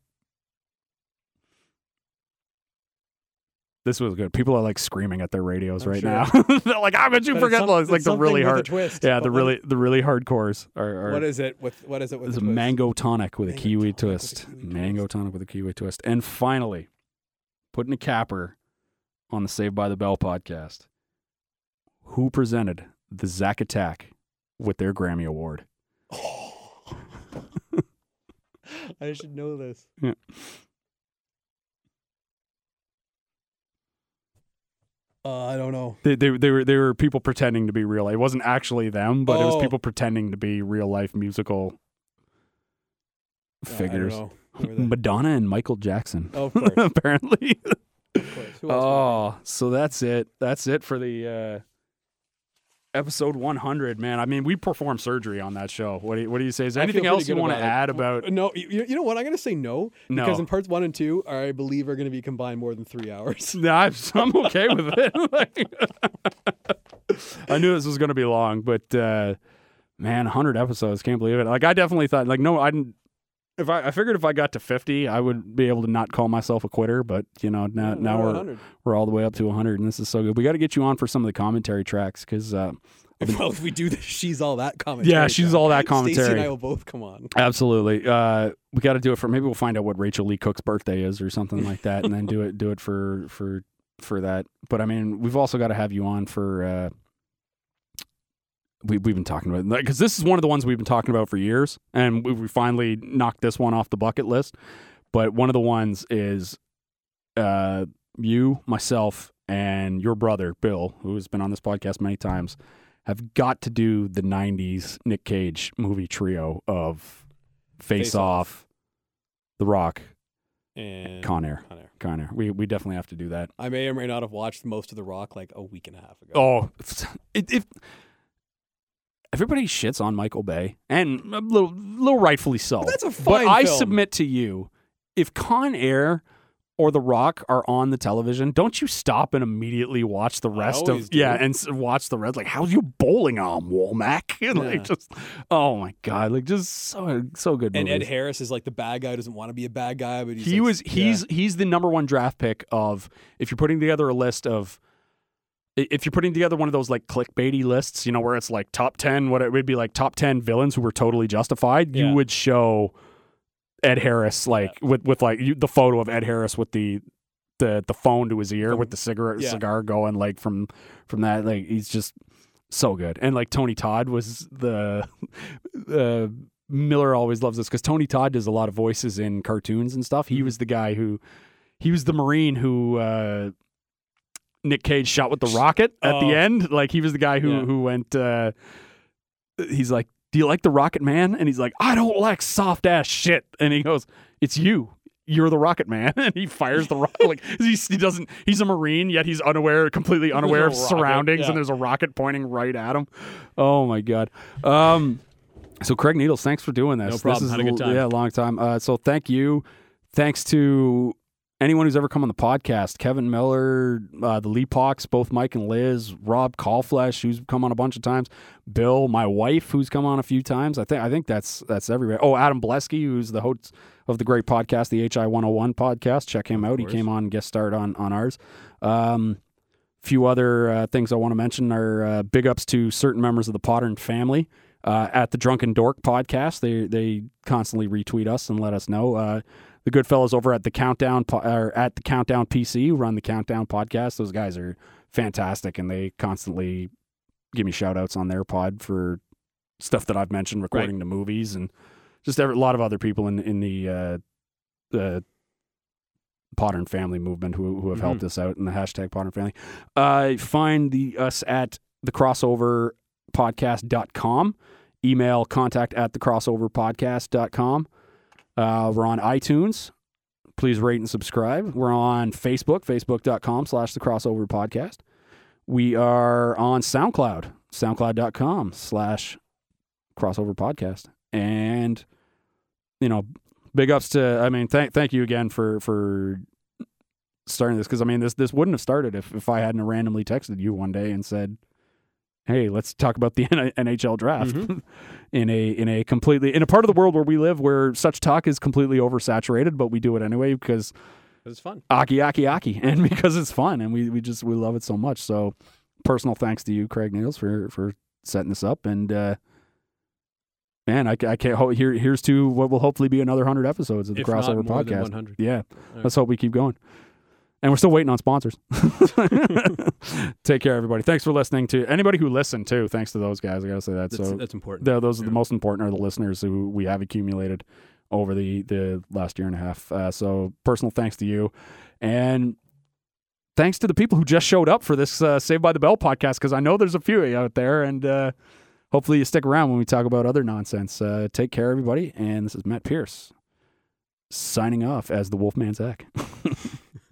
This was good. People are like screaming at their radios I'm right sure. now. (laughs) They're like, "How could you But it's forget some- those?" Like it's the something really with a hard, twist. (laughs) yeah, But the what- really the really hardcores are. are What is it with what is it with it's a the twist? (laughs) mango tonic with a Mango kiwi tonic with a twist. kiwi mango twist. tonic with a kiwi twist. And finally, putting a capper on the Saved by the Bell podcast. Who presented the Zack Attack with their Grammy Award? I should know this. Uh, I don't know. They, they, they were they were people pretending to be real. It wasn't actually them, but it was Oh. people pretending to be real life musical Uh, I don't figures. know. Who are they? Madonna and Michael Jackson, (laughs) Oh, of course. apparently. Of course. Who else? Oh, so that's it. That's it for the uh, episode 100. Man, I mean, we perform surgery on that show. What do you, what do you say? Is there I feel anything pretty else you good want to about it. add about? no, you, you know what? I'm gonna say no No, because in parts one and two, I believe are gonna be combined more than three hours. No, I'm, I'm okay with it. (laughs) Like- I knew this was going to be long, but uh, man, 100 episodes, can't believe it. Like I definitely thought, like no, I didn't. If I, I figured if I got to 50, I would be able to not call myself a quitter. But you know, now Yeah, now we're we're at 100. we're all the way up to 100, and this is so good. We got to get you on for some of the commentary tracks because uh, (laughs) well, if we do this, she's all that commentary. yeah, she's all that Stacy and I commentary. will both come on. Absolutely, uh, we got to do it for. Maybe we'll find out what Rachel Lee Cook's birthday is or something like that, and then do it do it for for for that. But I mean, we've also got to have you on for. Uh, we, we've been talking about because this is one of the ones we've been talking about for years, and we, we finally knocked this one off the bucket list. But one of the ones is uh, you, myself, and your brother Bill, who has been on this podcast many times, have got to do the '90s Nick Cage movie trio of Face, Face Off, Off. The Rock, And Con Air. Con Air. Con Air. We we definitely have to do that. I may or may not have watched most of The Rock like a week and a half ago. Oh, (laughs) if, if everybody shits on Michael Bay, and a little, little rightfully so. But that's a fine I film. submit to you, if Con Air or The Rock are on the television, don't you stop and immediately watch the rest always of do. yeah, and s- watch the rest. Like, how's your bowling arm, Womack? (laughs) And like, just oh my god, like just so so good. and Ed movies. Harris is like the bad guy who doesn't want to be a bad guy, but he's he like- was he's he's the number one draft pick of if you're putting together a list of i- if you're putting together one of those like clickbaity lists, you know, where it's like top ten, what it would be like top ten villains who were totally justified, Yeah. you would show Ed Harris like with with like you, the photo of Ed Harris with the the the phone to his ear with the cigarette yeah. cigar going like from from that like he's just so good and like Tony Todd was the (laughs) uh, Miller always loves this because Tony Todd does a lot of voices in cartoons and stuff. He Mm-hmm. was the guy who he was the Marine who uh, Nick Cage shot with the rocket at Oh. the end. Like he was the guy who Yeah. who went. Uh, he's like, "Do you like the Rocket Man?" And he's like, "I don't like soft ass shit." And he goes, "It's you." You're the Rocket Man, (laughs) and he fires the rocket. Like he, he doesn't. He's a Marine, yet he's unaware, completely unaware of rocket, surroundings, yeah. and there's a rocket pointing right at him. Oh my god! Um, so Craig Needles, thanks for doing this. No problem. This is Had a good l- time. Yeah, long time. Uh, so thank you. thanks to anyone who's ever come on the podcast Kevin Miller, uh, the Lee Pox, both Mike and Liz, Rob Callflesh, who's come on a bunch of times, Bill, my wife, who's come on a few times. I think I think that's that's everybody. Oh, Adam Blesky, who's the host of the great podcast, the HI 101 podcast. Check him out. He came on guest starred on on ours. Um, few other uh, things I want to mention are uh, big ups to certain members of the Pottern family. Uh, at the Drunken Dork podcast, they they constantly retweet us and let us know. Uh, the good fellows over at the Countdown po- or at the Countdown PC who run the Countdown podcast. Those guys are fantastic, and they constantly give me shout outs on their pod for stuff that I've mentioned, recording the movies, and just every, a lot of other people in in the uh, the Potter and Family movement who who have helped us out in the hashtag Potter and Family. Uh, find the us at the crossover podcast.com email contact at the crossover podcast.com uh, we're on iTunes. Please rate and subscribe. We're on Facebook, facebook.com slash the crossover podcast. We are on SoundCloud, soundcloud.com slash crossover podcast. And, you know, big ups to, I mean, thank, thank you again for, for starting this. Cause I mean, this, this wouldn't have started if, if I hadn't randomly texted you one day and said, Hey, let's talk about the (laughs) NHL draft (laughs) in a in a completely in a part of the world where we live where such talk is completely oversaturated, but we do it anyway because It's fun. aki aki aki (laughs) and because it's fun and we, we just we love it so much. So personal thanks to you, Craig Niels, for for setting this up and uh man, I, ca- I can't ho- here here's to what will hopefully be another hundred episodes of the If not crossover more than podcast. 100. Yeah. Let's hope we keep going. And we're still waiting (laughs) on sponsors. (laughs) Take care, everybody. Thanks for listening to anybody who listened too. Thanks to those guys. I gotta say that. That's, so that's important. the, those are the most important are the listeners who we have accumulated over the the last year and a half. Uh, so personal thanks to you, and thanks to the people who just showed up for this uh, Saved by the Bell podcast because I know there's a few of you out there, and uh, hopefully you stick around when we talk about other nonsense. Uh, take care, everybody, and this is Matt Pierce signing off as the Wolfman Zach. (laughs)